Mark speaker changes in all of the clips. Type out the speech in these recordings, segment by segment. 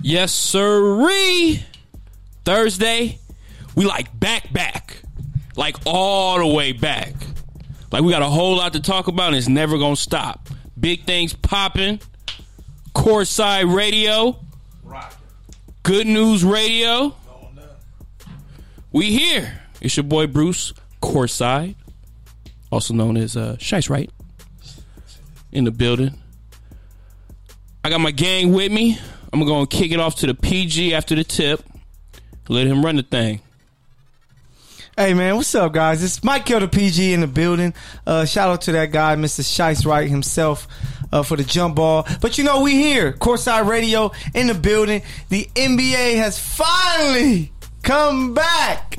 Speaker 1: Yes, sirree. Thursday, we like back back, like all the way back. Like we got a whole lot to talk about. and It's never gonna stop. Big things popping. Courtside Radio, Good News Radio. We here. It's your boy Bruce Courtside, also known as uh, Shice Right, in the building. I got my gang with me. I'm gonna kick it off to the PG after the tip. Let him run the thing.
Speaker 2: Hey man, what's up, guys? It's Mike Kill the PG in the building. Uh, shout out to that guy, Mr. Shice Wright himself, uh, for the jump ball. But you know, we here, Courtside Radio in the building. The NBA has finally come back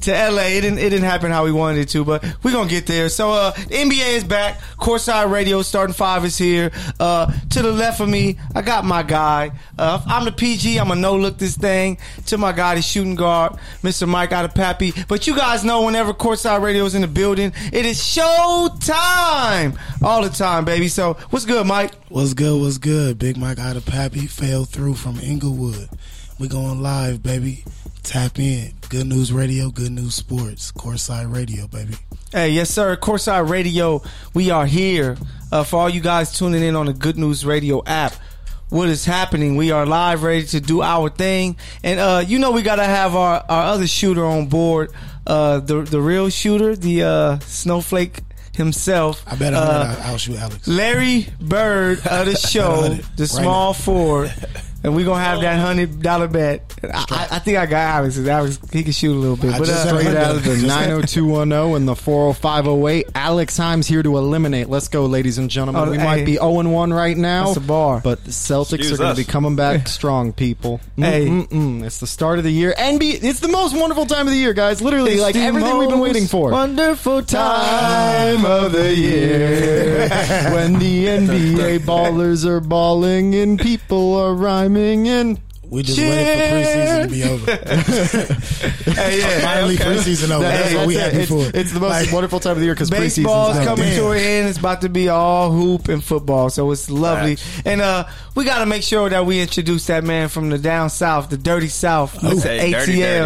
Speaker 2: to LA. It didn't, it didn't happen how we wanted it to, but we're gonna get there. So uh the NBA is back. Courtside Radio starting five is here. Uh to the left of me, I got my guy. Uh I'm the PG, I'm a no look this thing. To my guy, the shooting guard, Mr. Mike out of Pappy. But you guys know whenever Courtside Radio is in the building, it is show time all the time, baby. So what's good, Mike?
Speaker 3: What's good? What's good? Big Mike out of Pappy fell through from Inglewood. We going live, baby. Tap in. Good News Radio, Good News Sports, Courtside Radio, baby.
Speaker 2: Hey, yes, sir. Courtside Radio, we are here. Uh, for all you guys tuning in on the Good News Radio app, what is happening? We are live, ready to do our thing. And uh, you know, we got to have our, our other shooter on board, uh, the, the real shooter, the uh, Snowflake himself.
Speaker 3: I bet I'm
Speaker 2: Uh,
Speaker 3: gonna outshoot Alex.
Speaker 2: Larry Bird of the show,
Speaker 3: Hundred.
Speaker 2: the
Speaker 3: Right
Speaker 2: small
Speaker 3: now.
Speaker 2: forward, and we're gonna have that hundred dollar bet. I, I- I think I got Alex. Alex, he can shoot a little bit,
Speaker 3: I
Speaker 2: but
Speaker 3: just
Speaker 2: uh,
Speaker 3: heard
Speaker 2: right
Speaker 3: that.
Speaker 2: now,
Speaker 4: Out of the 90210 and the 40508, Alex Himes here to eliminate. Let's go, ladies and gentlemen.
Speaker 2: Oh,
Speaker 4: we
Speaker 2: hey.
Speaker 4: might be 0 and 1 right now.
Speaker 2: That's a bar.
Speaker 4: But the Celtics
Speaker 5: Excuse
Speaker 4: are going
Speaker 5: us.
Speaker 4: to be coming back strong, people. Mm,
Speaker 2: Hey.
Speaker 4: mm, mm. It's the start of the year. NBA, it's the most wonderful time of the year, guys. Literally,
Speaker 2: It's
Speaker 4: like
Speaker 2: the
Speaker 4: everything we've been
Speaker 2: most
Speaker 4: waiting for.
Speaker 2: Wonderful
Speaker 4: Time of the year when the NBA ballers are balling and people are rhyming and
Speaker 3: We just waited for preseason to be over.
Speaker 2: Hey, yeah.
Speaker 3: Finally, preseason over. That's,
Speaker 4: Hey,
Speaker 3: what we
Speaker 4: that's
Speaker 3: happy
Speaker 4: it.
Speaker 3: for.
Speaker 4: It's, it's the most
Speaker 3: Like,
Speaker 4: wonderful time of the year because
Speaker 2: Baseball's
Speaker 4: preseason's out.
Speaker 2: coming
Speaker 3: Damn.
Speaker 2: to an end. It's about to be all hoop and football, so it's lovely. And uh, we got to make sure that we introduce that man from the down south, the dirty south, Mr.
Speaker 5: Hey,
Speaker 2: ATL.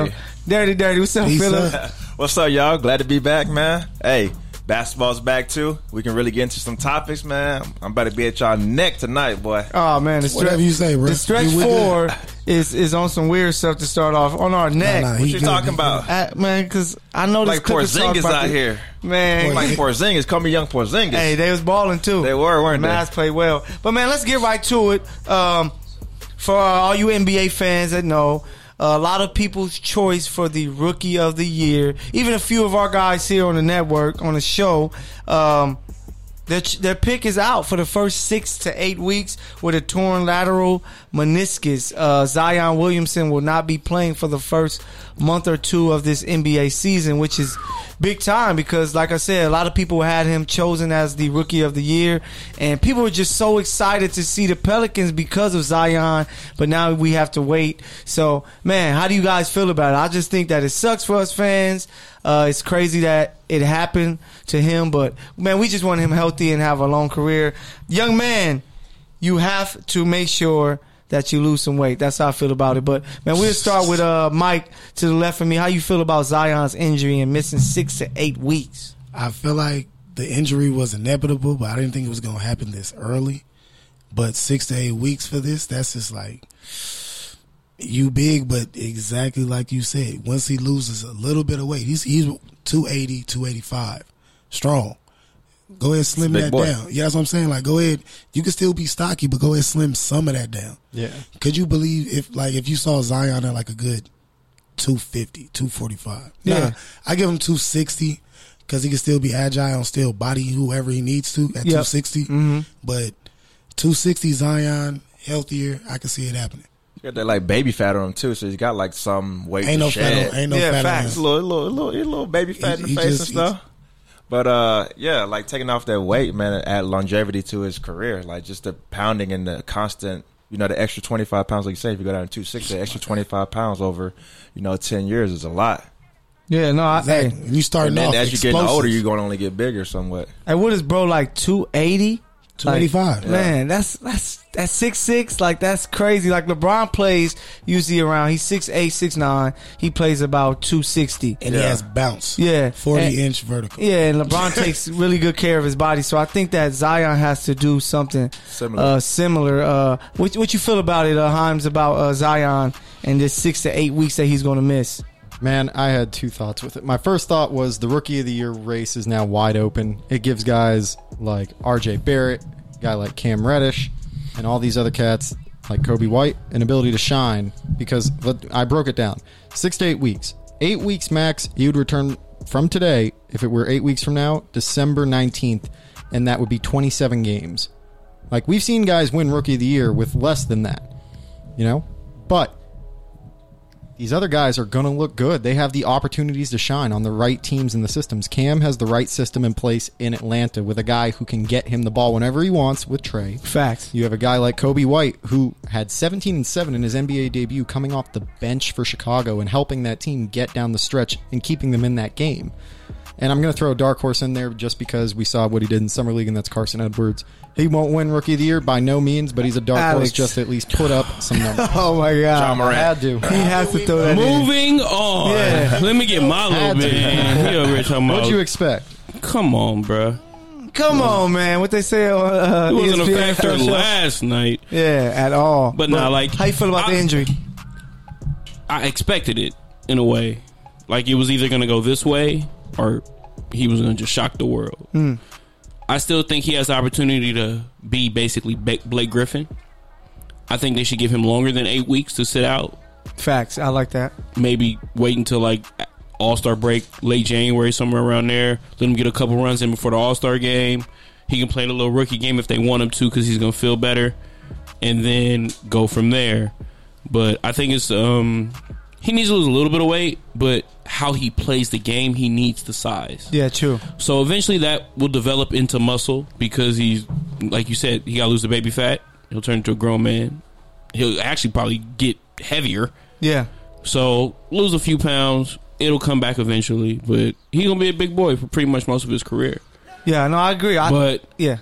Speaker 5: dirty,
Speaker 2: Dirty,
Speaker 5: dirty.
Speaker 2: dirty, What's up,
Speaker 3: Peace
Speaker 2: Phillip?
Speaker 3: up.
Speaker 5: What's up, y'all? Glad to be back, man. Hey, basketball's back too. We can really get into some topics, man. I'm about to be at y'all neck tonight, boy.
Speaker 2: Oh man, the stretch,
Speaker 3: Whatever you say, bro.
Speaker 2: the stretch
Speaker 3: You with
Speaker 2: four is is on some weird stuff to start off on our neck.
Speaker 3: nah,
Speaker 5: What
Speaker 3: he
Speaker 5: you
Speaker 3: good,
Speaker 5: talking
Speaker 3: he
Speaker 5: about?
Speaker 2: Uh, man, because I know this
Speaker 5: Like
Speaker 2: Clippers talk
Speaker 5: Porzingis
Speaker 2: about
Speaker 5: out
Speaker 2: this-
Speaker 5: here.
Speaker 2: man.
Speaker 5: Like Porzingis, call me young Porzingis.
Speaker 2: Hey, they was balling too.
Speaker 5: They were, weren't they?
Speaker 2: Mavs played well. But man, let's get right to it. Um, for uh, all you NBA fans that know, a lot of people's choice for the rookie of the year. Even a few of our guys here on the network on the show. Um, their, their pick is out for the first six to eight weeks with a torn lateral meniscus. Uh, Zion Williamson will not be playing for the first month or two of this NBA season, which is big time because, like I said, a lot of people had him chosen as the rookie of the year, and people were just so excited to see the Pelicans because of Zion. But now we have to wait. So, man, how do you guys feel about it? I just think that it sucks for us fans. Uh, it's crazy that it happened to him, but man, we just want him healthy and have a long career. Young man, you have to make sure that you lose some weight. That's how I feel about it. But man, we'll start with uh, Mike to the left of me. How you feel about Zion's injury and missing six to eight weeks?
Speaker 3: I feel like the injury was inevitable, but I didn't think it was gonna happen this early. But six to eight weeks for this, that's just like you big, but exactly like you said, once he loses a little bit of weight, he's he's 280, 285, strong. Go ahead, slim
Speaker 5: Big
Speaker 3: that
Speaker 5: boy.
Speaker 3: down. Yeah, that's what I'm saying. Like, go ahead. You can still be stocky, but go ahead, slim some of that down.
Speaker 4: Yeah.
Speaker 3: Could you believe if, like, if you saw Zion at like a good 250, 245. Yeah.
Speaker 2: Yeah.
Speaker 3: I give him 260 because he can still be agile and still body whoever he needs to at 260. But 260 Zion, healthier, I can see it happening.
Speaker 5: You got that like baby fat on him too, so he's got like some weight.
Speaker 3: Ain't no
Speaker 5: to
Speaker 3: fat
Speaker 5: shed.
Speaker 3: on, ain't no
Speaker 2: Yeah,
Speaker 3: fat on
Speaker 2: facts.
Speaker 3: him.
Speaker 5: It's a little, little, little, he a little baby fat in the
Speaker 3: He- he
Speaker 5: face
Speaker 3: just-
Speaker 5: and stuff. But uh, yeah, like taking off that weight, man, add longevity to his career. Like just the pounding and the constant, you know, the extra twenty five pounds. Like you say, if you go down to two six, the extra twenty five pounds over, you know, ten years is a lot.
Speaker 2: Yeah, no, I,
Speaker 3: Exactly. And you starting
Speaker 5: And then
Speaker 3: off
Speaker 5: as you're getting
Speaker 3: explosive.
Speaker 5: older, you're gonna only get bigger somewhat.
Speaker 2: Hey, what is bro like 280?
Speaker 3: 285.
Speaker 2: Man, that's that's that's six six. Like that's crazy. Like LeBron plays usually around he's six eight, six nine. He plays about two sixty.
Speaker 3: and he has bounce.
Speaker 2: Yeah.
Speaker 3: 40
Speaker 2: And-
Speaker 3: inch vertical.
Speaker 2: Yeah, and LeBron takes really good care of his body, so I think that Zion has to do something
Speaker 5: Similar.
Speaker 2: Uh, similar. Uh, what what you feel about it, uh, Himes, about uh, Zion and this six to eight weeks that he's going to miss?
Speaker 4: Man, I had two thoughts with it. My first thought was the rookie of the year race is now wide open. It gives guys like RJ Barrett, guy like Cam Reddish, and all these other cats like Kobe White an ability to shine because let, I broke it down. Six to eight weeks. Eight weeks max, you'd return from today, if it were eight weeks from now, December 19th, and that would be 27 games. Like, we've seen guys win rookie of the year with less than that, you know? But these other guys are going to look good. They have the opportunities to shine on the right teams and the systems. Cam has the right system in place in Atlanta with a guy who can get him the ball whenever he wants with Trey.
Speaker 2: Facts.
Speaker 4: You have a guy like Kobe White who had 17 and 7 in his NBA debut coming off the bench for Chicago and helping that team get down the stretch and keeping them in that game. And I'm going to throw a dark horse in there just because we saw what he did in summer league and that's Carson Edwards. He won't win rookie of the year by no means, but he's a dark horse
Speaker 2: Alex.
Speaker 4: just to at least put up some numbers.
Speaker 2: Oh my
Speaker 5: John
Speaker 2: God,
Speaker 5: Morant.
Speaker 4: I had to.
Speaker 2: he has to throw that. in.
Speaker 1: Moving on.
Speaker 2: Yeah.
Speaker 1: Let me get my little
Speaker 4: Had to.
Speaker 1: bit. in. He over here talking about.
Speaker 4: What'd you expect?
Speaker 1: Come on, bruh.
Speaker 2: Come on, man. What they say on uh,
Speaker 1: It wasn't
Speaker 4: E
Speaker 1: a
Speaker 2: ESPN
Speaker 1: factor
Speaker 2: show?
Speaker 1: last night.
Speaker 2: Yeah, at all.
Speaker 1: But nah, like-
Speaker 2: how you feel about
Speaker 1: I-
Speaker 2: the injury?
Speaker 1: I expected it in a way. Like it was either going to go this way or he was going to just shock the world.
Speaker 4: Hmm.
Speaker 1: I still think he has the opportunity to be basically Ba- Blake Griffin. I think they should give him longer than eight weeks to sit out.
Speaker 2: Facts. I like that.
Speaker 1: Maybe wait until like All Star break, late January, somewhere around there. Let him get a couple runs in before the All Star game. He can play the little rookie game if they want him to because he's going to feel better, and then go from there. But I think it's um he needs to lose a little bit of weight, but how he plays the game, he needs the size.
Speaker 2: Yeah, true.
Speaker 1: So eventually that will develop into muscle because he's like you said, he gotta lose the baby fat. He'll turn into a grown man. He'll actually probably get heavier.
Speaker 2: Yeah,
Speaker 1: So lose a few pounds. It'll come back eventually, but he's gonna be a big boy for pretty much most of his career.
Speaker 2: yeah. No, I agree. I,
Speaker 1: But
Speaker 2: yeah,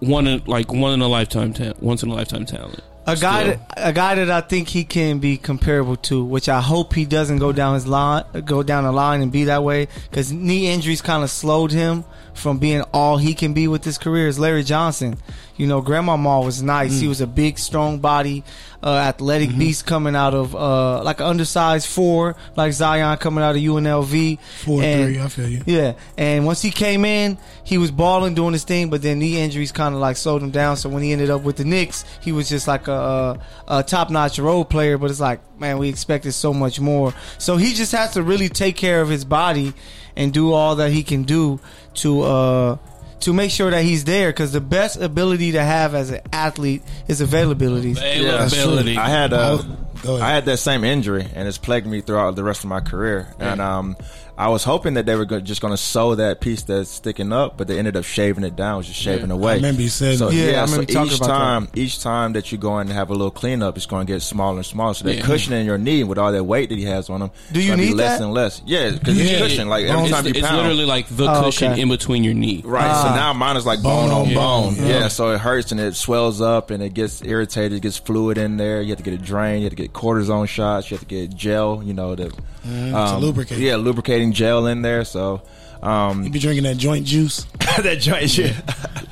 Speaker 1: one in, like one in a lifetime, ta- once in a lifetime talent.
Speaker 2: a guy,
Speaker 1: Still.
Speaker 2: that, a guy that I think he can be comparable to, which I hope he doesn't go down his line, go down the line and be that way, because knee injuries kind of slowed him from being all he can be with his career. Is Larry Johnson? You know, Grandma Ma was nice.
Speaker 1: Mm.
Speaker 2: He was a big, strong body, uh, athletic
Speaker 1: Mm-hmm.
Speaker 2: beast coming out of uh, like an undersized four, like Zion coming out of UNLV.
Speaker 3: Four
Speaker 2: And-
Speaker 3: three, I feel you.
Speaker 2: Yeah, and once he came in, he was balling, doing his thing, but then knee injuries kind of like slowed him down. So when he ended up with the Knicks, he was just like a, a, a top notch role player. But it's like, man, we expected so much more. So he just has to really take care of his body and do all that he can do to uh, to make sure that he's there. Because the best ability to have as an athlete is availability.
Speaker 5: Yeah.
Speaker 1: Availability.
Speaker 5: I had uh,
Speaker 3: Oh, go ahead.
Speaker 5: I had that same injury, and it's plagued me throughout the rest of my career. And um, I was hoping that they were go- just going to sew that piece that's sticking up, but they ended up shaving it down, just shaving away.
Speaker 3: remember you said
Speaker 5: so,
Speaker 3: that.
Speaker 5: yeah.
Speaker 2: Yeah, I
Speaker 5: so
Speaker 2: remember talking
Speaker 5: each
Speaker 2: about that.
Speaker 5: time, each time that you go in and have a little cleanup, it's going to get smaller and smaller. So they're
Speaker 1: Yeah.
Speaker 5: cushioning your knee with all that weight that he has on him.
Speaker 2: Do
Speaker 5: It's
Speaker 2: you
Speaker 5: gonna be
Speaker 2: need
Speaker 5: less
Speaker 2: that?
Speaker 5: and less? Yeah, because
Speaker 3: Yeah.
Speaker 5: it's cushioning. Like every
Speaker 1: it's,
Speaker 5: time you
Speaker 1: it's
Speaker 5: pound,
Speaker 1: literally like the
Speaker 2: Oh,
Speaker 1: cushion
Speaker 2: okay.
Speaker 1: in between your knee.
Speaker 5: Right. so now mine is like Ah. bone, on bone. Yeah. So it hurts and it swells up and it gets irritated. It gets fluid in there. You have to get it drained. You have to get cortisone shots. You have to get gel. You know the
Speaker 3: to lubricate.
Speaker 5: Yeah, lubricating gel in there. So um,
Speaker 3: You be drinking that joint juice.
Speaker 5: that joint. Yeah.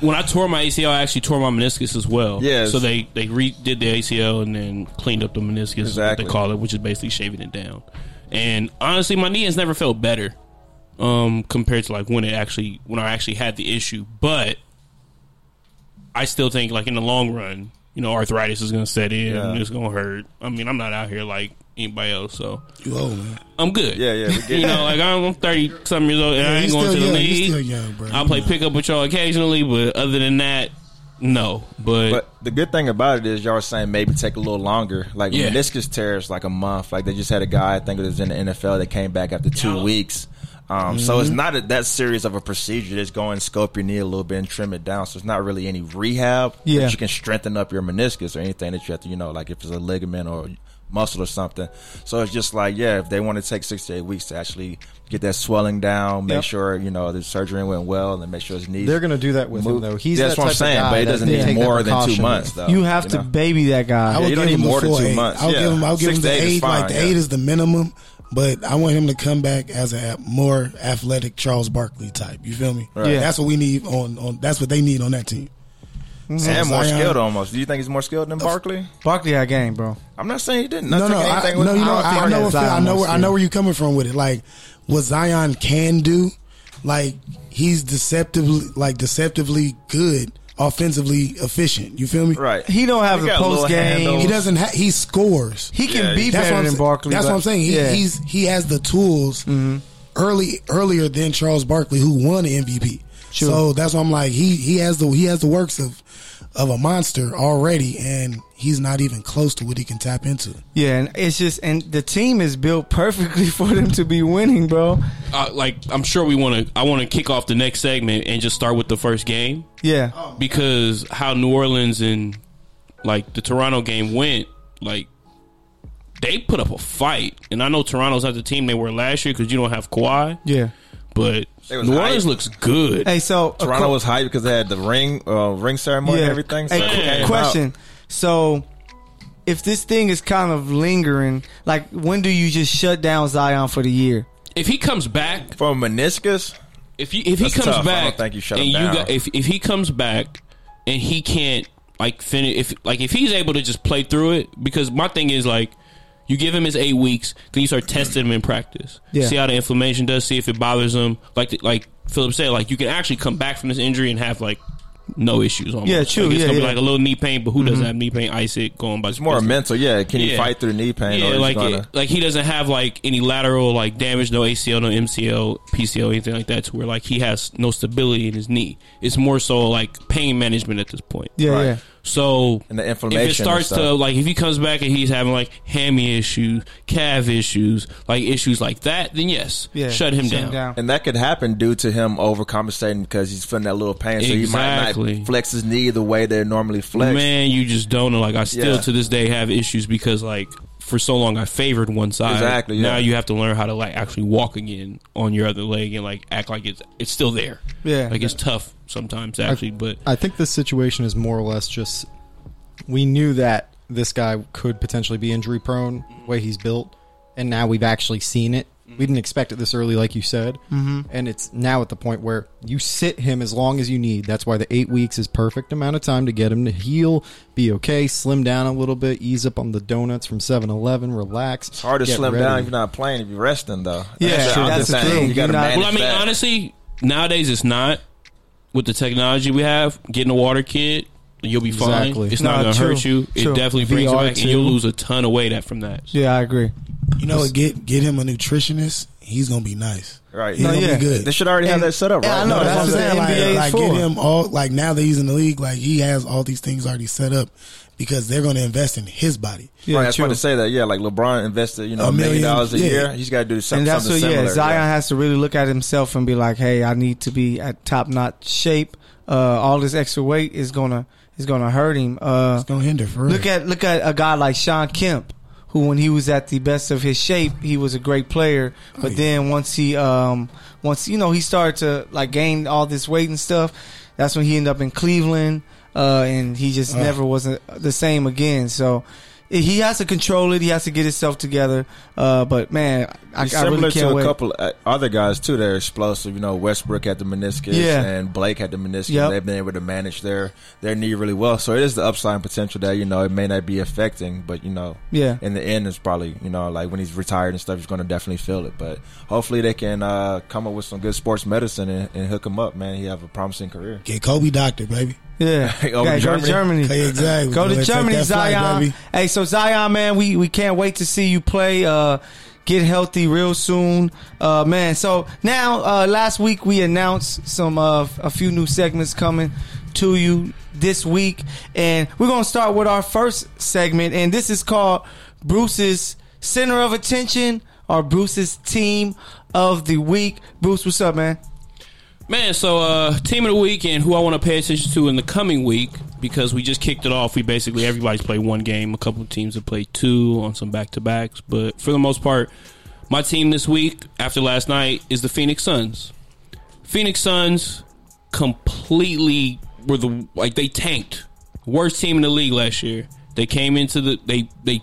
Speaker 1: when I tore my ACL, I actually tore my meniscus as well.
Speaker 5: Yes.
Speaker 1: So they they redid the ACL and then cleaned up the meniscus, is what
Speaker 5: Exactly.
Speaker 1: they call it, which is basically shaving it down. And honestly, my knee has never felt better um, compared to like when it actually when I actually had the issue. But I still think like in the long run, you know, arthritis is going to set in.
Speaker 5: Yeah.
Speaker 1: It's going to hurt. I mean, I'm not out here like anybody else, so
Speaker 3: You old man.
Speaker 1: I'm good.
Speaker 5: Yeah, yeah, we get
Speaker 1: you
Speaker 5: it.
Speaker 1: know, like I'm 30 something years old and I
Speaker 3: you
Speaker 1: ain't going
Speaker 3: still
Speaker 1: to the
Speaker 3: young. You
Speaker 1: league.
Speaker 3: still young, bro.
Speaker 1: I'll play pickup with y'all occasionally, but other than that, no. But,
Speaker 5: But the good thing about it is y'all are saying maybe take a little longer. Like
Speaker 1: Yeah.
Speaker 5: meniscus tears like a month. Like they just had a guy I think it was in the NFL that came back after two weeks. Um, So it's not a, that serious of a procedure. Just go and scope your knee a little bit and trim it down. So it's not really any rehab. but
Speaker 2: Yeah.
Speaker 5: you can strengthen up your meniscus or anything that you have to. You know, like if it's a ligament or muscle or something. So it's just like, yeah, if they want to take six to eight weeks to actually get that swelling down, make
Speaker 4: Yep.
Speaker 5: sure you know the surgery went well, and make sure his knees.
Speaker 4: They're going to do that with him
Speaker 5: move.
Speaker 4: though. He's
Speaker 5: that's
Speaker 4: that
Speaker 5: what I'm
Speaker 4: type of
Speaker 5: saying,
Speaker 4: guy
Speaker 5: but it
Speaker 4: that
Speaker 5: doesn't
Speaker 4: they
Speaker 5: need
Speaker 4: take that
Speaker 5: more than two
Speaker 4: precaution with.
Speaker 5: months. Though
Speaker 2: You have to
Speaker 5: know?
Speaker 2: baby that guy.
Speaker 3: I would
Speaker 5: you don't
Speaker 3: give
Speaker 5: need
Speaker 3: him
Speaker 5: more
Speaker 3: the
Speaker 5: than
Speaker 3: full
Speaker 5: two
Speaker 3: eight.
Speaker 5: months.
Speaker 3: I'll
Speaker 5: Yeah.
Speaker 3: give him. I'll give
Speaker 5: Six
Speaker 3: him
Speaker 5: to
Speaker 3: the
Speaker 5: eight is
Speaker 3: eight. like
Speaker 5: fine,
Speaker 3: the
Speaker 5: yeah.
Speaker 3: eight is the minimum, but I want him to come back as a a more athletic Charles Barkley type. You feel me?
Speaker 5: Right.
Speaker 2: Yeah.
Speaker 3: That's what we need on. on that's what they need on that team.
Speaker 5: and more
Speaker 3: Zion-
Speaker 5: skilled almost. Do you think he's more skilled than Barkley?
Speaker 2: Barkley got game, bro.
Speaker 5: I'm not saying he didn't.
Speaker 3: No, no, I, no. You know, I, I know.
Speaker 2: Barkley
Speaker 3: what- I
Speaker 2: has
Speaker 3: know. Where, I
Speaker 2: Zion
Speaker 3: know where you're coming from with it. Like what Zion can do, like he's deceptively, like deceptively good, offensively efficient. You feel me?
Speaker 5: right.
Speaker 2: He don't have the
Speaker 5: He got a little
Speaker 2: post game.
Speaker 5: handle.
Speaker 3: He doesn't. Ha- he scores.
Speaker 2: He can
Speaker 5: Yeah,
Speaker 2: be
Speaker 5: he's-
Speaker 3: that's what
Speaker 2: better
Speaker 3: I'm
Speaker 2: than
Speaker 3: sa-
Speaker 2: Barkley.
Speaker 3: That's
Speaker 2: but-
Speaker 3: what I'm saying. He,
Speaker 2: yeah. Mm-hmm.
Speaker 3: He's he has the tools early earlier than Charles Barkley, who won the MVP.
Speaker 2: Sure.
Speaker 3: So that's why I'm like he he has the he has the works of of a monster already, and he's not even close to what he can tap into.
Speaker 2: yeah, and it's just and the team is built perfectly for them to be winning, bro.
Speaker 1: Uh, like I'm sure we want to. I want to kick off the next segment and just start with the first game
Speaker 2: Yeah.
Speaker 5: Oh.
Speaker 1: because how New Orleans and like the Toronto game went. Like they put up a fight, and I know Toronto's not the team they were last year because you don't have Kawhi,
Speaker 2: Yeah.
Speaker 1: but
Speaker 5: They was
Speaker 1: New Orleans
Speaker 5: hype.
Speaker 1: looks good.
Speaker 2: Hey, so
Speaker 5: Toronto was hyped because they had the ring uh, ring ceremony and everything.
Speaker 2: Hey,
Speaker 5: it
Speaker 2: qu-
Speaker 5: came out.
Speaker 2: question. So, if this thing is kind of lingering, like when do you just shut down Zion for the year?
Speaker 1: If he comes back,
Speaker 5: from meniscus.
Speaker 1: if he if he
Speaker 5: That's
Speaker 1: comes
Speaker 5: tough. I
Speaker 1: back,
Speaker 5: don't think you shut
Speaker 1: and
Speaker 5: him down.
Speaker 1: got- if if he comes back and he can't like finish if like if he's able to just play through it because my thing is like you give him his eight weeks then you start testing him in practice
Speaker 2: Yeah.
Speaker 1: see how the inflammation does see if it bothers him like the, like Philip said like you can actually come back from this injury and have like no issues almost.
Speaker 2: Yeah, true.
Speaker 1: Like, it's
Speaker 2: Yeah,
Speaker 1: gonna
Speaker 2: yeah. Mm-hmm.
Speaker 1: be like a little knee pain but who doesn't have knee pain Isaac going by
Speaker 5: It's more mental. Yeah, can you
Speaker 1: Yeah.
Speaker 5: fight through knee pain? or
Speaker 1: yeah,
Speaker 5: is
Speaker 1: like
Speaker 5: gonna,
Speaker 1: it- like he doesn't have like any lateral like damage, no ACL, no MCL, PCL, anything like that, to where like he has no stability in his knee. It's more so like pain management at this point.
Speaker 2: Yeah,
Speaker 5: Right.
Speaker 2: yeah.
Speaker 1: So
Speaker 5: And the inflammation
Speaker 1: if it
Speaker 5: and
Speaker 1: starts to
Speaker 5: stuff.
Speaker 1: like if he comes back and he's having like hammy issues, calf issues, like issues like that, then yes,
Speaker 2: Yeah,
Speaker 1: shut him down.
Speaker 5: and that could happen due to him overcompensating because he's feeling that little pain, so he might
Speaker 1: Exactly.
Speaker 5: not flex his knee the way they normally flex.
Speaker 1: Man, you just don't know. Like I still
Speaker 5: Yeah.
Speaker 1: to this day have issues because like for so long I favored one side.
Speaker 5: Exactly, yeah.
Speaker 1: Now you have to learn how to like actually walk again on your other leg and like act like it's it's still there.
Speaker 2: Yeah.
Speaker 1: Like it's tough sometimes actually, but
Speaker 4: I think this situation is more or less just we knew that this guy could potentially be injury prone the way he's built, and now we've actually seen it. We didn't expect it this early, like you said, mm-hmm. and it's now at the point where you sit him as long as you need. That's why the eight weeks is perfect amount of time to get him to heal, be okay, slim down a little bit, ease up on the donuts from 7-Eleven, relax.
Speaker 5: It's hard to
Speaker 4: get
Speaker 5: slim
Speaker 4: ready.
Speaker 5: down if you're not playing, if you're resting though.
Speaker 2: Yeah,
Speaker 5: the
Speaker 2: true.
Speaker 5: other
Speaker 2: That's
Speaker 5: thing.
Speaker 2: true.
Speaker 5: You got
Speaker 2: You're
Speaker 5: to
Speaker 2: not-
Speaker 5: manage
Speaker 1: well, I mean
Speaker 5: that.
Speaker 1: honestly, nowadays it's not with the technology we have. Getting a water kit, you'll be
Speaker 4: Exactly.
Speaker 1: fine. It's not
Speaker 2: Nah,
Speaker 1: going to
Speaker 2: true,
Speaker 1: hurt you. It
Speaker 2: true.
Speaker 1: definitely brings you
Speaker 4: VR
Speaker 1: back,
Speaker 4: too.
Speaker 1: and you'll lose a ton of weight at- from that.
Speaker 2: Yeah, I agree.
Speaker 3: You know, what, get get him a nutritionist. He's gonna be nice.
Speaker 5: Right.
Speaker 3: He's
Speaker 5: No,
Speaker 3: gonna
Speaker 2: yeah.
Speaker 3: be good.
Speaker 5: They should already have
Speaker 2: And-
Speaker 5: that set up, right?
Speaker 2: yeah, I know,
Speaker 5: No,
Speaker 2: that's
Speaker 5: that's-
Speaker 2: what the NBA is
Speaker 3: like, like,
Speaker 2: for.
Speaker 3: get him all like now that he's in the league, like he has all these things already set up because they're going to invest in his body.
Speaker 2: Yeah,
Speaker 5: right, I was
Speaker 2: true.
Speaker 5: about to say that. Yeah, like LeBron invested, you know,
Speaker 3: A
Speaker 5: a million
Speaker 3: million,
Speaker 5: dollars a
Speaker 3: yeah.
Speaker 5: year. He's got to do some-
Speaker 2: and
Speaker 5: something,
Speaker 2: that's what,
Speaker 5: similar.
Speaker 2: yeah, Zion has to really look at himself and be like, "Hey, I need to be at top notch shape. Uh, all this extra weight is gonna is gonna hurt him." Uh,
Speaker 3: It's going to hinder for real.
Speaker 2: Look at look at a guy like Sean Kemp, who when he was at the best of his shape, he was a great player.
Speaker 5: Oh,
Speaker 2: But
Speaker 3: yeah.
Speaker 2: then once he um once you know he started to like gain all this weight and stuff, that's when he ended up in Cleveland, uh, and he just
Speaker 3: Ugh.
Speaker 2: never wasn't the same again. So. i- He has to control it. He has to get himself together. Uh, but man, I,
Speaker 5: He's
Speaker 2: I
Speaker 5: similar
Speaker 2: really
Speaker 5: to
Speaker 2: can't
Speaker 5: a
Speaker 2: wait.
Speaker 5: couple uh, other guys too. They're explosive. You know, Westbrook had the meniscus,
Speaker 2: Yeah.
Speaker 5: and Blake had the meniscus.
Speaker 2: Yep.
Speaker 5: They've been able to manage their their knee really well. So it is the upside potential that you know it may not be affecting, but you know,
Speaker 2: Yeah.
Speaker 5: in the end, it's probably you know like when he's retired and stuff, he's going to definitely feel it. But hopefully, they can uh, come up with some good sports medicine and, and hook him up. Man, he have a promising career.
Speaker 3: Get Kobe doctor, baby.
Speaker 2: Yeah,
Speaker 5: Over to
Speaker 2: Yeah, go to
Speaker 5: Oh, Germany?
Speaker 2: Germany.
Speaker 3: Okay, exactly.
Speaker 2: Go to
Speaker 3: Let's take
Speaker 2: Germany,
Speaker 3: that flight,
Speaker 2: Zion.
Speaker 3: baby.
Speaker 2: Hey, so Zion, man, we, we can't wait to see you play. Uh, get healthy real soon, uh, man. So now, uh, last week we announced some uh, a few new segments coming to you this week, and we're gonna start with our first segment, and this is called Bruce's Center of Attention or Bruce's Team of the Week. Bruce, what's up, man?
Speaker 1: Man, so uh team of the week and who I want to pay attention to in the coming week because we just kicked it off. We basically everybody's played one game. A couple of teams have played two on some back to backs, but for the most part, my team this week after last night is the Phoenix Suns. Phoenix Suns completely were the like they tanked. Worst team in the league last year. They came into the they they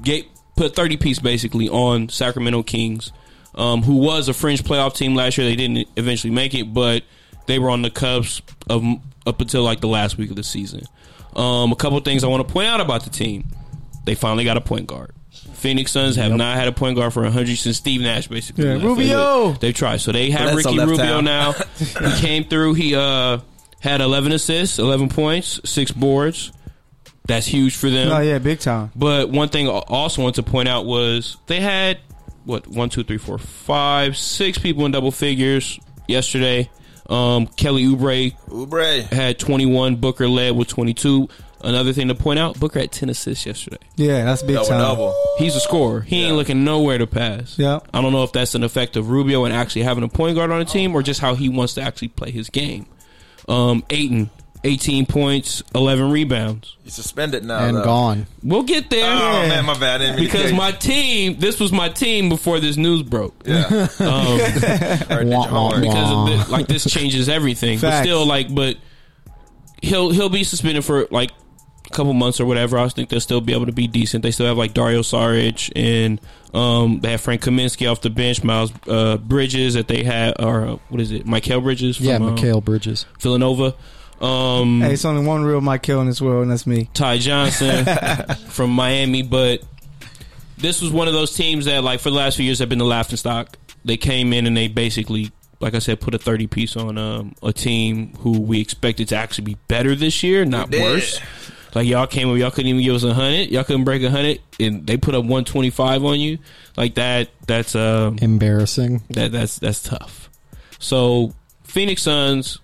Speaker 1: get put thirty piece basically on Sacramento Kings, um, who was a fringe playoff team last year. They didn't eventually make it, but they were on the Cubs of up until like the last week of the season. Um, a couple things I want to point out about the team: they finally got a point guard. Phoenix Suns have not had a point guard for hundred since Steve Nash, basically.
Speaker 2: Yeah,
Speaker 1: left.
Speaker 2: Rubio!
Speaker 1: They tried, so they have
Speaker 5: But that's a
Speaker 1: Ricky
Speaker 5: left
Speaker 1: Rubio
Speaker 5: out.
Speaker 1: now. he came through. He uh, had eleven assists, eleven points, six boards. That's huge for them.
Speaker 2: Oh yeah, big time.
Speaker 1: But one thing I also want to point out was they had what one, two, three, four, five, six people in double figures yesterday. Um, Kelly Oubre
Speaker 5: Oubre.
Speaker 1: had 21. Booker led with 22. Another thing to point out: Booker had 10 assists yesterday.
Speaker 2: Yeah, that's big
Speaker 5: Double
Speaker 2: time.
Speaker 5: double.
Speaker 1: He's a scorer. He ain't looking nowhere to pass.
Speaker 2: Yeah.
Speaker 1: I don't know if that's an effect of Rubio and actually having a point guard on the team, or just how he wants to actually play his game. Um, Aiton, 18 points, 11 rebounds.
Speaker 5: He's suspended now.
Speaker 4: and
Speaker 5: though.
Speaker 4: gone.
Speaker 1: We'll get there.
Speaker 5: Oh man, my bad. I didn't mean to
Speaker 1: because
Speaker 5: cut
Speaker 1: my team, this was my team before this news broke.
Speaker 5: you. yeah.
Speaker 1: Um,
Speaker 5: All right, did your
Speaker 4: Wah, wah,
Speaker 5: homework.
Speaker 4: wah.
Speaker 1: because of the, like this changes everything. But
Speaker 2: Facts.
Speaker 1: still, like, but he'll he'll be suspended for like a couple months or whatever. I think they'll still be able to be decent. They still have like Dario Saric and um, they have Frank Kaminsky off the bench, Miles uh, Bridges that they had, or uh, what is it, Michael Bridges? From,
Speaker 4: Yeah,
Speaker 1: um,
Speaker 4: Mikhail Bridges.
Speaker 1: Villanova. Um,
Speaker 2: Hey, it's only one real Michael in this world, and that's me.
Speaker 1: Ty Johnson from Miami, but this was one of those teams that, like, for the last few years, have been the laughing stock. They came in and they basically, like I said, put a thirty piece on um, a team who we expected to actually be better this year, not
Speaker 5: They did.
Speaker 1: worse. Like y'all came up, y'all couldn't even give us a hundred, y'all couldn't break a hundred, and they put up one twenty five on you. Like that, that's um,
Speaker 4: Embarrassing.
Speaker 1: that that's that's tough. So Phoenix Suns,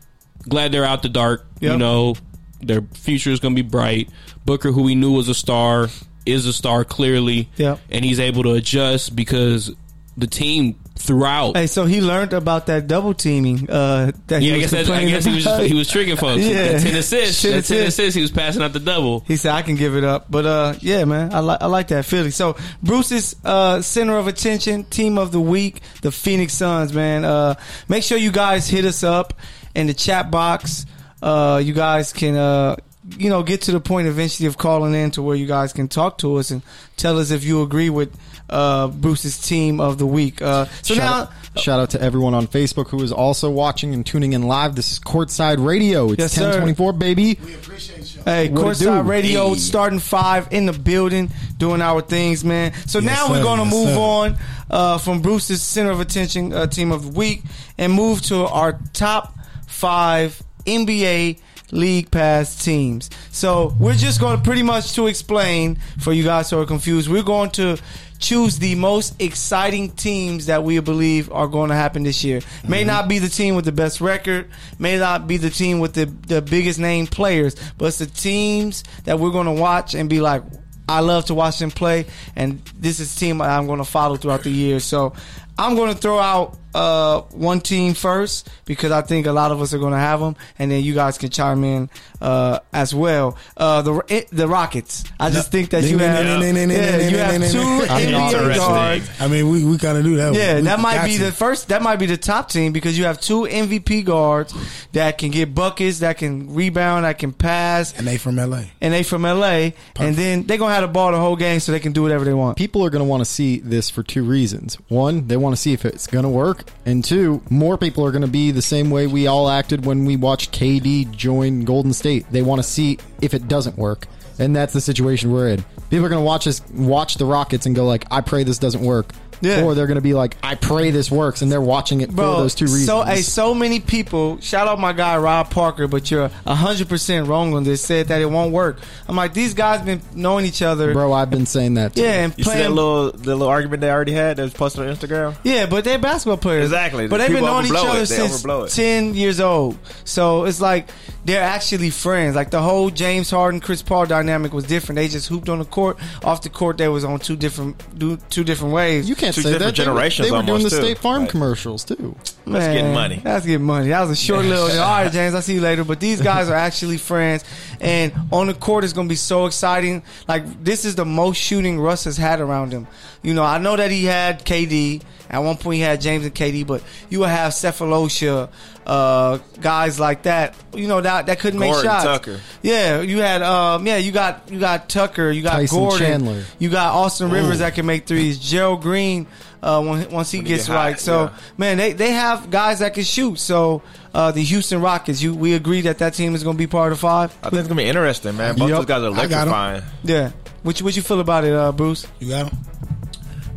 Speaker 1: glad they're out the dark. You
Speaker 2: Yep.
Speaker 1: know, their future is going to be bright. Booker, who we knew was a star, is a star clearly.
Speaker 2: Yep.
Speaker 1: and he's able to adjust because the team throughout.
Speaker 2: Hey, so he learned about that double teaming. Uh, that
Speaker 1: yeah,
Speaker 2: he
Speaker 1: I
Speaker 2: was
Speaker 1: guess, that, I
Speaker 2: complaining
Speaker 1: guess he was just,
Speaker 2: about.
Speaker 1: he was tricking folks.
Speaker 2: Yeah.
Speaker 1: That ten assists,
Speaker 2: Ten
Speaker 1: that ten
Speaker 2: assists.
Speaker 1: assists, he was passing out the double.
Speaker 2: He said, "I can give it up," but uh, yeah, man, I like I like that Philly. So Bruce's uh, center of attention, team of the week, the Phoenix Suns, man. Uh, make sure you guys hit us up in the chat box. Uh, you guys can uh, you know, get to the point eventually of calling in to where you guys can talk to us and tell us if you agree with uh Bruce's team of the week. Uh, so
Speaker 4: shout,
Speaker 2: now.
Speaker 4: out, shout out to everyone on Facebook who is also watching and tuning in live. This is Courtside Radio. It's
Speaker 2: Yes, sir.
Speaker 4: 1024, baby.
Speaker 3: We appreciate y'all.
Speaker 2: Hey,
Speaker 4: What it
Speaker 2: Courtside
Speaker 4: do?
Speaker 2: Radio,
Speaker 4: Hey.
Speaker 2: starting five in the building, doing our things, man. So
Speaker 3: Yes,
Speaker 2: now
Speaker 3: sir.
Speaker 2: we're going to
Speaker 3: Yes,
Speaker 2: move
Speaker 3: sir.
Speaker 2: on uh, from Bruce's center of attention uh, team of the week and move to our top five NBA league pass teams. So we're just going to pretty much to explain for you guys who are confused. We're going to choose the most exciting teams that we believe are going to happen this year. May not be the team with the best record, may not be the team with the, the biggest name players, but it's the teams that we're going to watch and be like, I love to watch them play, and this is a team I'm going to follow throughout the year. So I'm going to throw out uh, one team first because I think a lot of us are going to have them, and then you guys can chime in uh, as well. Uh, the it, the Rockets. I just think that you
Speaker 3: Ding,
Speaker 2: have
Speaker 3: ding, ding, ding, ding,
Speaker 2: yeah,
Speaker 3: ding,
Speaker 2: you
Speaker 3: ding,
Speaker 2: have
Speaker 3: ding,
Speaker 2: two
Speaker 3: ding, ding.
Speaker 5: I'm
Speaker 2: NBA
Speaker 5: interested.
Speaker 2: guards.
Speaker 3: I mean, we, we kind of do that.
Speaker 2: Yeah,
Speaker 3: We
Speaker 2: that might
Speaker 3: got
Speaker 2: be
Speaker 3: to.
Speaker 2: the first. That might be the top team because you have two MVP guards that can get buckets, that can rebound, that can pass,
Speaker 3: And they from LA.
Speaker 2: and they from LA. And then they're gonna have the ball the whole game, so they can do whatever they want.
Speaker 4: People are going to want to see this for two reasons. One, they want to see if it's going to work. And two, more people are going to be the same way we all acted when we watched KD join Golden State. They want to see if it doesn't work. And that's the situation we're in. People are going to watch us watch the Rockets and go like, "I pray this doesn't work."
Speaker 2: Yeah.
Speaker 4: Or they're going to be like, "I pray this works." And they're watching it
Speaker 2: Bro,
Speaker 4: for those two reasons.
Speaker 2: So, hey, so many people shout out my guy Rob Parker, but you're hundred percent wrong on this. Said that it won't work. I'm like, these guys been knowing each other,
Speaker 4: Bro, I've been saying that. Too.
Speaker 2: Yeah, and
Speaker 5: You see that
Speaker 2: playing.
Speaker 5: little the little argument they already had that was posted on Instagram?
Speaker 2: yeah, but they're basketball players,
Speaker 5: Exactly.
Speaker 2: But
Speaker 5: The
Speaker 2: they've been
Speaker 5: people
Speaker 2: knowing each
Speaker 5: overblow
Speaker 2: other
Speaker 5: it. They
Speaker 2: since
Speaker 5: overblow it.
Speaker 2: ten years old. So it's like they're actually friends. Like the whole James Harden Chris Paul dynamic was different. They just hooped on the court. Off the court, they was on two different do- two different waves.
Speaker 4: You can't
Speaker 5: two
Speaker 4: say that.
Speaker 5: different
Speaker 4: They were-
Speaker 5: generations
Speaker 4: They were, doing
Speaker 5: almost,
Speaker 4: the
Speaker 5: too.
Speaker 4: State Farm
Speaker 5: Like-
Speaker 4: commercials too.
Speaker 5: Let's get money.
Speaker 2: Let's get money. That was a short little. All right, James. I'll see you later. But these guys are actually friends, and on the court is going to be so exciting. Like this is the most shooting Russ has had around him. You know, I know that he had KD at one point. He had James and KD, but you will have Cephalosha, uh, guys like that. You know that that couldn't make
Speaker 5: Gordon
Speaker 2: shots.
Speaker 5: Tucker.
Speaker 2: Yeah, you had. Um, yeah, you got you got Tucker. You got
Speaker 4: Tyson
Speaker 2: Gordon.
Speaker 4: Chandler.
Speaker 2: You got Austin Rivers that can make threes. Gerald Green. Uh, when, once he
Speaker 5: get
Speaker 2: gets
Speaker 5: hot,
Speaker 2: right, so
Speaker 5: yeah.
Speaker 2: man, they, they have guys that can shoot. So uh, the Houston Rockets, you we agree that that team is going to be part of five.
Speaker 5: I think it's gonna be interesting, man. Both
Speaker 3: Yep.
Speaker 5: those guys are
Speaker 3: I got 'em.
Speaker 5: electrifying.
Speaker 2: Yeah. What you, what you feel about it, uh, Bruce?
Speaker 3: You got him?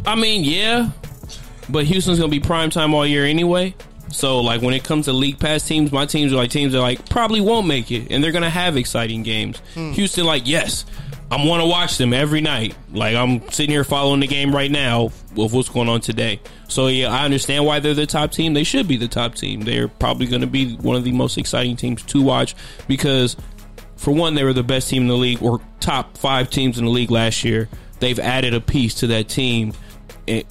Speaker 1: I mean, yeah, but Houston's gonna be prime time all year anyway. So like when it comes to league pass teams, my teams are like teams that like probably won't make it, and they're gonna have exciting games. Houston, like yes, I'm want to watch them every night. Like I'm sitting here following the game right now of what's going on today. So yeah, I understand why they're the top team. They should be the top team. They're probably gonna be one of the most exciting teams to watch because for one, they were the best team in the league or top five teams in the league last year. They've added a piece to that team and,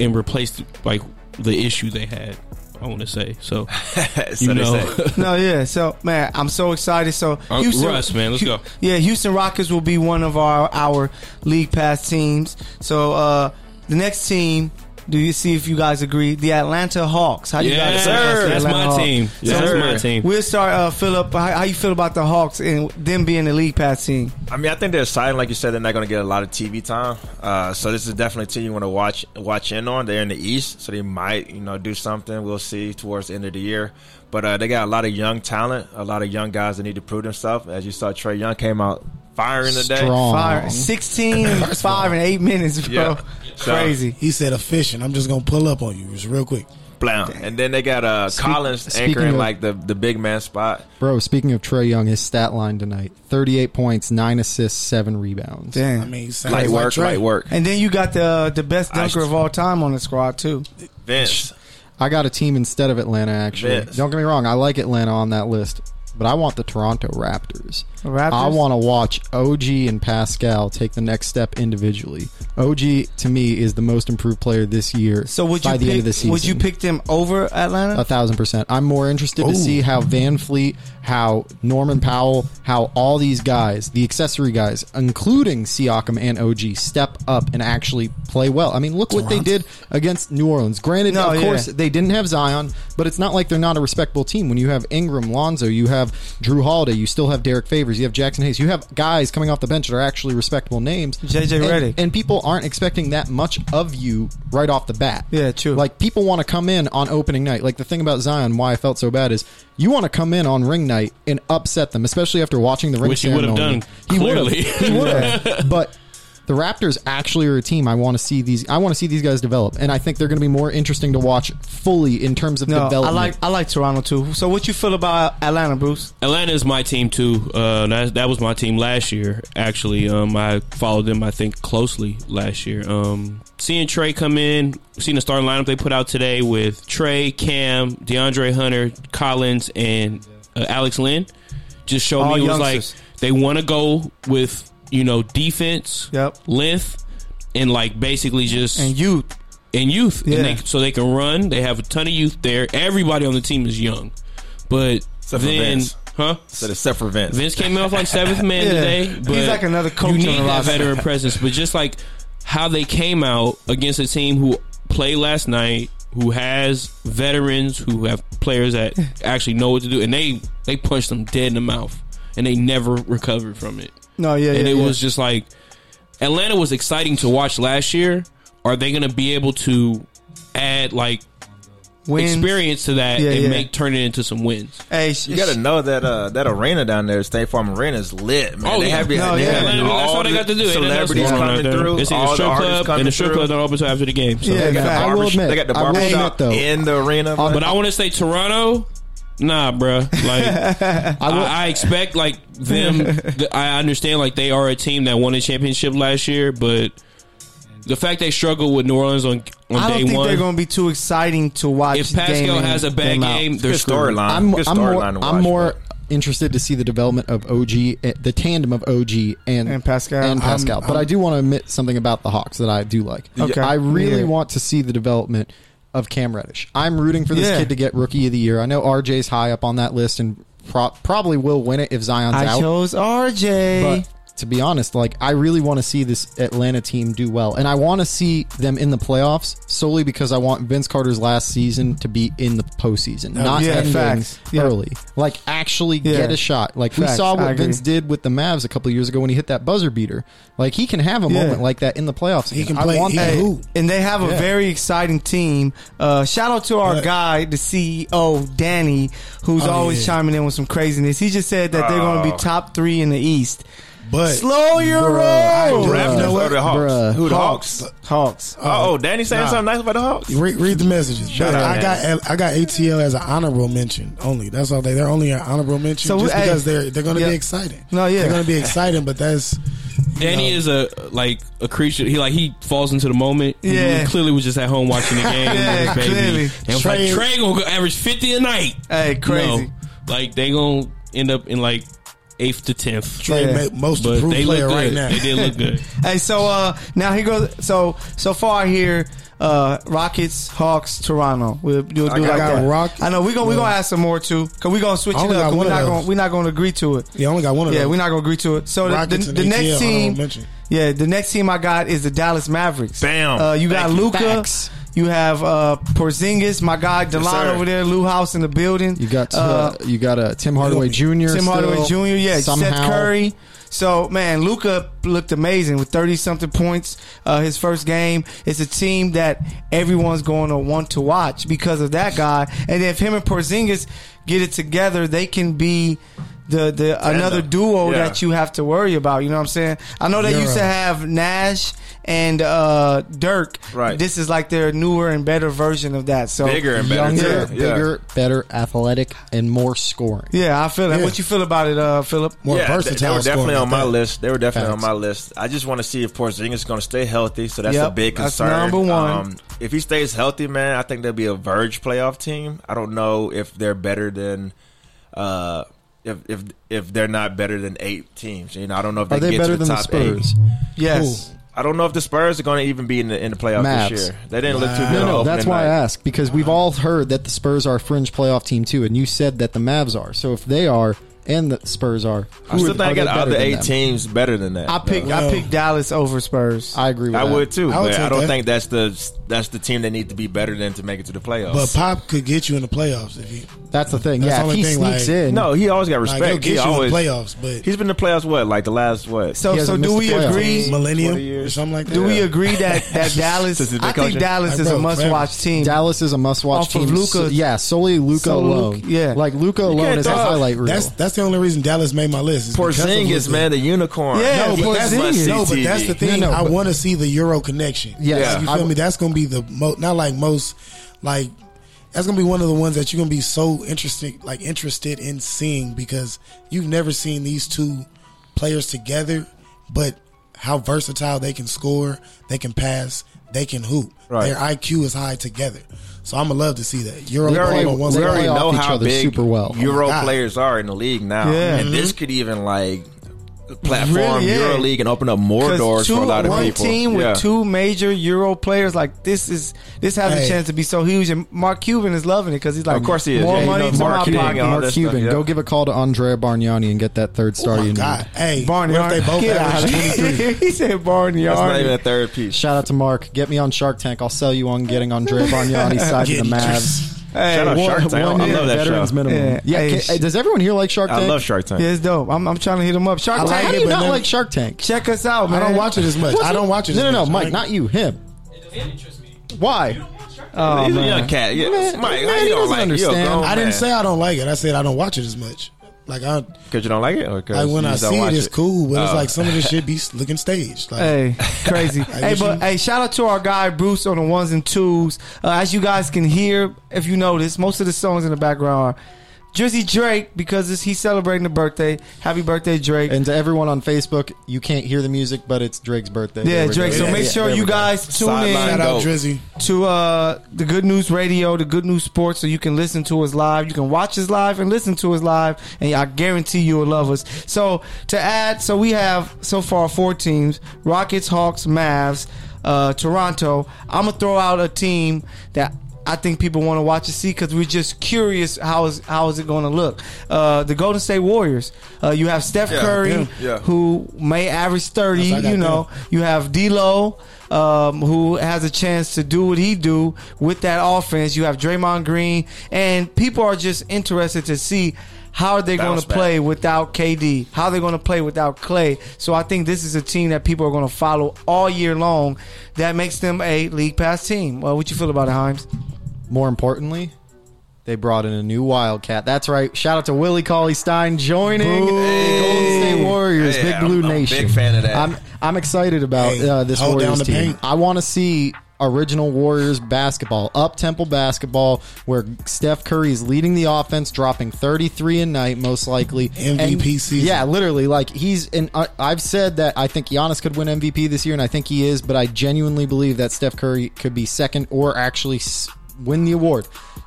Speaker 1: and replaced like the issue they had. I want to say so.
Speaker 5: So
Speaker 1: You
Speaker 5: they
Speaker 1: know,
Speaker 5: say.
Speaker 2: no, yeah. So man, I'm so excited. So
Speaker 1: Uh, Russ, man, let's
Speaker 2: Hu-
Speaker 1: go.
Speaker 2: Yeah, Houston Rockets will be one of our our league pass teams. So uh, the next team. Do you see if you guys agree? The Atlanta Hawks. How you
Speaker 1: yeah,
Speaker 2: guys feel about the
Speaker 1: That's
Speaker 2: Atlanta Hawks?
Speaker 1: my team.
Speaker 5: Yes,
Speaker 1: That's
Speaker 5: sir.
Speaker 1: my team.
Speaker 2: We'll start, uh, Philip. How, how you feel about the Hawks and them being the league pass team?
Speaker 5: I mean, I think they're exciting. Like you said, they're not going to get a lot of TV time. Uh, so this is definitely a team you want to watch watch in on. They're in the East, so they might you know do something. We'll see towards the end of the year. But uh, they got a lot of young talent, a lot of young guys that need to prove themselves. As you saw, Trey Young came out firing today.
Speaker 4: Strong.
Speaker 2: Fire, 16, and 5, and 8 minutes, bro.
Speaker 5: Yeah. So-
Speaker 2: Crazy.
Speaker 3: He said efficient. I'm just gonna pull up on you. It's real quick.
Speaker 5: Blam. And then they got uh, Collins
Speaker 4: speaking
Speaker 5: anchoring
Speaker 4: of-
Speaker 5: like the, the big man spot.
Speaker 4: Bro, speaking of Trey Young, his stat line tonight: thirty-eight points, nine assists, seven rebounds.
Speaker 2: Damn.
Speaker 3: I mean, sounds
Speaker 5: Light
Speaker 3: like
Speaker 5: work,
Speaker 3: Trey.
Speaker 5: light work.
Speaker 2: and then you got the the best dunker of all time on the squad too.
Speaker 5: Vince.
Speaker 4: I got a team instead of Atlanta. Actually,
Speaker 5: Yes.
Speaker 4: don't get me wrong, I like Atlanta on that list, but I want the Toronto Raptors.
Speaker 2: The Raptors?
Speaker 4: I want to watch OG and Pascal take the next step individually. OG to me is the most improved player this year.
Speaker 2: So would you
Speaker 4: by
Speaker 2: pick,
Speaker 4: the end of the season,
Speaker 2: would you pick them over
Speaker 4: A
Speaker 2: Atlanta?
Speaker 4: thousand percent. I'm more interested to
Speaker 2: Oh.
Speaker 4: see how Van Fleet, how Norman Powell, how all these guys, the accessory guys, including Siakam and OG, step up and actually play well. I mean, look what they did against New Orleans. Granted,
Speaker 2: No,
Speaker 4: of
Speaker 2: yeah.
Speaker 4: course, they didn't have Zion, but it's not like they're not a respectable team. When you have Ingram, Lonzo, you have Drew Holiday, you still have Derek Favors, you have Jackson Hayes, you have guys coming off the bench that are actually respectable names.
Speaker 2: J.J.
Speaker 4: And-
Speaker 2: Redick.
Speaker 4: and people aren't expecting that much of you right off the bat.
Speaker 2: Yeah, true.
Speaker 4: Like people want to come in on opening night. Like the thing about Zion, why I felt so bad is you want to come in on ring night and upset them, especially after watching the ring
Speaker 1: Which he
Speaker 4: ceremony.
Speaker 1: would've done,
Speaker 4: He would have.
Speaker 1: clearly.
Speaker 4: He would have. but the Raptors actually are a team I want to see these. I want to see these guys develop, and I think they're going to be more interesting to watch fully in terms of
Speaker 2: No, I
Speaker 4: development.
Speaker 2: like I like Toronto too. So what you feel about Atlanta, Bruce?
Speaker 1: Atlanta is my team too. Uh, that, that was my team last year. Actually, um, I followed them. I think closely last year. Um, seeing Trey come in, seeing the starting lineup they put out today with Trey, Cam, DeAndre Hunter, Collins, and uh, Alex Lynn, just showed
Speaker 2: All
Speaker 1: me it was
Speaker 2: youngsters.
Speaker 1: like they want to go with you know defense,
Speaker 2: Yep.
Speaker 1: length, and like basically just
Speaker 2: And you,
Speaker 1: and youth.
Speaker 2: Yeah.
Speaker 1: And they, so they can run. They have a ton of youth there. Everybody on the team is young, but
Speaker 5: Except for
Speaker 1: then,
Speaker 5: Vince.
Speaker 1: huh?
Speaker 5: So except for Vince.
Speaker 1: Vince came off on seventh man
Speaker 2: Yeah.
Speaker 1: today.
Speaker 2: He's
Speaker 1: But
Speaker 2: like another coach
Speaker 1: You
Speaker 2: on
Speaker 1: need
Speaker 2: the
Speaker 1: that
Speaker 2: roster.
Speaker 1: veteran presence, but just like how they came out against a team who played last night, who has veterans, who have players that actually know what to do, and they they punched them dead in the mouth, and they never recovered from it.
Speaker 2: no, yeah,
Speaker 1: and
Speaker 2: yeah,
Speaker 1: it
Speaker 2: yeah.
Speaker 1: was just like Atlanta was exciting to watch last year. Are they going to be able to add like
Speaker 2: Wins.
Speaker 1: experience to that
Speaker 2: Yeah,
Speaker 1: and
Speaker 2: yeah.
Speaker 1: make turn it into some wins?
Speaker 2: Hey, sh-
Speaker 5: You got to know that uh, that arena down there, State Farm Arena, is lit, man.
Speaker 1: Oh,
Speaker 5: they
Speaker 1: yeah.
Speaker 5: have,
Speaker 2: No,
Speaker 5: they
Speaker 2: yeah.
Speaker 5: have
Speaker 1: Atlanta, that's
Speaker 5: all
Speaker 1: all they
Speaker 5: the
Speaker 1: got to do. Ain't nothing else
Speaker 5: Celebrities
Speaker 1: going on
Speaker 5: coming
Speaker 1: out there.
Speaker 5: through.
Speaker 1: It's in
Speaker 5: all
Speaker 1: the strip
Speaker 5: artists
Speaker 1: club,
Speaker 5: coming
Speaker 1: and the strip
Speaker 5: through.
Speaker 1: club don't open until after the game. So.
Speaker 2: Yeah,
Speaker 5: They got the
Speaker 2: I
Speaker 4: will
Speaker 5: barbershop-
Speaker 4: admit-
Speaker 5: They got the
Speaker 4: I will admit,
Speaker 5: barbershop
Speaker 4: though-
Speaker 5: in the arena. man.
Speaker 1: But I want to say Toronto. Nah, bruh. Like I, I expect like them. th- I understand like they are a team that won a championship last year, but the fact they struggled with New Orleans on on
Speaker 2: I don't
Speaker 1: day
Speaker 2: think
Speaker 1: one.
Speaker 2: they're going to be too exciting to watch.
Speaker 1: if Pascal
Speaker 2: game in,
Speaker 1: has a bad
Speaker 2: game out.
Speaker 1: game, they're
Speaker 5: good
Speaker 1: screwed.
Speaker 5: storyline.
Speaker 4: I'm,
Speaker 5: Good
Speaker 4: I'm more,
Speaker 5: storyline to
Speaker 4: I'm
Speaker 5: watch,
Speaker 4: more
Speaker 5: but-
Speaker 4: interested to see the development of OG, eh, the tandem of OG and,
Speaker 2: And Pascal. Um,
Speaker 4: and
Speaker 2: I'm-
Speaker 4: Pascal. but
Speaker 2: I'm-
Speaker 4: I do want to admit something about the Hawks that I do like.
Speaker 2: Okay.
Speaker 4: I really
Speaker 2: Yeah.
Speaker 4: want to see the development of Cam Reddish. I'm rooting for this
Speaker 2: Yeah.
Speaker 4: kid to get Rookie of the Year. I know RJ's high up on that list and pro- probably will win it if Zion's
Speaker 2: I
Speaker 4: out.
Speaker 2: chose RJ.
Speaker 4: But to be honest, like I really want to see this Atlanta team do well, and I want to see them in the playoffs solely because I want Vince Carter's last season to be in the postseason, not
Speaker 2: Oh, yeah,
Speaker 4: ending
Speaker 2: facts. Yeah.
Speaker 4: early. Like actually
Speaker 2: Yeah.
Speaker 4: get a shot. Like we
Speaker 2: Facts,
Speaker 4: saw
Speaker 2: I
Speaker 4: what
Speaker 2: agree.
Speaker 4: Vince did with the Mavs a couple years ago when he hit that buzzer beater. Like he can have a
Speaker 2: Yeah.
Speaker 4: moment like that in the playoffs.
Speaker 3: He
Speaker 4: again.
Speaker 3: can play-
Speaker 4: I want
Speaker 3: he-
Speaker 4: that.
Speaker 2: Hey,
Speaker 3: Who?
Speaker 2: and they have a
Speaker 4: Yeah.
Speaker 2: very exciting team. Uh, shout out to our
Speaker 3: Right.
Speaker 2: guy, the CEO Danny, who's
Speaker 3: Oh,
Speaker 2: always
Speaker 3: yeah.
Speaker 2: chiming in with some craziness. He just said that they're going to be
Speaker 5: Oh.
Speaker 2: top three in the East.
Speaker 3: But
Speaker 2: Slow your roll,
Speaker 3: I
Speaker 5: Raptors
Speaker 3: know
Speaker 5: or
Speaker 3: what?
Speaker 5: the Hawks?
Speaker 4: Bruh.
Speaker 5: Who the
Speaker 2: Hawks.
Speaker 5: Hawks?
Speaker 2: Hawks.
Speaker 5: Oh, oh, Danny saying something nice about the Hawks.
Speaker 3: Read, read the messages.
Speaker 5: Shout
Speaker 3: But
Speaker 5: out,
Speaker 3: I
Speaker 5: man.
Speaker 3: got I got ATL as an honorable mention only. That's all they. They're only an honorable mention
Speaker 2: So,
Speaker 3: just
Speaker 2: hey.
Speaker 3: because they're they're going to
Speaker 2: Yeah.
Speaker 3: be excited.
Speaker 2: No, yeah.
Speaker 3: they're going to be excited. But that's
Speaker 1: Danny
Speaker 3: No.
Speaker 1: is a like a creature. He like he falls into the moment. He
Speaker 2: Yeah.
Speaker 1: clearly was just at home watching the game
Speaker 2: Yeah,
Speaker 1: with his baby.
Speaker 2: clearly.
Speaker 1: And was
Speaker 3: Trey-
Speaker 1: like Trey gonna go average fifty a night.
Speaker 2: Hey, crazy.
Speaker 1: like they gonna end up in like eighth to tenth.
Speaker 3: Trey
Speaker 2: Yeah.
Speaker 3: ma- most
Speaker 1: But
Speaker 3: improved
Speaker 1: they look
Speaker 3: player
Speaker 1: good.
Speaker 3: right now.
Speaker 1: They did look good.
Speaker 2: Hey, so uh, now he goes. So so far here, uh, Rockets, Hawks, Toronto. We'll do, do
Speaker 5: I got-
Speaker 2: like
Speaker 3: I got
Speaker 2: that.
Speaker 3: Rock-
Speaker 2: I know we gonna we
Speaker 3: Well-
Speaker 2: gonna add some more too, cause we gonna switch
Speaker 3: I
Speaker 2: it
Speaker 3: only got
Speaker 2: up. 'cause We
Speaker 3: one of
Speaker 2: not
Speaker 3: those.
Speaker 2: gonna we not gonna agree to it. E
Speaker 3: You only got one of
Speaker 2: Yeah,
Speaker 3: them.
Speaker 2: we're not gonna agree to it. So the,
Speaker 3: Rockets
Speaker 2: the,
Speaker 3: and
Speaker 2: the next
Speaker 3: ATL, honorable
Speaker 2: team,
Speaker 3: mention.
Speaker 2: yeah, the next team I got is the Dallas Mavericks.
Speaker 5: Bam.
Speaker 2: Uh, you got
Speaker 5: Thank you.
Speaker 2: Luca.
Speaker 4: Facts.
Speaker 2: You have uh, Porzingis, my guy Delon
Speaker 5: sir.
Speaker 2: over there, Lou House in the building.
Speaker 4: You got uh, you got uh, Tim Hardaway Jr.
Speaker 2: Tim
Speaker 4: still,
Speaker 2: Hardaway Jr. Yeah, Seth
Speaker 4: somehow.
Speaker 2: Curry. So man, Luca looked amazing with thirty something points uh, his first game. It's a team that everyone's going to want to watch because of that guy. And if him and Porzingis get it together, they can be the the another duo
Speaker 5: Yeah.
Speaker 2: that you have to worry about. You know what I'm saying? I know they
Speaker 3: You're
Speaker 2: used to
Speaker 3: right.
Speaker 2: have Nash and uh, Dirk.
Speaker 5: Right.
Speaker 2: This is like their newer and better version of that. So
Speaker 5: Bigger and better.
Speaker 4: Younger,
Speaker 5: too. Yeah.
Speaker 4: bigger, better, athletic, and more scoring.
Speaker 2: Yeah, I feel that.
Speaker 3: Yeah.
Speaker 2: What you feel about it, uh, Philip?
Speaker 3: more
Speaker 5: they-
Speaker 3: versatile.
Speaker 5: They were definitely
Speaker 3: scorer
Speaker 5: on my
Speaker 3: than that.
Speaker 5: list. They were definitely
Speaker 4: Facts.
Speaker 5: on my list. I just want to see if Porzingis is going to stay healthy. So that's
Speaker 2: Yep,
Speaker 5: a big
Speaker 2: that's
Speaker 5: concern. Um,
Speaker 2: number one.
Speaker 5: if he stays healthy, man, I think they'll be a verge playoff team. I don't know if they're better than. Uh, if, if if they're not better than eight teams, you know, I don't know if they,
Speaker 4: Are they
Speaker 5: get
Speaker 4: better
Speaker 5: to the
Speaker 4: than the
Speaker 5: top
Speaker 4: Spurs?
Speaker 5: eight.
Speaker 2: Yes.
Speaker 5: I don't know if the Spurs are going to even be in the in the playoffs
Speaker 4: Mavs.
Speaker 5: this year. They didn't look too good.
Speaker 4: No,
Speaker 5: on
Speaker 4: no, that's
Speaker 5: opening
Speaker 4: why I
Speaker 5: night.
Speaker 4: asked because we've all heard that the Spurs are a fringe playoff team too, and you said that the Mavs are. So if they are and the Spurs are, who
Speaker 5: I
Speaker 4: are-
Speaker 5: still
Speaker 4: are
Speaker 5: think
Speaker 4: they
Speaker 5: I got
Speaker 4: better
Speaker 5: other
Speaker 4: than
Speaker 5: eight
Speaker 4: them?
Speaker 5: teams better than that.
Speaker 2: I pick I
Speaker 3: Well-
Speaker 2: pick Dallas over Spurs.
Speaker 4: I agree. with
Speaker 5: I
Speaker 4: that.
Speaker 5: would too,
Speaker 3: I would
Speaker 5: but I
Speaker 3: take
Speaker 5: don't
Speaker 3: that.
Speaker 5: think that's the that's the team they need to be better than to make it to the playoffs.
Speaker 3: But Pop could get you in the playoffs if he
Speaker 4: That's the thing.
Speaker 3: That's
Speaker 4: yeah,
Speaker 3: the
Speaker 4: if
Speaker 3: only
Speaker 4: he
Speaker 3: thing,
Speaker 4: sneaks
Speaker 3: like-
Speaker 4: in.
Speaker 5: no, he always got
Speaker 3: like,
Speaker 5: respect.
Speaker 3: he'll get
Speaker 5: he
Speaker 3: you
Speaker 5: always
Speaker 3: in the playoffs. But
Speaker 5: he's been in the playoffs what like the last what
Speaker 2: so
Speaker 4: He
Speaker 2: so
Speaker 4: hasn't
Speaker 2: do
Speaker 4: missed
Speaker 2: we
Speaker 4: the playoffs.
Speaker 2: agree?
Speaker 3: Millennium
Speaker 5: 20
Speaker 3: or
Speaker 5: years.
Speaker 3: something like that.
Speaker 2: Do we agree that that Dallas?
Speaker 5: Since he's been
Speaker 2: I think
Speaker 5: coaching.
Speaker 2: Dallas
Speaker 3: Like,
Speaker 2: is a
Speaker 3: bro,
Speaker 2: must watch
Speaker 3: fam,
Speaker 2: team.
Speaker 4: Dallas is a must-watch
Speaker 2: Off of
Speaker 4: team.
Speaker 2: Luka.
Speaker 4: So- yeah, solely Luca
Speaker 2: So
Speaker 4: alone.
Speaker 2: Luka- yeah.
Speaker 4: like Luca alone
Speaker 5: can't
Speaker 4: is a
Speaker 5: throw out-
Speaker 4: highlight reel.
Speaker 3: That's that's the only reason Dallas made my list. is because of
Speaker 5: Porzingis
Speaker 3: Luka.
Speaker 5: man the unicorn
Speaker 2: Yeah,
Speaker 3: No, Oh, but that's,
Speaker 2: Porzingis.
Speaker 3: no, but that's the thing.
Speaker 4: No, no,
Speaker 3: I
Speaker 4: but-
Speaker 3: want to see the Euro connection.
Speaker 4: Yes.
Speaker 3: Like, you
Speaker 4: Yeah.
Speaker 3: feel
Speaker 4: I-
Speaker 3: me? That's going to be the most. Not like most. Like that's going to be one of the ones that you're going to be so interested, like interested in seeing because you've never seen these two players together, but how versatile they can score, they can pass, they can hoop.
Speaker 5: Right.
Speaker 3: Their IQ is high together. So I'm gonna love to see that Euro.
Speaker 5: we
Speaker 3: play
Speaker 5: already,
Speaker 3: on one
Speaker 5: we
Speaker 3: side.
Speaker 5: already
Speaker 4: play
Speaker 5: know
Speaker 4: off each
Speaker 5: how
Speaker 4: other
Speaker 5: big
Speaker 4: super well.
Speaker 5: Euro
Speaker 3: Oh my God. Mm-hmm.
Speaker 5: players are in the league now,
Speaker 2: Yeah.
Speaker 5: and this could even like platform
Speaker 2: Really, yeah.
Speaker 5: Euro League and open up more
Speaker 2: Because
Speaker 5: doors
Speaker 2: two
Speaker 5: for a lot of
Speaker 2: one
Speaker 5: people.
Speaker 2: team
Speaker 5: Yeah.
Speaker 2: with two major Euro players like this is this has a
Speaker 3: Hey.
Speaker 2: chance to be so huge, and Mark Cuban is loving it because he's like,
Speaker 5: Of course he is.
Speaker 2: More
Speaker 5: Yeah, he
Speaker 2: money
Speaker 5: loves
Speaker 2: to my
Speaker 5: Mark Cuban.
Speaker 2: pocket.
Speaker 5: all
Speaker 4: Mark
Speaker 5: that
Speaker 4: Cuban,
Speaker 5: stuff, yeah.
Speaker 4: go give a call to Andrea Bargnani and get that third star
Speaker 3: Oh
Speaker 4: you
Speaker 3: my
Speaker 4: need.
Speaker 3: God! Hey, what
Speaker 2: Barnyard,
Speaker 3: if they both
Speaker 2: get out
Speaker 3: average 23?
Speaker 2: here. He said Barnyard.
Speaker 5: That's not even a third piece.
Speaker 4: Shout out to Mark. Get me on Shark Tank. I'll sell you on getting Andrea Bargnani's side of
Speaker 3: Getting
Speaker 4: the Mavs.
Speaker 3: juice.
Speaker 2: Hey,
Speaker 5: Shout out
Speaker 2: one-
Speaker 5: Shark Tank.
Speaker 4: One
Speaker 5: I
Speaker 4: year
Speaker 5: love that
Speaker 4: veterans
Speaker 5: show.
Speaker 4: minimum.
Speaker 2: Yeah.
Speaker 4: Mm. Yeah.
Speaker 2: Hey,
Speaker 4: can-
Speaker 2: sh-
Speaker 4: hey, does everyone here like Shark Tank?
Speaker 5: I love Shark Tank.
Speaker 2: Yeah, it's dope. I'm, I'm trying to hit him up. Shark
Speaker 3: I
Speaker 2: Tank.
Speaker 3: like
Speaker 4: How do
Speaker 3: it,
Speaker 4: you
Speaker 3: but
Speaker 4: not
Speaker 3: never-
Speaker 4: like Shark Tank?
Speaker 2: Check us out,
Speaker 3: I
Speaker 2: man.
Speaker 3: don't watch it as much. I don't watch it.
Speaker 4: No,
Speaker 3: as
Speaker 4: no, no,
Speaker 3: much.
Speaker 4: Mike,
Speaker 3: Like,
Speaker 4: not you. Him. Why?
Speaker 2: Oh,
Speaker 5: He's a
Speaker 2: man.
Speaker 5: young cat. Yeah,
Speaker 4: Man,
Speaker 5: Mike,
Speaker 4: man,
Speaker 5: how
Speaker 4: he
Speaker 5: you don't
Speaker 4: doesn't
Speaker 5: like
Speaker 4: understand.
Speaker 5: You a grown
Speaker 3: I didn't
Speaker 5: Oh, man.
Speaker 3: say I don't like it. I said I don't watch it as much. Like I,
Speaker 5: because you don't like it. Or 'cause
Speaker 3: like when
Speaker 5: you
Speaker 3: I
Speaker 5: just don't
Speaker 3: see it,
Speaker 5: watch
Speaker 3: it's cool, but it's
Speaker 5: Oh.
Speaker 3: like some of this shit be looking staged. Like,
Speaker 2: Hey, crazy. hey,
Speaker 3: guess
Speaker 2: but
Speaker 3: you-
Speaker 2: hey, shout out to our guy Bruce on the ones and twos. Uh, as you guys can hear, if you notice, most of the songs in the background are Drizzy Drake because it's, he's celebrating the birthday. Happy birthday, Drake.
Speaker 4: And to everyone on Facebook, you can't hear the music, but it's Drake's birthday. There
Speaker 2: yeah,
Speaker 4: we
Speaker 2: Drake.
Speaker 4: go.
Speaker 2: So
Speaker 4: Yeah,
Speaker 2: make
Speaker 4: yeah,
Speaker 2: sure
Speaker 4: there
Speaker 2: you
Speaker 4: we go.
Speaker 2: guys tune
Speaker 5: Sideline
Speaker 2: in
Speaker 3: Shout out
Speaker 5: Dope.
Speaker 3: Drizzy.
Speaker 2: to uh, the Good News Radio, the Good News Sports, so you can listen to us live. You can watch us live and listen to us live, and I guarantee you will love us. So to add, so we have so far four teams: Rockets, Hawks, Mavs, uh, Toronto. I'm gonna throw out a team that. I think people want to watch and see because we're just curious how is how is it going to look. Uh, the Golden State Warriors. Uh, you have Steph
Speaker 5: Yeah,
Speaker 2: Curry,
Speaker 3: yeah,
Speaker 5: yeah.
Speaker 2: who may average thirty.
Speaker 3: That's what I
Speaker 2: You
Speaker 3: got
Speaker 2: know,
Speaker 3: there.
Speaker 2: you have D'Lo, um, who has a chance to do what he do with that offense. You have Draymond Green, and people are just interested to see how they're going
Speaker 5: Bounce
Speaker 2: to
Speaker 5: back.
Speaker 2: play without KD, how they're going to play without Clay. So I think this is a team that people are going to follow all year long. That makes them a league pass team. Well, what you feel about it, Himes?
Speaker 4: More importantly, they brought in a new Wildcat. That's right. Shout out to Willie Cauley Stein joining the Golden State Warriors,
Speaker 5: Hey,
Speaker 4: Big
Speaker 5: I'm-
Speaker 4: Blue
Speaker 5: I'm a big
Speaker 4: Nation.
Speaker 5: fan of that.
Speaker 4: I'm I'm excited about
Speaker 3: Hey,
Speaker 4: uh, this
Speaker 3: hold down
Speaker 4: Warriors
Speaker 3: the
Speaker 4: team.
Speaker 3: paint.
Speaker 4: I want to see original Warriors basketball, up temple basketball, where Steph Curry is leading the offense, dropping 33 a night, most likely.
Speaker 3: MVP
Speaker 4: And-
Speaker 3: season.
Speaker 4: Yeah, literally. Like he's in. I, I've said that I think Giannis could win MVP this year, and I think he is. But I genuinely believe that Steph Curry could be second or actually s- win the award.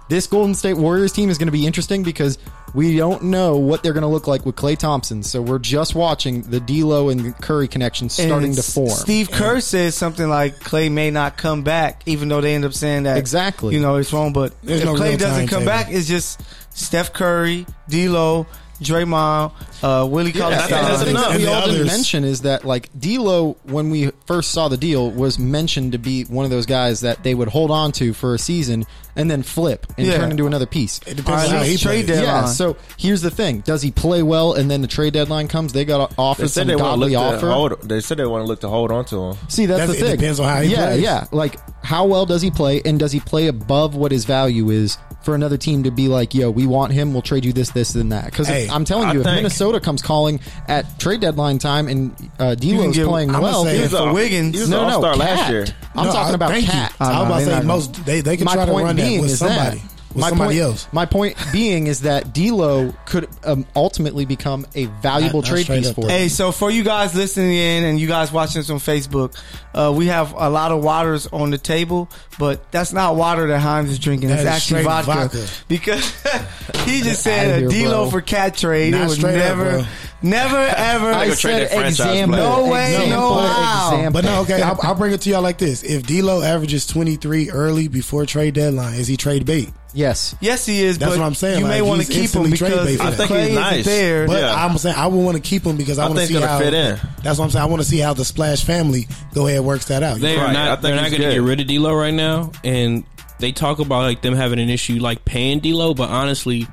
Speaker 4: This Golden State Warriors team is going to be interesting because we don't know what they're going to look like with Clay Thompson. So we're just watching the D'Lo and Curry connection starting
Speaker 2: And
Speaker 4: to form.
Speaker 2: Steve Kerr says something like Clay may not come back, even though they end up saying that
Speaker 4: Exactly.
Speaker 2: You know, it's wrong, but
Speaker 3: There's
Speaker 2: if
Speaker 3: no
Speaker 2: Clay
Speaker 3: real
Speaker 2: doesn't come
Speaker 3: timetable.
Speaker 2: back, it's just Steph Curry, D'Lo, Draymond, uh, Willie Cauley.
Speaker 4: And that's
Speaker 3: I
Speaker 4: the
Speaker 3: think-
Speaker 4: thing that
Speaker 3: and
Speaker 4: we
Speaker 3: the
Speaker 4: all didn't
Speaker 3: others-
Speaker 4: mention is that like D'Lo, when we first saw the deal, was mentioned to be one of those guys that they would hold on to for a season and then flip and
Speaker 2: Yeah.
Speaker 4: turn into another piece.
Speaker 3: It
Speaker 2: All
Speaker 3: depends
Speaker 2: right,
Speaker 3: on how he
Speaker 2: let's trade
Speaker 3: plays.
Speaker 2: that.
Speaker 4: Yeah.
Speaker 2: deadline.
Speaker 4: So here's the thing: Does he play well, and then the trade deadline comes? They got
Speaker 5: They
Speaker 4: offered
Speaker 5: said
Speaker 4: some
Speaker 5: they want to
Speaker 4: godly
Speaker 5: look
Speaker 4: offer.
Speaker 5: to hold. They said they want to look to hold on to him.
Speaker 4: See, that's,
Speaker 3: That's-
Speaker 4: the
Speaker 3: it
Speaker 4: thing.
Speaker 3: depends on how he
Speaker 4: yeah,
Speaker 3: plays.
Speaker 4: yeah. Like how well does he play, and does he play above what his value is for another team to be like, "Yo, we want him. We'll trade you this, this, and that." Because
Speaker 3: Hey,
Speaker 4: I'm telling
Speaker 5: I
Speaker 4: you, if
Speaker 5: think-
Speaker 4: Minnesota comes calling at trade deadline time and uh, D'Lo's
Speaker 2: get-
Speaker 4: playing
Speaker 3: I'ma
Speaker 4: well,
Speaker 3: say
Speaker 4: he's
Speaker 3: it's
Speaker 2: for Wiggins.
Speaker 5: he was
Speaker 4: no,
Speaker 5: an
Speaker 4: no,
Speaker 5: all-star
Speaker 4: Cat.
Speaker 5: last year.
Speaker 4: I'm
Speaker 3: No,
Speaker 4: talking
Speaker 3: I-
Speaker 4: about
Speaker 3: thank you.
Speaker 4: Cat.
Speaker 3: I was about to
Speaker 2: they're
Speaker 3: say
Speaker 2: not
Speaker 3: most they they can
Speaker 4: my
Speaker 3: try to
Speaker 4: point
Speaker 3: run
Speaker 4: being
Speaker 3: that with
Speaker 4: is that-
Speaker 3: somebody with
Speaker 4: my
Speaker 3: somebody
Speaker 4: point,
Speaker 3: else.
Speaker 4: My point being is that D'Lo could um, ultimately become a valuable
Speaker 3: That- that's
Speaker 4: trade
Speaker 3: straight
Speaker 4: piece
Speaker 3: up
Speaker 4: for
Speaker 3: there.
Speaker 4: them.
Speaker 2: Hey, so for you guys listening in and you guys watching us on Facebook, uh, we have a lot of waters on the table, but that's not water that Himes is drinking.
Speaker 3: That
Speaker 2: That's
Speaker 3: is
Speaker 2: actually
Speaker 3: straight
Speaker 2: vodka,
Speaker 3: vodka.
Speaker 2: because he just
Speaker 4: Outta
Speaker 2: said
Speaker 4: here,
Speaker 2: a D-Lo
Speaker 4: bro.
Speaker 2: for cat trade.
Speaker 3: Not
Speaker 2: it was
Speaker 3: straight up,
Speaker 2: never,
Speaker 3: bro.
Speaker 2: never, ever.
Speaker 5: I go trade that franchise player.
Speaker 2: No way, no how.
Speaker 3: But no, okay, I'll, I'll bring it to y'all like this: If D'Lo averages twenty three early before trade deadline, is he trade bait?
Speaker 4: yes.
Speaker 2: yes, he is.
Speaker 3: That's
Speaker 2: but
Speaker 3: what I'm saying,
Speaker 2: You may
Speaker 3: like,
Speaker 2: want to
Speaker 3: he's
Speaker 2: keep him
Speaker 3: instantly trade
Speaker 2: because
Speaker 3: bait
Speaker 2: if
Speaker 3: for that. I
Speaker 5: think
Speaker 2: Clay
Speaker 5: he's
Speaker 2: isn't
Speaker 5: nice.
Speaker 2: there.
Speaker 3: But
Speaker 5: Yeah.
Speaker 3: I'm saying I would want to keep him because I,
Speaker 5: I
Speaker 3: want to
Speaker 5: think
Speaker 3: see
Speaker 5: he'll
Speaker 3: how
Speaker 5: fit in.
Speaker 3: That's what I'm saying. I want to see how the Splash family go ahead and works that out.
Speaker 1: They are
Speaker 5: Right, I
Speaker 1: not.
Speaker 5: think
Speaker 1: They're not
Speaker 5: he's
Speaker 1: going to
Speaker 5: good.
Speaker 1: get rid of D'Lo right now, and they talk about like them having an issue like paying D'Lo, but honestly,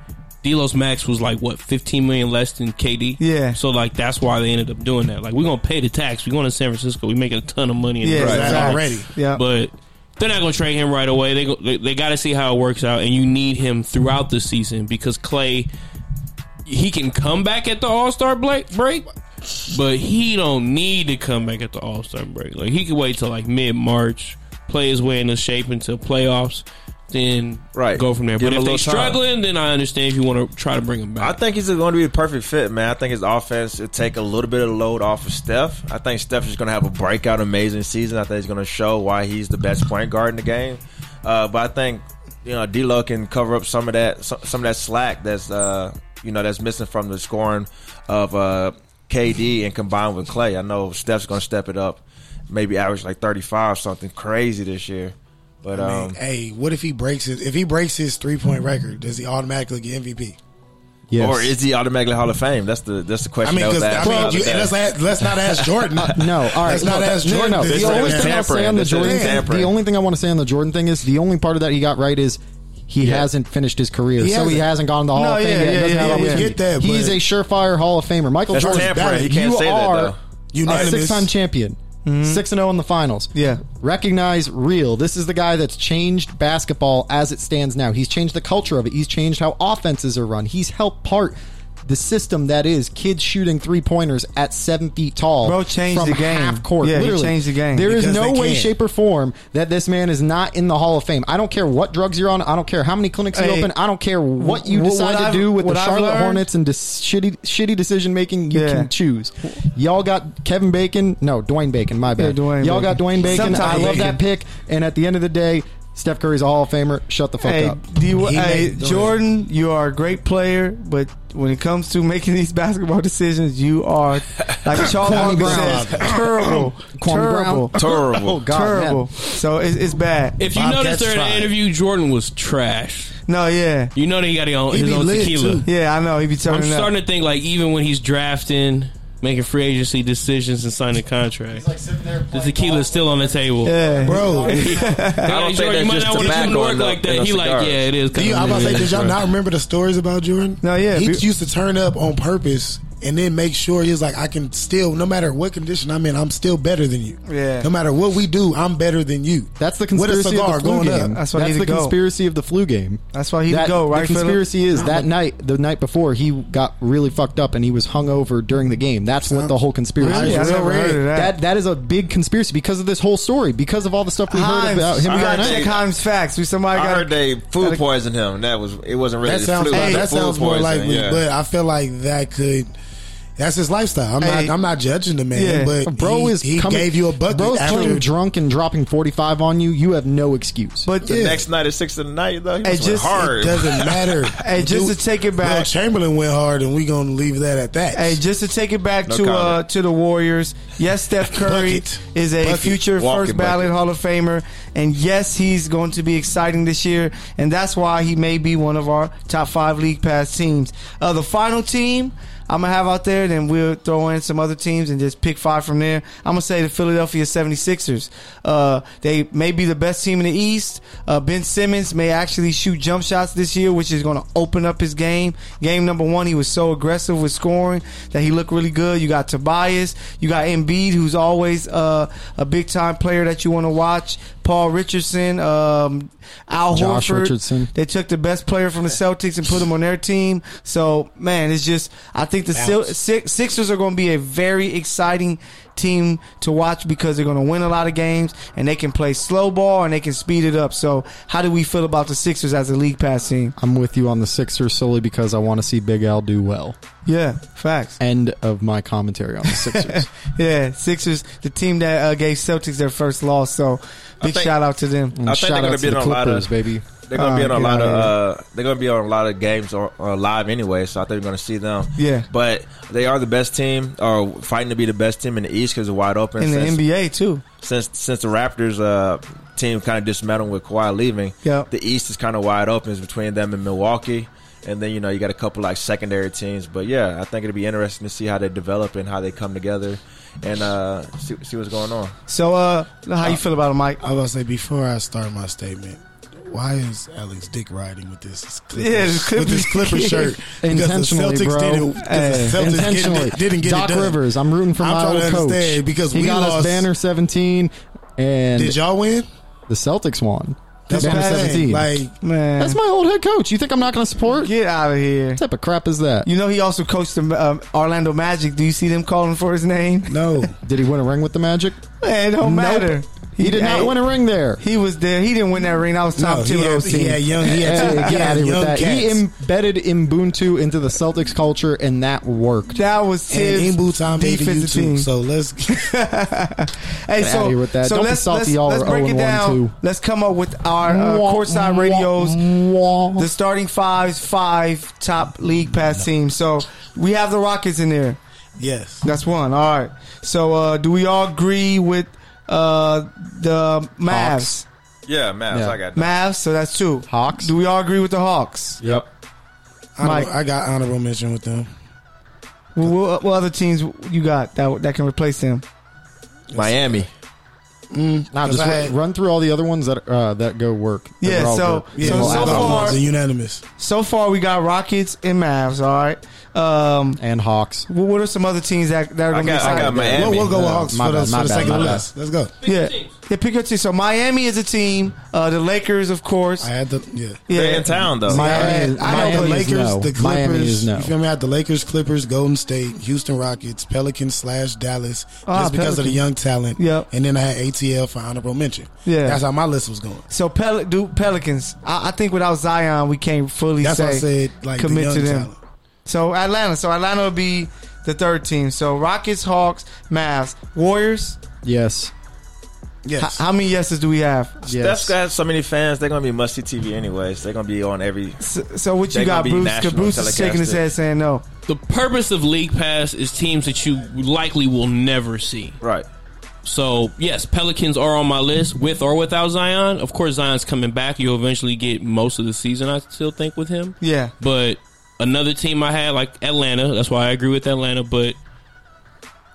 Speaker 1: D'Lo's max was like what fifteen million less than KD.
Speaker 2: Yeah.
Speaker 1: So like that's why they ended up doing that. Like we're gonna pay the tax. We're going to San Francisco. We make a ton of money. In
Speaker 2: Yeah,
Speaker 1: the
Speaker 3: That
Speaker 2: exactly.
Speaker 3: already.
Speaker 2: Yeah.
Speaker 1: But they're not going to trade him right away. They go, they, they got to see how it works out, and you need him throughout the season because Clay, he can come back at the All Star break, break, but he don't need to come back at the All Star break. Like he can wait till like mid March, play his way into shape until playoffs. Then
Speaker 5: Right.
Speaker 1: go from there.
Speaker 5: Give
Speaker 1: but
Speaker 5: him
Speaker 1: if
Speaker 5: a
Speaker 1: they're
Speaker 5: little time.
Speaker 1: struggling, then I understand if you want to try to bring him
Speaker 5: I
Speaker 1: back.
Speaker 5: think he's going to be the perfect fit, man. I think his offense will take a little bit of the load off of Steph. I think Steph is going to have a breakout, amazing season. I think he's going to show why he's the best point guard in the game. Uh, but I think you know D'Lo can cover up some of that some, some of that slack that's uh, you know that's missing from the scoring of uh, KD and combined with Clay. I know Steph's going to step it up, maybe average like thirty five something crazy this year. But
Speaker 3: I mean,
Speaker 5: um,
Speaker 3: hey, what if he breaks his? If he breaks his three point record, does he automatically get MVP?
Speaker 4: Yes.
Speaker 5: or is he automatically Hall of Fame? That's the that's the
Speaker 3: I
Speaker 5: question.
Speaker 3: mean,
Speaker 5: that was
Speaker 3: because I
Speaker 5: asked the
Speaker 3: mean,
Speaker 5: other
Speaker 3: you,
Speaker 5: day.
Speaker 3: and let's, ask, let's not ask Jordan.
Speaker 4: No, all right.
Speaker 3: Let's not
Speaker 4: no,
Speaker 3: ask
Speaker 4: no,
Speaker 3: Jordan.
Speaker 4: No, no.
Speaker 3: This
Speaker 4: The
Speaker 5: is
Speaker 4: only thing I'll
Speaker 5: tampering.
Speaker 4: say on the
Speaker 5: This is
Speaker 4: Jordan thing,
Speaker 5: tampering.
Speaker 4: the only thing I want to say on the Jordan thing is the only part of that he got right is he hasn't finished his career,
Speaker 3: He
Speaker 4: so he
Speaker 3: hasn't.
Speaker 4: hasn't gone to the Hall
Speaker 2: No,
Speaker 4: of Fame
Speaker 2: yeah,
Speaker 4: yet.
Speaker 2: yeah,
Speaker 4: Doesn't
Speaker 2: yeah,
Speaker 4: have
Speaker 2: yeah,
Speaker 4: opportunity.
Speaker 3: we get that,
Speaker 4: He's
Speaker 3: but-
Speaker 4: a surefire Hall of Famer. Michael
Speaker 5: That's
Speaker 4: Jordan,
Speaker 5: tampering. He can't
Speaker 4: you
Speaker 5: say that,
Speaker 4: are
Speaker 5: though.
Speaker 3: Unanimous.
Speaker 4: a six-time champion, six and zero in the finals.
Speaker 2: Mm-hmm. Yeah.
Speaker 4: recognize real. This is the guy that's changed basketball as it stands now. He's changed the culture of it. He's changed how offenses are run. He's helped part. the system that is kids shooting three pointers at seven feet tall.
Speaker 2: Bro changed
Speaker 4: from
Speaker 2: the game.
Speaker 4: Half court.
Speaker 2: Yeah, he
Speaker 4: literally.
Speaker 2: changed the game.
Speaker 4: There is
Speaker 3: Because
Speaker 4: no
Speaker 3: they
Speaker 4: way,
Speaker 3: can.
Speaker 4: shape, or form that this man is not in the Hall of Fame. I don't care what drugs you're on. I don't care how many clinics you
Speaker 2: Hey,
Speaker 4: open. I don't care what you
Speaker 2: wh- what
Speaker 4: decide
Speaker 2: I've-
Speaker 4: to do with the
Speaker 2: what I've
Speaker 4: Charlotte
Speaker 2: learned-
Speaker 4: Hornets and dis- shitty, shitty decision making. You
Speaker 2: Yeah.
Speaker 4: can choose. Y'all got Kevin Bacon. No, Dwayne Bacon. My bad.
Speaker 2: Yeah, Dwayne
Speaker 4: Y'all got
Speaker 2: Bacon.
Speaker 4: Dwayne Bacon.
Speaker 2: Sometimes
Speaker 4: I love
Speaker 2: Bacon.
Speaker 4: that pick. And at the end of the day, Steph Curry's a Hall of Famer. Shut the fuck
Speaker 2: Hey,
Speaker 4: up.
Speaker 2: do you,
Speaker 3: He
Speaker 2: hey
Speaker 3: made-
Speaker 2: Jordan, you are a great player, but when it comes to making these basketball decisions, you are like Charles
Speaker 4: Kwame
Speaker 2: Barkley
Speaker 4: Brown.
Speaker 2: says, terrible,
Speaker 4: Kwame
Speaker 2: terrible,
Speaker 4: Brown.
Speaker 5: Terrible.
Speaker 4: Oh God, man.
Speaker 2: terrible. So it's, it's bad.
Speaker 1: If you
Speaker 3: Bobcats
Speaker 1: notice during the
Speaker 3: tried.
Speaker 1: interview, Jordan was trash.
Speaker 2: No, yeah,
Speaker 1: You know that he got his own,
Speaker 3: He
Speaker 1: his
Speaker 3: be
Speaker 1: own
Speaker 3: lit,
Speaker 1: tequila.
Speaker 3: too.
Speaker 2: yeah, I know. He be turning
Speaker 1: I'm
Speaker 2: up.
Speaker 1: starting to think like even when he's drafting, making free agency decisions and signing contracts, the tequila's still on the table.
Speaker 2: yeah,
Speaker 3: Bro,
Speaker 1: I
Speaker 5: don't think that's just
Speaker 1: wanna
Speaker 5: tobacco
Speaker 1: do work
Speaker 5: and the-
Speaker 1: like that.
Speaker 5: and the
Speaker 1: He like,
Speaker 5: cigars.
Speaker 1: yeah, it is.
Speaker 3: do you, I was about to say, did y'all not remember the stories about Jordan?
Speaker 2: No, yeah,
Speaker 3: He
Speaker 2: be-
Speaker 3: used to turn up on purpose and then make sure he was like, I can still, no matter what condition I'm in, I'm still better than you.
Speaker 2: Yeah.
Speaker 3: No matter what we do, I'm better than you.
Speaker 4: That's the
Speaker 3: With a
Speaker 4: conspiracy
Speaker 3: cigar
Speaker 4: of the flu
Speaker 3: going up.
Speaker 4: game.
Speaker 2: That's why he
Speaker 4: the
Speaker 2: to go.
Speaker 4: conspiracy of the flu game.
Speaker 2: that's why he
Speaker 4: that,
Speaker 2: would go right.
Speaker 4: the
Speaker 2: Phillip?
Speaker 4: conspiracy is that night, the night before, he got really fucked up and he was hungover during the game. That's what the whole conspiracy.
Speaker 3: Really?
Speaker 4: is.
Speaker 2: Yeah, I've never
Speaker 3: Red.
Speaker 2: heard of that.
Speaker 4: That that is a big conspiracy because of this whole story, because of all the stuff we heard
Speaker 2: Himes,
Speaker 4: about him.
Speaker 2: we
Speaker 4: being
Speaker 2: gotta
Speaker 5: out.
Speaker 2: check
Speaker 4: out.
Speaker 2: Himes facts. We somebody
Speaker 5: I
Speaker 2: got
Speaker 5: heard they food poisoned him. That was it. Wasn't really
Speaker 3: That
Speaker 5: the
Speaker 3: sounds
Speaker 5: flu.
Speaker 3: like-
Speaker 5: it was
Speaker 3: that
Speaker 5: food
Speaker 3: sounds more
Speaker 5: poisoning,
Speaker 3: likely,
Speaker 5: yeah.
Speaker 3: but I feel like that could. That's his lifestyle. I'm
Speaker 2: Hey.
Speaker 3: not. I'm not judging the man,
Speaker 2: Yeah.
Speaker 3: but
Speaker 4: Bro
Speaker 3: he,
Speaker 4: is
Speaker 3: he
Speaker 4: coming,
Speaker 3: gave you a bucket.
Speaker 4: Bro is
Speaker 3: after-
Speaker 4: coming drunk and dropping forty five on you. You have no excuse.
Speaker 2: but
Speaker 5: the next night at six in the night, though, he
Speaker 2: Hey,
Speaker 5: was
Speaker 2: just-
Speaker 3: It
Speaker 5: hard.
Speaker 3: doesn't matter.
Speaker 2: Hey, just
Speaker 3: Dude,
Speaker 2: to take it
Speaker 3: Will
Speaker 2: back.
Speaker 3: Chamberlain went hard, and we gonna leave that at that.
Speaker 2: Hey, just to take it back
Speaker 5: No
Speaker 2: to uh,
Speaker 5: comment.
Speaker 2: to the Warriors. Yes, Steph Curry
Speaker 3: Bucket.
Speaker 2: is a
Speaker 3: Bucket.
Speaker 2: future
Speaker 5: Walking
Speaker 2: first ballot
Speaker 5: bucket.
Speaker 2: Hall of Famer, and yes, he's going to be exciting this year, and that's why he may be one of our top five league pass teams. Uh, the final team I'm gonna have out there, then we'll throw in some other teams and just pick five from there. I'm gonna say the Philadelphia 76ers. Uh, they may be the best team in the East. Uh, ben Simmons may actually shoot jump shots this year, which is gonna open up his game. Game number one, he was so aggressive with scoring that he looked really good. You got Tobias, you got Embiid, who's always uh, a big time player that you want to watch. Paul Richardson, um, Al
Speaker 4: Josh
Speaker 2: Horford.
Speaker 4: Richardson.
Speaker 2: They took the best player from the Celtics and put him on their team. So man, it's just I think the Sil- Six- Sixers are going to be a very exciting team to watch because they're going to win a lot of games and they can play slow ball and they can speed it up. So how do we feel about the Sixers as a league pass team?
Speaker 4: I'm with you on the Sixers solely because I want to see Big Al do well.
Speaker 2: Yeah, facts.
Speaker 4: End of my commentary on the Sixers.
Speaker 2: Yeah, Sixers, the team that uh, gave Celtics their first loss. So big
Speaker 5: think-
Speaker 2: shout out to them.
Speaker 5: I think they're
Speaker 4: Shout
Speaker 5: gonna
Speaker 4: out
Speaker 5: be
Speaker 4: to the
Speaker 5: in a lot of-
Speaker 4: Clippers, baby.
Speaker 5: They're gonna be
Speaker 2: Oh,
Speaker 5: on a
Speaker 2: get
Speaker 5: lot
Speaker 2: out
Speaker 5: of
Speaker 2: of
Speaker 5: uh, they're gonna be on a lot of games or, or live anyway, so I think we're gonna see them.
Speaker 2: Yeah.
Speaker 5: but they are the best team, or fighting to be the best team in the East because they're wide open.
Speaker 2: In the
Speaker 5: since,
Speaker 2: NBA too.
Speaker 5: since since the Raptors uh, team kind of dismantled with Kawhi leaving,
Speaker 2: Yep.
Speaker 5: the East is kind of wide open It's between them and Milwaukee. And then you know you got a couple like secondary teams, but yeah, I think it'll be interesting to see how they develop and how they come together, and uh, see, see what's going on.
Speaker 2: So uh, how you feel about it, Mike?
Speaker 3: I was gonna say before I start my statement. Why is Alex Dick riding with this Clippers,
Speaker 2: Yeah, this Clippers
Speaker 3: with this Clipper
Speaker 2: kid.
Speaker 3: shirt?
Speaker 4: Intentionally,
Speaker 3: because the Celtics
Speaker 4: bro.
Speaker 3: didn't. Because the
Speaker 4: Hey,
Speaker 3: Celtics
Speaker 4: intentionally.
Speaker 3: didn't, didn't get
Speaker 4: Doc
Speaker 3: it done.
Speaker 4: Rivers. I'm rooting for
Speaker 3: I'm
Speaker 4: my
Speaker 3: trying
Speaker 4: old
Speaker 3: to
Speaker 4: coach
Speaker 3: understand, because
Speaker 4: he
Speaker 3: we
Speaker 4: got us
Speaker 3: lost-
Speaker 4: banner 17, and
Speaker 3: Did y'all win?
Speaker 4: the Celtics won.
Speaker 3: That's what
Speaker 4: banner
Speaker 3: I'm saying. Like
Speaker 2: Man,
Speaker 4: that's my old head coach. You think I'm not going to support?
Speaker 2: get out of here.
Speaker 4: What type of crap is that?
Speaker 2: You know he also coached the um, Orlando Magic. Do you see them calling for his name?
Speaker 3: no,
Speaker 4: Did he win a ring with the Magic?
Speaker 2: Man, it don't matter.
Speaker 4: He, did not
Speaker 2: hey,
Speaker 4: win a ring there.
Speaker 2: He was there. He didn't win that ring. I was top
Speaker 3: no,
Speaker 2: two
Speaker 3: he
Speaker 2: of
Speaker 3: had,
Speaker 2: those
Speaker 3: he had
Speaker 2: teams.
Speaker 3: young, he
Speaker 4: Hey,
Speaker 3: had, he
Speaker 4: get
Speaker 3: had
Speaker 4: out of here
Speaker 3: young
Speaker 4: with that. He
Speaker 3: cats.
Speaker 4: embedded Ubuntu into the Celtics culture, and that worked.
Speaker 2: That was
Speaker 3: and
Speaker 2: Tibbs'
Speaker 3: Imbu time made the
Speaker 2: defensive team.
Speaker 3: YouTube. So let's
Speaker 2: hey,
Speaker 4: Get outta
Speaker 2: so,
Speaker 4: here with that.
Speaker 2: so
Speaker 4: Don't be
Speaker 2: let's
Speaker 4: salty.
Speaker 2: let's,
Speaker 4: Y'all
Speaker 2: let's
Speaker 4: are
Speaker 2: break it
Speaker 4: 0-1
Speaker 2: down.
Speaker 4: too.
Speaker 2: Let's come up with our uh,
Speaker 4: Mwah,
Speaker 2: courtside
Speaker 4: mwah,
Speaker 2: radios.
Speaker 4: mwah.
Speaker 2: The starting fives, five top league pass teams. So we have the Rockets in there.
Speaker 3: yes.
Speaker 2: That's one. All right. So uh, do we all agree with uh, the Mavs?
Speaker 4: Hawks.
Speaker 5: Yeah, Mavs,
Speaker 4: Yeah.
Speaker 5: I got that.
Speaker 2: Mavs. So that's two.
Speaker 4: Hawks.
Speaker 2: Do we all agree with the Hawks?
Speaker 4: Yep.
Speaker 3: I,
Speaker 2: Mike.
Speaker 3: don't- I got honorable mention with them.
Speaker 2: Well, what, what other teams you got that that can replace them?
Speaker 5: Miami.
Speaker 4: Nah, just
Speaker 3: Cause I
Speaker 4: run-
Speaker 3: had-
Speaker 4: run through all the other ones that uh, that go work. that
Speaker 2: Yeah,
Speaker 4: were all
Speaker 2: so-
Speaker 4: good.
Speaker 3: Yeah,
Speaker 2: So-
Speaker 3: all
Speaker 2: so
Speaker 3: the
Speaker 2: far-
Speaker 3: ones are unanimous.
Speaker 2: So far, we got Rockets and Mavs. All right. Um,
Speaker 4: and Hawks.
Speaker 2: wh- what are some other teams that, that are
Speaker 5: I
Speaker 2: going to be
Speaker 5: got, I
Speaker 2: excited?
Speaker 5: got Miami.
Speaker 3: We'll, we'll go with
Speaker 4: Uh,
Speaker 3: Hawks
Speaker 4: my
Speaker 3: for the,
Speaker 4: bad,
Speaker 3: for
Speaker 4: my
Speaker 3: the
Speaker 4: bad,
Speaker 3: sake
Speaker 4: my
Speaker 3: of the
Speaker 4: bad.
Speaker 3: list. Let's go.
Speaker 2: yeah. Yeah, pick your team. So Miami is a team. Uh, the Lakers, of course.
Speaker 3: I had the yeah.
Speaker 2: yeah,
Speaker 5: They're in town though.
Speaker 3: I had,
Speaker 4: Miami is-
Speaker 3: I had
Speaker 4: Miami
Speaker 3: the
Speaker 4: is
Speaker 3: Lakers,
Speaker 4: no.
Speaker 3: the Clippers.
Speaker 4: Miami is no.
Speaker 3: You feel me? I had the Lakers, Clippers, Golden State, Houston Rockets, Pelicans slash Dallas,
Speaker 2: Ah,
Speaker 3: just because of the
Speaker 2: Pelicans.
Speaker 3: young talent.
Speaker 2: Yep.
Speaker 3: And then I had ATL for honorable mention.
Speaker 2: Yeah.
Speaker 3: That's how my list was going.
Speaker 2: So Pel- do Pelicans. I, I think without Zion, we can't fully
Speaker 3: That's
Speaker 2: say.
Speaker 3: why I said like the
Speaker 2: commit
Speaker 3: young
Speaker 2: to them.
Speaker 3: talent.
Speaker 2: So Atlanta. So Atlanta would be the third team. So Rockets, Hawks, Mavs, Warriors.
Speaker 4: Yes.
Speaker 2: H-
Speaker 3: Yes.
Speaker 2: how many yeses do we have?
Speaker 4: Yes.
Speaker 5: Steph's got so many fans. They're gonna be must see TV anyways. They're gonna be on every.
Speaker 2: So, so what you
Speaker 5: They gonna
Speaker 2: got,
Speaker 5: be
Speaker 2: Bruce? 'Cause
Speaker 5: national
Speaker 2: Bruce is shaking his
Speaker 5: telecasted.
Speaker 2: head saying no.
Speaker 1: The purpose of League Pass is teams that you likely will never see.
Speaker 5: Right.
Speaker 1: So yes, Pelicans are on my list with or without Zion. Of course, Zion's coming back. You'll eventually get most of the season. I still think with him.
Speaker 2: Yeah.
Speaker 1: But another team I had like Atlanta. That's why I agree with Atlanta. But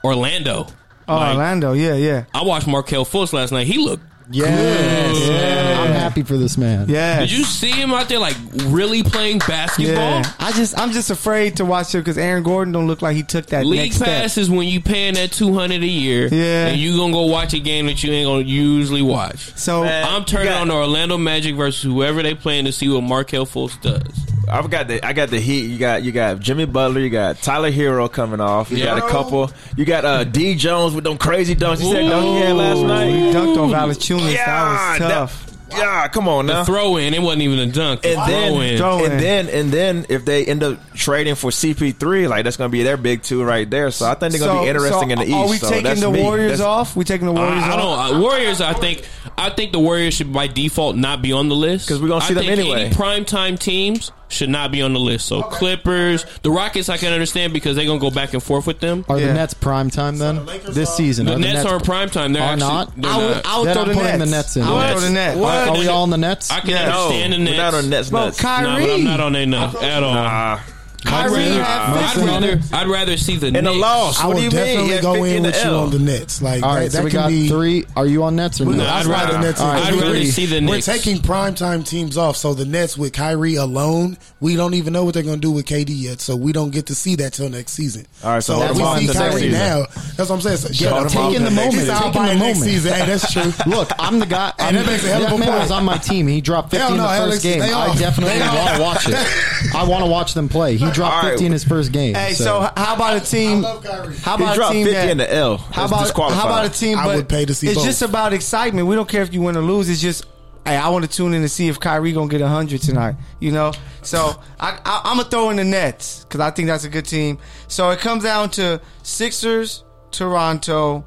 Speaker 1: Orlando.
Speaker 2: Oh,
Speaker 1: Like,
Speaker 2: Orlando. Yeah, yeah,
Speaker 1: I watched Markel Fultz last night. He looked.
Speaker 4: Yes. I'm happy for this man.
Speaker 2: yeah.
Speaker 1: Did you see him out there like really playing basketball?
Speaker 2: Yeah, I just I'm just afraid to watch it because Aaron Gordon don't look like he took that
Speaker 1: League
Speaker 2: next
Speaker 1: pass
Speaker 2: step.
Speaker 1: is when you paying that two hundred a year,
Speaker 2: Yeah.
Speaker 1: and you gonna go watch a game that you ain't gonna usually watch.
Speaker 2: So
Speaker 5: Man.
Speaker 1: I'm turning
Speaker 5: You got-
Speaker 1: on the Orlando Magic versus whoever they playing to see what Markel Fultz does.
Speaker 5: I've got the I got the Heat. You got you got Jimmy Butler. You got Tyler Hero coming off. You
Speaker 1: Yeah.
Speaker 5: got a couple. You got uh, D Jones with them crazy dunks. You said dunk he had last
Speaker 2: he
Speaker 5: night.
Speaker 2: dunked oh, on Valanciunas.
Speaker 5: Yeah,
Speaker 2: that was tough.
Speaker 5: that- yeah, come on now.
Speaker 1: Throw in, it wasn't even a dunk.
Speaker 5: and
Speaker 1: throw in.
Speaker 5: then,
Speaker 2: Throw in.
Speaker 5: and then, and then, if they end up trading for CP3, like that's going to be their big two right there. So I think they're going to be interesting in the East.
Speaker 2: Are we
Speaker 5: so
Speaker 2: taking
Speaker 5: that's
Speaker 2: the
Speaker 5: me.
Speaker 2: Warriors
Speaker 5: That's-
Speaker 2: off? We taking the Warriors
Speaker 1: I, I
Speaker 2: off?
Speaker 1: don't. Uh, Warriors, I think. I think the Warriors should by default not be on the list
Speaker 5: 'Cause we're gonna see
Speaker 1: I
Speaker 5: them
Speaker 1: think
Speaker 5: anyway.
Speaker 1: Any primetime teams should not be on the list. So Clippers, the Rockets, I can understand because they're gonna go back and forth with them.
Speaker 4: Are
Speaker 2: Yeah.
Speaker 4: the Nets prime time then?
Speaker 3: Lakers
Speaker 4: This
Speaker 3: are-
Speaker 4: season.
Speaker 1: The
Speaker 4: are
Speaker 1: Nets aren't prime time. They're
Speaker 4: Are
Speaker 1: actually,
Speaker 4: not?
Speaker 1: They're
Speaker 2: I would-
Speaker 1: not.
Speaker 2: I would
Speaker 4: Then
Speaker 2: throw
Speaker 4: I'm
Speaker 2: the
Speaker 4: putting
Speaker 2: Nets.
Speaker 4: the Nets in.
Speaker 2: I would
Speaker 4: What?
Speaker 2: throw the Nets.
Speaker 5: What?
Speaker 4: Are we all on the Nets?
Speaker 1: I can
Speaker 5: No,
Speaker 1: understand the Nets.
Speaker 5: we're not on Nets.
Speaker 2: Bro,
Speaker 5: nuts.
Speaker 2: Kyrie.
Speaker 1: Nah, but I'm not on their nuts at all.
Speaker 5: Nah.
Speaker 1: I'd
Speaker 2: Kyrie
Speaker 1: rather,
Speaker 2: had
Speaker 1: I'd
Speaker 2: 15.
Speaker 1: rather, I'd rather see the
Speaker 5: And a
Speaker 1: Knicks.
Speaker 5: loss.
Speaker 3: I
Speaker 5: what do
Speaker 3: would
Speaker 5: you mean? He
Speaker 3: definitely
Speaker 5: had
Speaker 3: go
Speaker 5: 50
Speaker 3: in with you
Speaker 5: L.
Speaker 3: on the Nets. Like
Speaker 4: All
Speaker 3: that,
Speaker 4: right,
Speaker 3: that
Speaker 4: so we
Speaker 3: can
Speaker 4: got
Speaker 3: be,
Speaker 4: three. Are you on Nets or no?
Speaker 3: No,
Speaker 1: I'd
Speaker 3: that's why
Speaker 1: rather-
Speaker 3: the Nets.
Speaker 1: all right,
Speaker 3: is-
Speaker 1: I'd rather see the
Speaker 3: We're
Speaker 1: Knicks.
Speaker 3: taking primetime teams off, so the Nets with Kyrie alone, we don't even know what they're going to do with KD yet, so we don't get to see that till next season.
Speaker 5: All right, so
Speaker 3: so
Speaker 5: hold
Speaker 3: if
Speaker 4: them off
Speaker 3: we see
Speaker 4: until next
Speaker 3: Kyrie
Speaker 5: season.
Speaker 3: now. That's what I'm saying. So, yeah,
Speaker 5: them off
Speaker 3: taking
Speaker 5: until
Speaker 3: the
Speaker 5: next
Speaker 3: moment.
Speaker 5: season.
Speaker 3: I'll
Speaker 4: Taking
Speaker 3: buy
Speaker 4: the
Speaker 3: next
Speaker 4: moment.
Speaker 3: season. Hey, that's true.
Speaker 4: Look, I'm the guy. I'm,
Speaker 3: that makes a hell of a
Speaker 4: that man
Speaker 3: point.
Speaker 4: was on my team. He dropped 50
Speaker 3: Hell
Speaker 4: in the
Speaker 3: no,
Speaker 4: first
Speaker 3: Alex,
Speaker 4: game.
Speaker 3: they
Speaker 4: I
Speaker 3: off.
Speaker 4: definitely
Speaker 3: They
Speaker 4: want
Speaker 3: off.
Speaker 4: to watch it. I want to watch them play. He dropped
Speaker 5: All right.
Speaker 4: 50 in his first game.
Speaker 2: Hey, so, how about a team?
Speaker 3: love Kyrie.
Speaker 2: How
Speaker 5: He
Speaker 2: about a
Speaker 5: dropped
Speaker 2: team
Speaker 5: 50
Speaker 2: that,
Speaker 5: in the L.
Speaker 2: How
Speaker 5: That's
Speaker 2: about
Speaker 5: disqualified.
Speaker 2: how about a team?
Speaker 3: I
Speaker 2: But
Speaker 3: would pay to see
Speaker 2: It's
Speaker 3: both.
Speaker 2: just about excitement. We don't care if you win or lose. It's just. Hey, I want to tune in to see if Kyrie gonna get hundred tonight. You know, so I, I, I'm gonna throw in the Nets because I think that's a good team. So it comes down to Sixers, Toronto,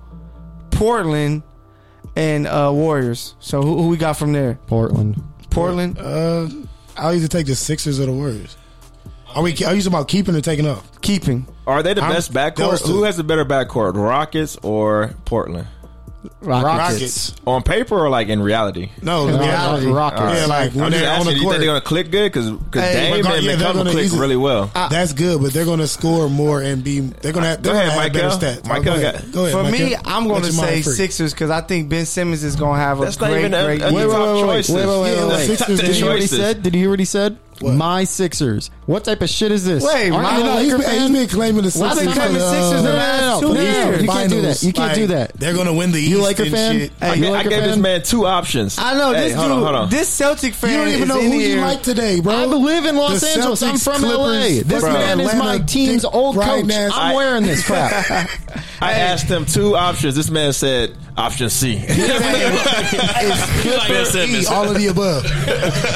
Speaker 2: Portland, and uh, Warriors. So who, who we got from there?
Speaker 4: Portland.
Speaker 2: Portland.
Speaker 3: Uh, I'll either take the Sixers or the Warriors. Are we? Are you talking about keeping or taking off?
Speaker 2: keeping.
Speaker 5: Are they the
Speaker 3: I'm-
Speaker 5: best
Speaker 3: those
Speaker 5: backcourt?
Speaker 3: two.
Speaker 5: Who has the better backcourt, Rockets or Portland?
Speaker 4: Rockets.
Speaker 5: On paper or like in reality?
Speaker 3: No, in
Speaker 4: No,
Speaker 3: reality.
Speaker 4: Rockets.
Speaker 3: Yeah, like
Speaker 5: I'm
Speaker 3: when
Speaker 5: just
Speaker 3: they're on
Speaker 5: asking,
Speaker 3: the
Speaker 5: you think
Speaker 3: court,
Speaker 5: they're gonna click good? Because
Speaker 2: Hey,
Speaker 5: Dame
Speaker 3: regard-
Speaker 5: and
Speaker 3: yeah, they're
Speaker 5: McCollum
Speaker 3: gonna
Speaker 5: click
Speaker 3: easily-
Speaker 5: really well.
Speaker 3: that's good, but they're going to score more and be. They're going to have,
Speaker 5: Ah.
Speaker 3: they're
Speaker 5: Go
Speaker 3: gonna
Speaker 5: ahead,
Speaker 3: have better
Speaker 5: Michael.
Speaker 3: stats.
Speaker 5: Michael
Speaker 3: go ahead.
Speaker 5: got-
Speaker 3: Go ahead,
Speaker 2: For
Speaker 3: Michael.
Speaker 2: me, I'm going
Speaker 3: Let
Speaker 2: to
Speaker 3: your mind
Speaker 2: say
Speaker 3: free.
Speaker 2: Sixers because I think Ben Simmons is going to have a
Speaker 5: That's not
Speaker 2: great,
Speaker 5: even
Speaker 2: great
Speaker 5: a, a
Speaker 2: year.
Speaker 4: wait,
Speaker 5: top
Speaker 4: wait, wait,
Speaker 5: choices.
Speaker 4: wait, wait,
Speaker 3: wait, wait.
Speaker 5: Top
Speaker 3: Sixers
Speaker 4: Did he already
Speaker 5: choices.
Speaker 4: said? Did he already said?
Speaker 3: What?
Speaker 4: My Sixers. What type of shit is this?
Speaker 2: Wait,
Speaker 4: Aren't
Speaker 2: my-
Speaker 4: you a
Speaker 3: No, he's
Speaker 4: Laker
Speaker 3: been, he's
Speaker 4: fan?
Speaker 3: been claiming the
Speaker 4: Why
Speaker 3: Sixers.
Speaker 4: they claiming
Speaker 3: uh,
Speaker 2: Sixers
Speaker 4: No, no, no, no.
Speaker 2: Two
Speaker 3: for the
Speaker 4: Please,
Speaker 2: years.
Speaker 3: Eastern
Speaker 4: You can't do
Speaker 3: Finals.
Speaker 4: that. You can't
Speaker 3: Like,
Speaker 4: do that.
Speaker 3: They're going to win the East.
Speaker 4: You Laker
Speaker 3: and
Speaker 4: fan?
Speaker 3: shit.
Speaker 4: Hey,
Speaker 5: I,
Speaker 4: you
Speaker 5: ga- I
Speaker 4: Laker
Speaker 5: gave this
Speaker 4: fan?
Speaker 5: man two options.
Speaker 2: I know
Speaker 5: Hey,
Speaker 2: this
Speaker 5: hold
Speaker 2: dude,
Speaker 5: on, hold on.
Speaker 2: this Celtic fan.
Speaker 3: You don't even
Speaker 2: is
Speaker 3: know
Speaker 2: in
Speaker 3: who you
Speaker 2: here.
Speaker 3: like today, bro.
Speaker 4: I live in Los
Speaker 3: The
Speaker 4: Angeles. I'm
Speaker 3: Celtics,
Speaker 4: from
Speaker 3: Clippers,
Speaker 4: LA. This
Speaker 3: fucking
Speaker 4: man is my
Speaker 3: Atlanta,
Speaker 4: team's
Speaker 3: Dick
Speaker 4: old coach.
Speaker 3: Bright ass-
Speaker 4: I'm wearing this crap.
Speaker 5: I asked him two options. This man said option C.
Speaker 1: He's like, "Ben Simmons."
Speaker 3: all of the above.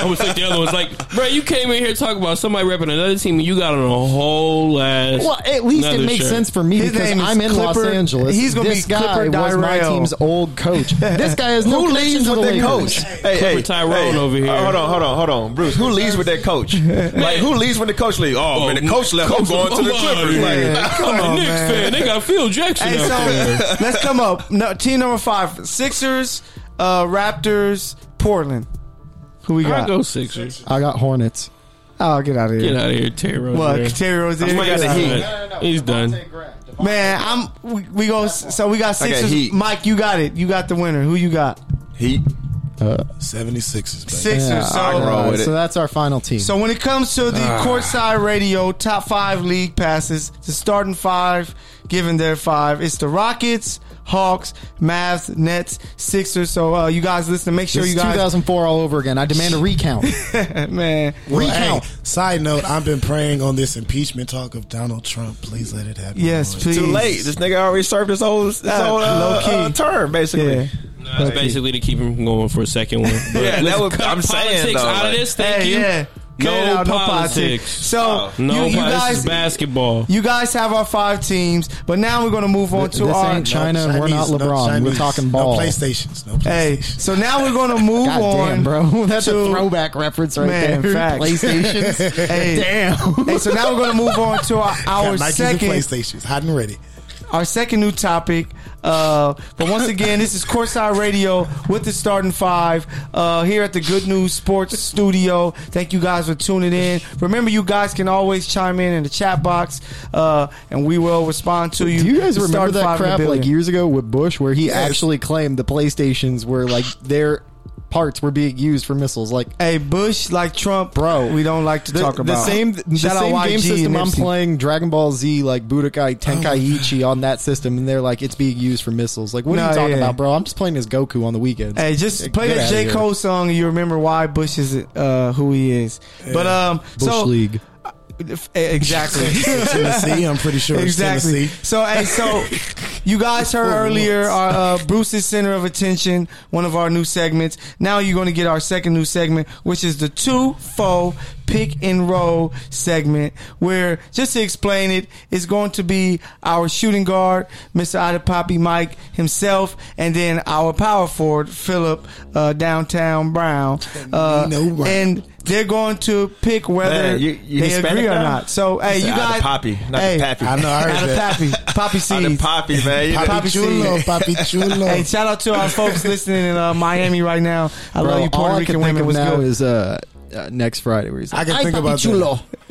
Speaker 1: I was like the other one's like, bro, you came in here talking about somebody repping another team and you got on a whole ass.
Speaker 4: well, at least
Speaker 1: another
Speaker 4: it makes
Speaker 1: shirt.
Speaker 4: sense for me
Speaker 2: His
Speaker 4: because
Speaker 2: name is
Speaker 4: I'm in Los
Speaker 2: Clipper-
Speaker 4: Angeles.
Speaker 2: he's gonna
Speaker 4: this
Speaker 2: be
Speaker 4: guy
Speaker 2: Clipper
Speaker 4: was my
Speaker 2: Dyrell.
Speaker 4: team's old coach. this guy is no
Speaker 5: Who
Speaker 4: connection
Speaker 5: leads
Speaker 4: to
Speaker 5: with
Speaker 4: the
Speaker 5: their
Speaker 4: Lakers.
Speaker 5: coach? Hey, Uh,
Speaker 1: Clipper Tyrone over here.
Speaker 5: hold on, hold on, hold on, Bruce. Who leads with their coach? like who leads when the coach leaves? Oh, man, the coach left. I'm going to the Clippers.
Speaker 1: Yeah.
Speaker 5: Like,
Speaker 1: I'm
Speaker 2: on,
Speaker 1: a Knicks
Speaker 2: man.
Speaker 1: fan. They got Phil Jackson
Speaker 2: Hey,
Speaker 1: out there.
Speaker 2: so let's come up. No, team number five: Sixers, uh, Raptors, Portland. Who we
Speaker 1: I
Speaker 2: got?
Speaker 1: go Sixers.
Speaker 4: I got Hornets.
Speaker 2: Oh, get out of
Speaker 1: Get
Speaker 2: here!
Speaker 1: out of here, Terry.
Speaker 2: What?
Speaker 1: Rozier.
Speaker 2: Terry Rozier.
Speaker 5: I got
Speaker 2: Get
Speaker 5: the
Speaker 2: out of
Speaker 5: Heat.
Speaker 2: here.
Speaker 1: He's done.
Speaker 2: Man, I'm we, we go. So we got
Speaker 5: I got
Speaker 2: Sixers.
Speaker 5: Heat.
Speaker 2: Mike, you got it. You got the winner. Who you got?
Speaker 5: Heat.
Speaker 3: 76ers, baby.
Speaker 2: Sixers.
Speaker 4: Yeah,
Speaker 2: so
Speaker 5: I roll with it. Ah.
Speaker 4: so Uh, that's our final team.
Speaker 2: So when it comes to the courtside radio top five league passes, the starting five, given their five, it's the Rockets, Hawks, Mavs, Nets, Sixers. So uh, you guys listen. Make sure
Speaker 4: This
Speaker 2: you
Speaker 4: is
Speaker 2: guys,
Speaker 4: 2004 all over again. I demand a recount.
Speaker 2: man.
Speaker 3: Well,
Speaker 4: Recount.
Speaker 3: hey, side note, I've been praying on this impeachment talk of Donald Trump. Please let it happen.
Speaker 2: Yes,
Speaker 3: Lord.
Speaker 2: please.
Speaker 5: Too late. This nigga already served his whole, his
Speaker 2: Uh,
Speaker 5: whole uh,
Speaker 2: low key.
Speaker 5: uh, term, basically.
Speaker 2: Yeah.
Speaker 1: Nah, it's basically to keep him from going for a second one. But
Speaker 5: Yeah, that
Speaker 1: let's
Speaker 5: would-
Speaker 1: cut
Speaker 5: I'm saying,
Speaker 1: politics
Speaker 5: though,
Speaker 1: out
Speaker 5: like-
Speaker 1: of this. Thank
Speaker 2: Hey,
Speaker 1: you.
Speaker 2: yeah.
Speaker 1: No
Speaker 2: Cut it out,
Speaker 1: politics.
Speaker 2: So
Speaker 1: No,
Speaker 2: you, you
Speaker 1: but this
Speaker 2: guys,
Speaker 1: is basketball.
Speaker 2: you guys have our five teams, but now we're gonna move on
Speaker 4: Th-
Speaker 2: to
Speaker 4: this
Speaker 2: our.
Speaker 4: ain't China and we're not
Speaker 3: Chinese, no
Speaker 4: LeBron. we're
Speaker 3: Chinese,
Speaker 4: talking ball.
Speaker 3: No PlayStations. No PlayStations.
Speaker 2: Hey, so now we're gonna move
Speaker 4: God
Speaker 2: on,
Speaker 4: damn, bro. That's
Speaker 2: to-
Speaker 4: a throwback reference right
Speaker 2: Man,
Speaker 4: there.
Speaker 2: facts.
Speaker 4: PlayStations.
Speaker 2: Hey,
Speaker 4: Damn.
Speaker 2: Hey, so now we're gonna move on to our,
Speaker 3: Got
Speaker 2: our
Speaker 3: Nikes and
Speaker 2: second
Speaker 3: PlayStations, hot and ready.
Speaker 2: our second new topic. Uh, but once again, this is Courtside Radio with the starting five uh, here at the Good News Sports Studio. Thank you guys for tuning in. Remember, you guys can always chime in in the chat box, uh, and we will respond to you.
Speaker 4: Do you guys
Speaker 2: The
Speaker 4: remember
Speaker 2: starting
Speaker 4: that
Speaker 2: five in the
Speaker 4: crap like
Speaker 2: building.
Speaker 4: years ago with Bush, where he
Speaker 3: Yes.
Speaker 4: actually claimed the PlayStations were like their parts were being used for missiles? Like,
Speaker 2: Hey, Bush, like Trump,
Speaker 4: Bro,
Speaker 2: we don't like to
Speaker 4: the,
Speaker 2: talk
Speaker 4: the
Speaker 2: about
Speaker 4: same the
Speaker 2: Shout out
Speaker 4: same
Speaker 2: YG
Speaker 4: game
Speaker 2: and
Speaker 4: system I'm
Speaker 2: Nipsey. Oh
Speaker 4: playing Dragon Ball Z like Budokai Tenkaichi on that system and they're like it's being used for missiles like what are
Speaker 2: No,
Speaker 4: you talking
Speaker 2: yeah.
Speaker 4: about bro I'm just playing as Goku on the weekends
Speaker 2: Hey, just
Speaker 4: Get
Speaker 2: play that
Speaker 4: outta
Speaker 2: J.
Speaker 4: here.
Speaker 2: Cole song and you remember why Bush is uh, who he is. But um
Speaker 4: Bush
Speaker 2: so
Speaker 4: League
Speaker 2: If- eh, exactly.
Speaker 3: Tennessee, I'm pretty sure
Speaker 2: exactly.
Speaker 3: it's Tennessee.
Speaker 2: So hey, so you guys heard earlier our uh, Bruce's center of attention, one of our new segments. Now you're going to get our second new segment, which is the two foe pick and roll segment, where just to explain it, it's going to be our shooting guard, Mr. Adepapi Mike himself, and then our power forward, Philip uh, Downtown Brown, uh,
Speaker 3: No Brown.
Speaker 2: and. They're going to pick whether
Speaker 5: Man, you- you
Speaker 2: they
Speaker 5: Hispanic
Speaker 2: agree or
Speaker 5: now?
Speaker 2: not. So, hey,
Speaker 5: It's
Speaker 2: you
Speaker 5: out of
Speaker 2: guys,
Speaker 5: Poppy, not
Speaker 2: hey,
Speaker 5: the Pappy.
Speaker 3: I know. I
Speaker 2: out
Speaker 3: heard
Speaker 2: of
Speaker 3: that.
Speaker 2: Pappy. Poppy
Speaker 5: Out of
Speaker 2: seeds.
Speaker 5: Poppy, man. You know,
Speaker 2: Poppy
Speaker 3: Papi Chulo,
Speaker 2: seed.
Speaker 3: Papi Chulo.
Speaker 2: Hey, shout out to our folks listening in uh, Miami right now. I
Speaker 4: Bro,
Speaker 2: love you,
Speaker 4: all
Speaker 2: Puerto
Speaker 4: I can
Speaker 2: Rican
Speaker 4: think
Speaker 2: women.
Speaker 4: of
Speaker 2: Was
Speaker 4: now
Speaker 2: good.
Speaker 4: is uh, uh, next Friday where he's
Speaker 3: I
Speaker 4: like,
Speaker 3: can think about that.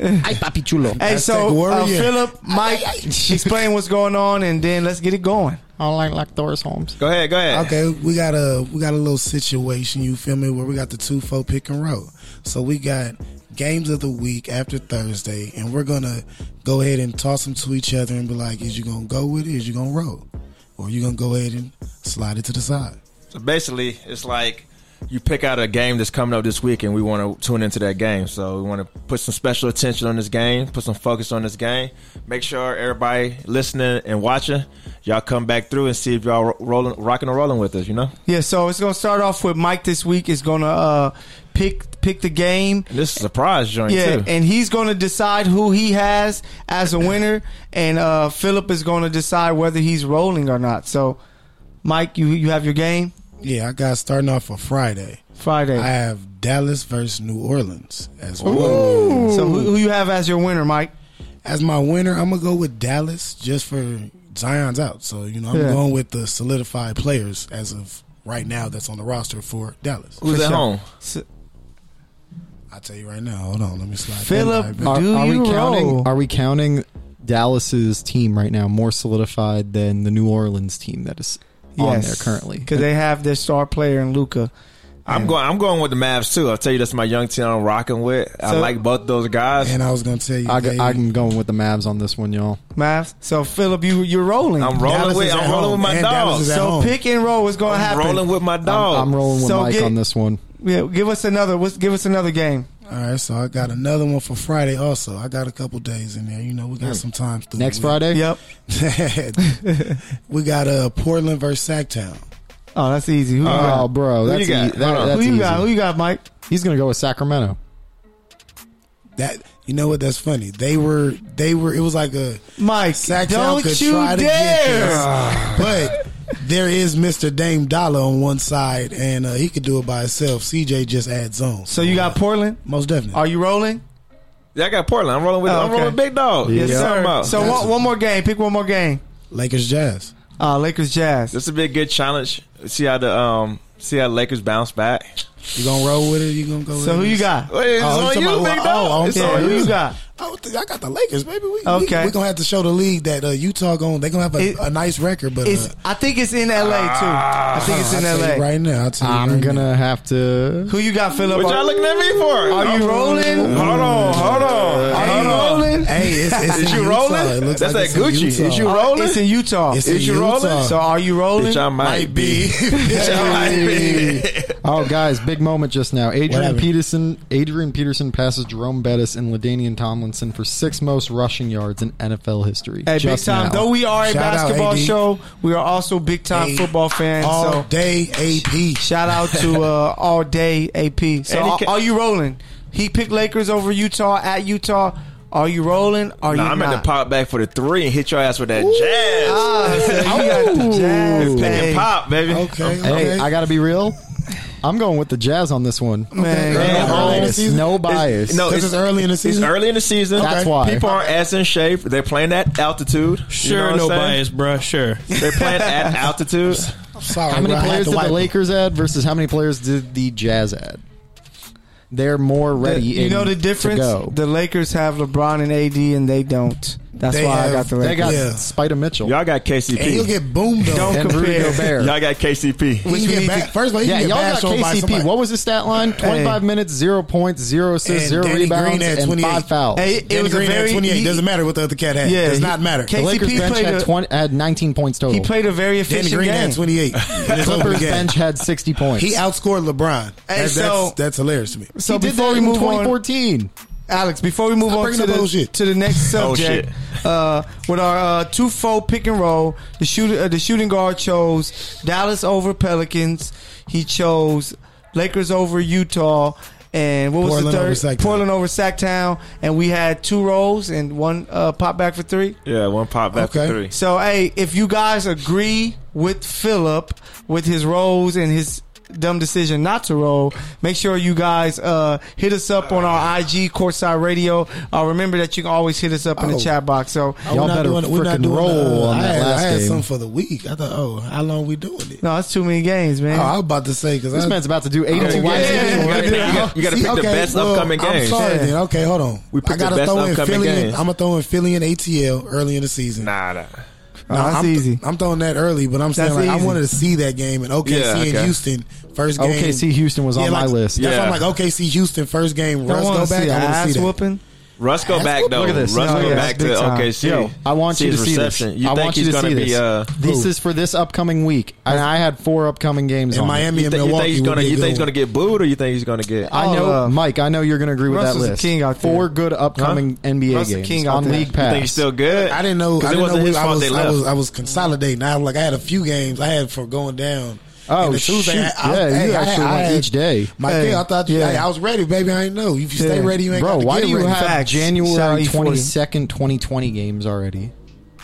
Speaker 4: I papi chulo
Speaker 2: hey,
Speaker 3: Hashtag
Speaker 2: so uh,
Speaker 3: warrior.
Speaker 2: Philip, Mike, explain what's going on, and then let's get it going.
Speaker 4: I don't like like Doris Holmes
Speaker 5: Go ahead, go ahead.
Speaker 3: Okay, we got a we got a little situation. You feel me? Where we got the two four pick and roll. So we got games of the week after Thursday, and we're gonna go ahead and toss them to each other and be like, "Is you gonna go with it? Is you gonna roll, or you gonna go ahead and slide it to the side?"
Speaker 5: So basically, it's like you pick out a game that's coming up this week, and we want to tune into that game. So we want to put some special attention on this game, put some focus on this game. Make sure everybody listening and watching, y'all come back through and see if y'all ro- rolling, rocking or rolling with us. You know,
Speaker 2: Yeah, so it's gonna start off with Mike this week is gonna uh, pick pick the game.
Speaker 5: and this is a surprise joint
Speaker 2: Yeah,
Speaker 5: too.
Speaker 2: and he's going to decide who he has as a winner, and uh, Philip is going to decide whether he's rolling or not. So, Mike, you you have your game
Speaker 3: Yeah, I got starting off for Friday.
Speaker 2: Friday.
Speaker 3: I have Dallas versus New Orleans as well.
Speaker 2: So who, who you have as your winner, Mike?
Speaker 3: As my winner, I'm gonna go with Dallas just for Zion's out. So you know, I'm
Speaker 2: Yeah.
Speaker 3: going with the solidified players as of right now that's on the roster for Dallas.
Speaker 5: Who's
Speaker 2: For
Speaker 5: at
Speaker 2: sure.
Speaker 5: home?
Speaker 2: S-
Speaker 3: I tell you right now. Hold on, let me slide. that
Speaker 2: Philip,
Speaker 3: live.
Speaker 2: Are- Do you
Speaker 4: we
Speaker 2: roll?
Speaker 4: counting are we counting Dallas's team right now more solidified than the New Orleans team that is on there currently
Speaker 2: because they have their star player in Luca.
Speaker 5: I'm going. I'm going with the Mavs too. I'll tell you, that's my young team I'm rocking with. I
Speaker 2: So-
Speaker 5: like both those guys.
Speaker 3: And I was gonna tell you,
Speaker 4: I,
Speaker 3: they-
Speaker 4: am going with the Mavs on this one y'all
Speaker 2: Mavs. So Philip, you you're rolling.
Speaker 5: I'm rolling
Speaker 3: Dallas
Speaker 5: with.
Speaker 3: is at
Speaker 5: I'm rolling
Speaker 3: home,
Speaker 5: with my
Speaker 3: and Dallas
Speaker 5: dogs.
Speaker 3: is at
Speaker 2: so
Speaker 3: home.
Speaker 2: pick and roll is going to
Speaker 5: I'm
Speaker 2: happen.
Speaker 5: rolling with my dog.
Speaker 4: I'm rolling with
Speaker 2: So
Speaker 4: Mike
Speaker 2: get-
Speaker 4: on this one
Speaker 2: Yeah, give us another. What's, give us another game.
Speaker 3: All right, so I got another one for Friday. Also, I got a couple days in there. You know, we got some time through
Speaker 4: next
Speaker 3: the
Speaker 4: Friday
Speaker 2: Yep.
Speaker 3: week. we got uh, Portland versus Sacktown.
Speaker 2: Oh, that's easy. Who you
Speaker 4: oh
Speaker 2: got?
Speaker 4: bro
Speaker 5: Who
Speaker 4: that's,
Speaker 5: you got?
Speaker 4: ea- that-
Speaker 5: Hold on.
Speaker 4: that's
Speaker 2: Who you
Speaker 4: easy
Speaker 2: got? Who you got, Mike?
Speaker 4: he's gonna go with Sacramento
Speaker 3: That you know what? That's funny. They were they were. It was like a
Speaker 2: Mike,
Speaker 3: Sacktown
Speaker 2: don't
Speaker 3: could
Speaker 2: you
Speaker 3: try to get
Speaker 2: dare!
Speaker 3: this, but there is Mister Dame Dollar on one side, and uh, he could do it by himself. CJ just adds on.
Speaker 2: So you got Portland.
Speaker 3: most definitely.
Speaker 2: Are you rolling?
Speaker 5: Yeah, I got Portland. I'm rolling with.
Speaker 2: Oh,
Speaker 5: I'm rolling
Speaker 2: okay.
Speaker 5: with big dog.
Speaker 4: Yes,
Speaker 5: What you
Speaker 4: sir.
Speaker 5: talking about?
Speaker 2: So one, one more game. Pick one more game.
Speaker 3: Lakers Jazz.
Speaker 2: Uh, Lakers Jazz.
Speaker 5: This will be a good challenge. See how the um see how Lakers bounce back.
Speaker 3: You gonna roll with it? You gonna go?
Speaker 2: So
Speaker 3: with
Speaker 2: who
Speaker 3: it?
Speaker 2: you got?
Speaker 5: Wait, it's
Speaker 3: Oh, you
Speaker 5: on
Speaker 3: talking
Speaker 5: you,
Speaker 3: about-
Speaker 5: big
Speaker 3: oh,
Speaker 5: dog.
Speaker 3: I'm
Speaker 5: It's
Speaker 2: Yeah,
Speaker 5: on
Speaker 2: who
Speaker 5: you.
Speaker 2: you got?
Speaker 3: I, would think- I got the Lakers, baby. We,
Speaker 2: Okay.
Speaker 3: okay. we, are gonna have to show the league that uh, Utah going. They're gonna have a,
Speaker 2: It-
Speaker 3: a nice record, but
Speaker 2: It's,
Speaker 3: uh,
Speaker 2: I think it's in LA too. I think it's in
Speaker 5: Uh,
Speaker 3: I'll tell you
Speaker 2: LA.
Speaker 3: right now. I'll tell you
Speaker 4: I'm
Speaker 3: right now.
Speaker 4: gonna have to.
Speaker 2: Who you got, Philip?
Speaker 5: What y'all looking at me for?
Speaker 2: Are you rolling?
Speaker 5: Hold on, hold on.
Speaker 2: Are
Speaker 5: hold
Speaker 2: you
Speaker 5: on.
Speaker 2: rolling?
Speaker 3: Hey, it's, it's
Speaker 5: Is
Speaker 3: in
Speaker 5: you
Speaker 3: Utah.
Speaker 5: rolling?
Speaker 3: It looks
Speaker 5: That's
Speaker 3: like it's
Speaker 5: that
Speaker 3: in
Speaker 5: Gucci.
Speaker 3: Utah.
Speaker 5: Is you
Speaker 2: Uh,
Speaker 5: rolling?
Speaker 2: It's in Utah.
Speaker 3: It's
Speaker 5: Is
Speaker 3: in
Speaker 5: you rolling?
Speaker 3: Utah.
Speaker 2: so are you rolling?
Speaker 5: Bitch, I might be. Bitch, I might be.
Speaker 4: Oh, guys, big moment just now. Adrian
Speaker 3: happened?
Speaker 4: Peterson. Adrian Peterson passes Jerome Bettis and Ladainian Tomlinson for six most rushing yards in NFL history.
Speaker 2: Hey, big
Speaker 4: just
Speaker 2: time.
Speaker 4: now.
Speaker 2: Though we are a
Speaker 3: Shout out,
Speaker 2: basketball
Speaker 3: AD.
Speaker 2: show, we are also big time
Speaker 3: Hey,
Speaker 2: football fans.
Speaker 3: all
Speaker 2: So
Speaker 3: day AP.
Speaker 2: shout out to uh, all day AP. So
Speaker 5: And he
Speaker 2: are,
Speaker 5: ca-
Speaker 2: are you rolling? He picked Lakers over Utah at Utah. Are you rolling? Are you
Speaker 5: Nah, I'm
Speaker 2: not?
Speaker 5: at the pop back for the three and hit your ass with that jazz.
Speaker 2: Ah, so you got
Speaker 3: Oh.
Speaker 2: the jazz.
Speaker 5: Pick
Speaker 2: hey.
Speaker 5: and pop, baby.
Speaker 3: Okay,
Speaker 4: Hey,
Speaker 3: okay.
Speaker 4: I gotta be real. I'm going with the Jazz on this one.
Speaker 2: Man,
Speaker 4: no
Speaker 5: Man, early in the
Speaker 4: bias.
Speaker 3: season?
Speaker 4: No bias.
Speaker 5: no,
Speaker 3: This is early in the season.
Speaker 5: It's early in the season.
Speaker 4: That's why.
Speaker 5: people aren't as in shape. They're playing at altitude.
Speaker 1: Sure,
Speaker 5: you know
Speaker 1: no
Speaker 5: what I'm saying?
Speaker 1: bias, bruh. Sure.
Speaker 5: They're playing at altitude.
Speaker 3: I'm sorry,
Speaker 4: How
Speaker 3: bro,
Speaker 4: many
Speaker 3: I had
Speaker 4: players
Speaker 3: to
Speaker 4: did
Speaker 3: wipe
Speaker 4: the
Speaker 3: it.
Speaker 4: Lakers add versus how many players did the Jazz add? They're more ready.
Speaker 2: you
Speaker 4: in-
Speaker 2: know the
Speaker 4: to
Speaker 2: difference?
Speaker 4: go.
Speaker 2: The Lakers have LeBron and AD, and they don't. That's
Speaker 3: They
Speaker 2: why I
Speaker 3: have-
Speaker 2: got the
Speaker 4: they
Speaker 2: Lakers.
Speaker 4: got
Speaker 3: Yeah.
Speaker 4: Spider Mitchell
Speaker 5: Y'all got
Speaker 3: And you'll
Speaker 5: KCP.
Speaker 3: get boomed though.
Speaker 2: Don't
Speaker 4: and Rudy
Speaker 2: compare.
Speaker 4: Gobert.
Speaker 5: Y'all got KCP.
Speaker 3: He
Speaker 2: Which
Speaker 3: can
Speaker 2: we
Speaker 3: get
Speaker 2: need
Speaker 3: ba-
Speaker 2: to-
Speaker 3: first of all, he
Speaker 4: Yeah,
Speaker 3: can get
Speaker 4: y'all got
Speaker 3: bashed on by
Speaker 4: KCP.
Speaker 3: somebody.
Speaker 4: What was his stat line? 25 minutes, 0 points, 0 assists,
Speaker 3: And
Speaker 4: 0
Speaker 3: Danny
Speaker 4: rebounds,
Speaker 3: Green had
Speaker 4: and 5
Speaker 3: 28.
Speaker 4: fouls.
Speaker 2: Hey, it
Speaker 3: Danny
Speaker 2: was a
Speaker 3: Green
Speaker 2: very
Speaker 3: at 28.
Speaker 2: he-
Speaker 3: doesn't matter what the other cat had.
Speaker 2: Yeah,
Speaker 3: does
Speaker 2: he-
Speaker 3: not matter.
Speaker 4: the
Speaker 2: K-
Speaker 4: Lakers
Speaker 2: KCP
Speaker 4: bench
Speaker 2: played
Speaker 4: had,
Speaker 2: a-
Speaker 4: 20, had 19 points total.
Speaker 2: He played a very
Speaker 3: Danny
Speaker 2: efficient
Speaker 3: Green
Speaker 2: game.
Speaker 3: had 28. It is over
Speaker 4: Clippers
Speaker 3: again.
Speaker 4: bench had 60 points.
Speaker 3: He outscored LeBron. That-
Speaker 2: so-
Speaker 3: that's, that's hilarious to me.
Speaker 2: so
Speaker 4: He did
Speaker 2: before
Speaker 4: that
Speaker 2: we
Speaker 4: in
Speaker 2: move on,
Speaker 4: 2014.
Speaker 3: Oh,
Speaker 2: Alex, before we move
Speaker 3: Stop
Speaker 2: on
Speaker 3: bringing
Speaker 2: to
Speaker 3: up
Speaker 2: the
Speaker 3: old shit.
Speaker 2: to the next
Speaker 5: Oh,
Speaker 2: subject, uh, with our uh, two-fold pick and roll, the shooter uh, the shooting guard chose Dallas over Pelicans. He chose Lakers over Utah, and what was
Speaker 3: Portland
Speaker 2: the
Speaker 3: over
Speaker 2: third?
Speaker 3: Sac Town.
Speaker 2: Portland over Sacktown, and we had two rolls and one uh, pop back for three.
Speaker 5: Yeah, one pop back for
Speaker 3: Okay.
Speaker 5: three.
Speaker 2: So, hey, if you guys agree with Philip with his rolls and his dumb decision not to roll, make sure you guys uh, hit us up on our IG Courtside Radio. Uh, remember that you can always hit us up in the
Speaker 3: Oh.
Speaker 2: chat box. So,
Speaker 3: Oh,
Speaker 4: Y'all
Speaker 3: we're not
Speaker 4: better
Speaker 3: doing- we're not
Speaker 4: frickin'
Speaker 3: doing the-
Speaker 4: roll on
Speaker 3: I
Speaker 4: that
Speaker 3: had,
Speaker 4: last
Speaker 3: I had
Speaker 4: game.
Speaker 3: some for the week. I thought, oh, how long we doing it?
Speaker 2: no, that's too many games, man. Uh,
Speaker 3: Oh, I was about to say because
Speaker 4: This
Speaker 3: I,
Speaker 4: man's about to do
Speaker 3: Oh,
Speaker 4: 82
Speaker 3: yeah,
Speaker 4: games
Speaker 3: yeah, yeah.
Speaker 5: You gotta
Speaker 4: right
Speaker 5: pick, you
Speaker 4: now.
Speaker 5: gotta- you gotta
Speaker 3: Uh-huh. See,
Speaker 5: pick the
Speaker 3: okay,
Speaker 5: best
Speaker 3: well,
Speaker 5: upcoming
Speaker 3: I'm
Speaker 5: games.
Speaker 3: sorry
Speaker 2: Yeah.
Speaker 3: then. Okay, hold on.
Speaker 5: We picked
Speaker 3: I gotta
Speaker 5: the best
Speaker 3: throw in
Speaker 5: upcoming
Speaker 3: Philly.
Speaker 5: games.
Speaker 3: I'm gonna throw in Philly and ATL early in the season.
Speaker 5: Nah, nah.
Speaker 2: Oh, that's
Speaker 3: I'm,
Speaker 2: easy.
Speaker 3: I'm throwing that early, but I'm saying
Speaker 2: That's
Speaker 3: like, I
Speaker 2: easy.
Speaker 3: wanted to see that game in OKC
Speaker 5: Yeah,
Speaker 3: and
Speaker 5: okay.
Speaker 3: Houston first game.
Speaker 4: OKC Houston was on my
Speaker 3: like,
Speaker 4: list.
Speaker 3: That's why
Speaker 5: Yeah.
Speaker 3: I'm like OKC Houston first game.
Speaker 2: Don't
Speaker 3: Russ
Speaker 2: want
Speaker 3: go
Speaker 2: to see
Speaker 3: back.
Speaker 2: an
Speaker 3: I want to
Speaker 2: ass
Speaker 3: see that.
Speaker 2: whooping.
Speaker 5: Russ go back though.
Speaker 4: Look at this.
Speaker 5: Russ
Speaker 4: No,
Speaker 5: go
Speaker 4: yeah,
Speaker 5: back
Speaker 2: it's
Speaker 5: to
Speaker 2: big time.
Speaker 5: OKC.
Speaker 4: Yo, I want
Speaker 5: see
Speaker 4: you to
Speaker 5: his
Speaker 4: see this.
Speaker 5: reception. You
Speaker 4: I
Speaker 5: think
Speaker 4: want you
Speaker 5: he's
Speaker 4: to
Speaker 5: gonna
Speaker 4: see
Speaker 5: be
Speaker 4: this.
Speaker 5: uh
Speaker 4: this is for this upcoming week, and I had four upcoming games
Speaker 3: And
Speaker 4: on it.
Speaker 3: Miami
Speaker 5: you,
Speaker 3: and
Speaker 5: think- you think
Speaker 3: Milwaukee.
Speaker 5: he's
Speaker 3: would
Speaker 5: gonna
Speaker 3: be a
Speaker 5: you
Speaker 3: good
Speaker 5: think he's
Speaker 3: one.
Speaker 5: gonna get booed or you think he's gonna get
Speaker 4: I know,
Speaker 2: Oh, uh,
Speaker 4: Mike. I know you're going to agree with
Speaker 2: Russell's
Speaker 4: that
Speaker 2: the
Speaker 4: list.
Speaker 2: king out there.
Speaker 4: Four good upcoming NBA
Speaker 2: Russell's the
Speaker 4: games
Speaker 2: king out
Speaker 4: on
Speaker 2: there.
Speaker 4: League
Speaker 5: I
Speaker 4: Pass.
Speaker 5: think he's still good.
Speaker 3: I didn't know.
Speaker 5: 'Cause
Speaker 3: I
Speaker 5: it
Speaker 3: didn't know.
Speaker 5: wasn't
Speaker 3: we-
Speaker 5: his
Speaker 3: I
Speaker 5: fault
Speaker 3: was,
Speaker 5: they
Speaker 3: I
Speaker 5: left.
Speaker 3: was. I was consolidating. I like. I had a few games. I had for going down.
Speaker 4: Oh,
Speaker 3: And the Tuesday, I,
Speaker 4: shoot.
Speaker 3: I,
Speaker 4: Yeah,
Speaker 3: hey,
Speaker 4: you
Speaker 3: I had-
Speaker 4: actually
Speaker 3: I
Speaker 4: went
Speaker 3: had-
Speaker 4: each day.
Speaker 3: My
Speaker 2: Hey,
Speaker 3: kid, I thought.
Speaker 2: yeah.
Speaker 3: hey, I was ready, baby. I ain't know. If you stay
Speaker 2: Yeah.
Speaker 3: ready, you ain't got
Speaker 4: Bro,
Speaker 3: to
Speaker 4: why
Speaker 3: get
Speaker 4: do you
Speaker 3: ready.
Speaker 4: have
Speaker 2: Facts. Shout out
Speaker 4: January
Speaker 2: E40.
Speaker 4: 22nd, 2020 games already?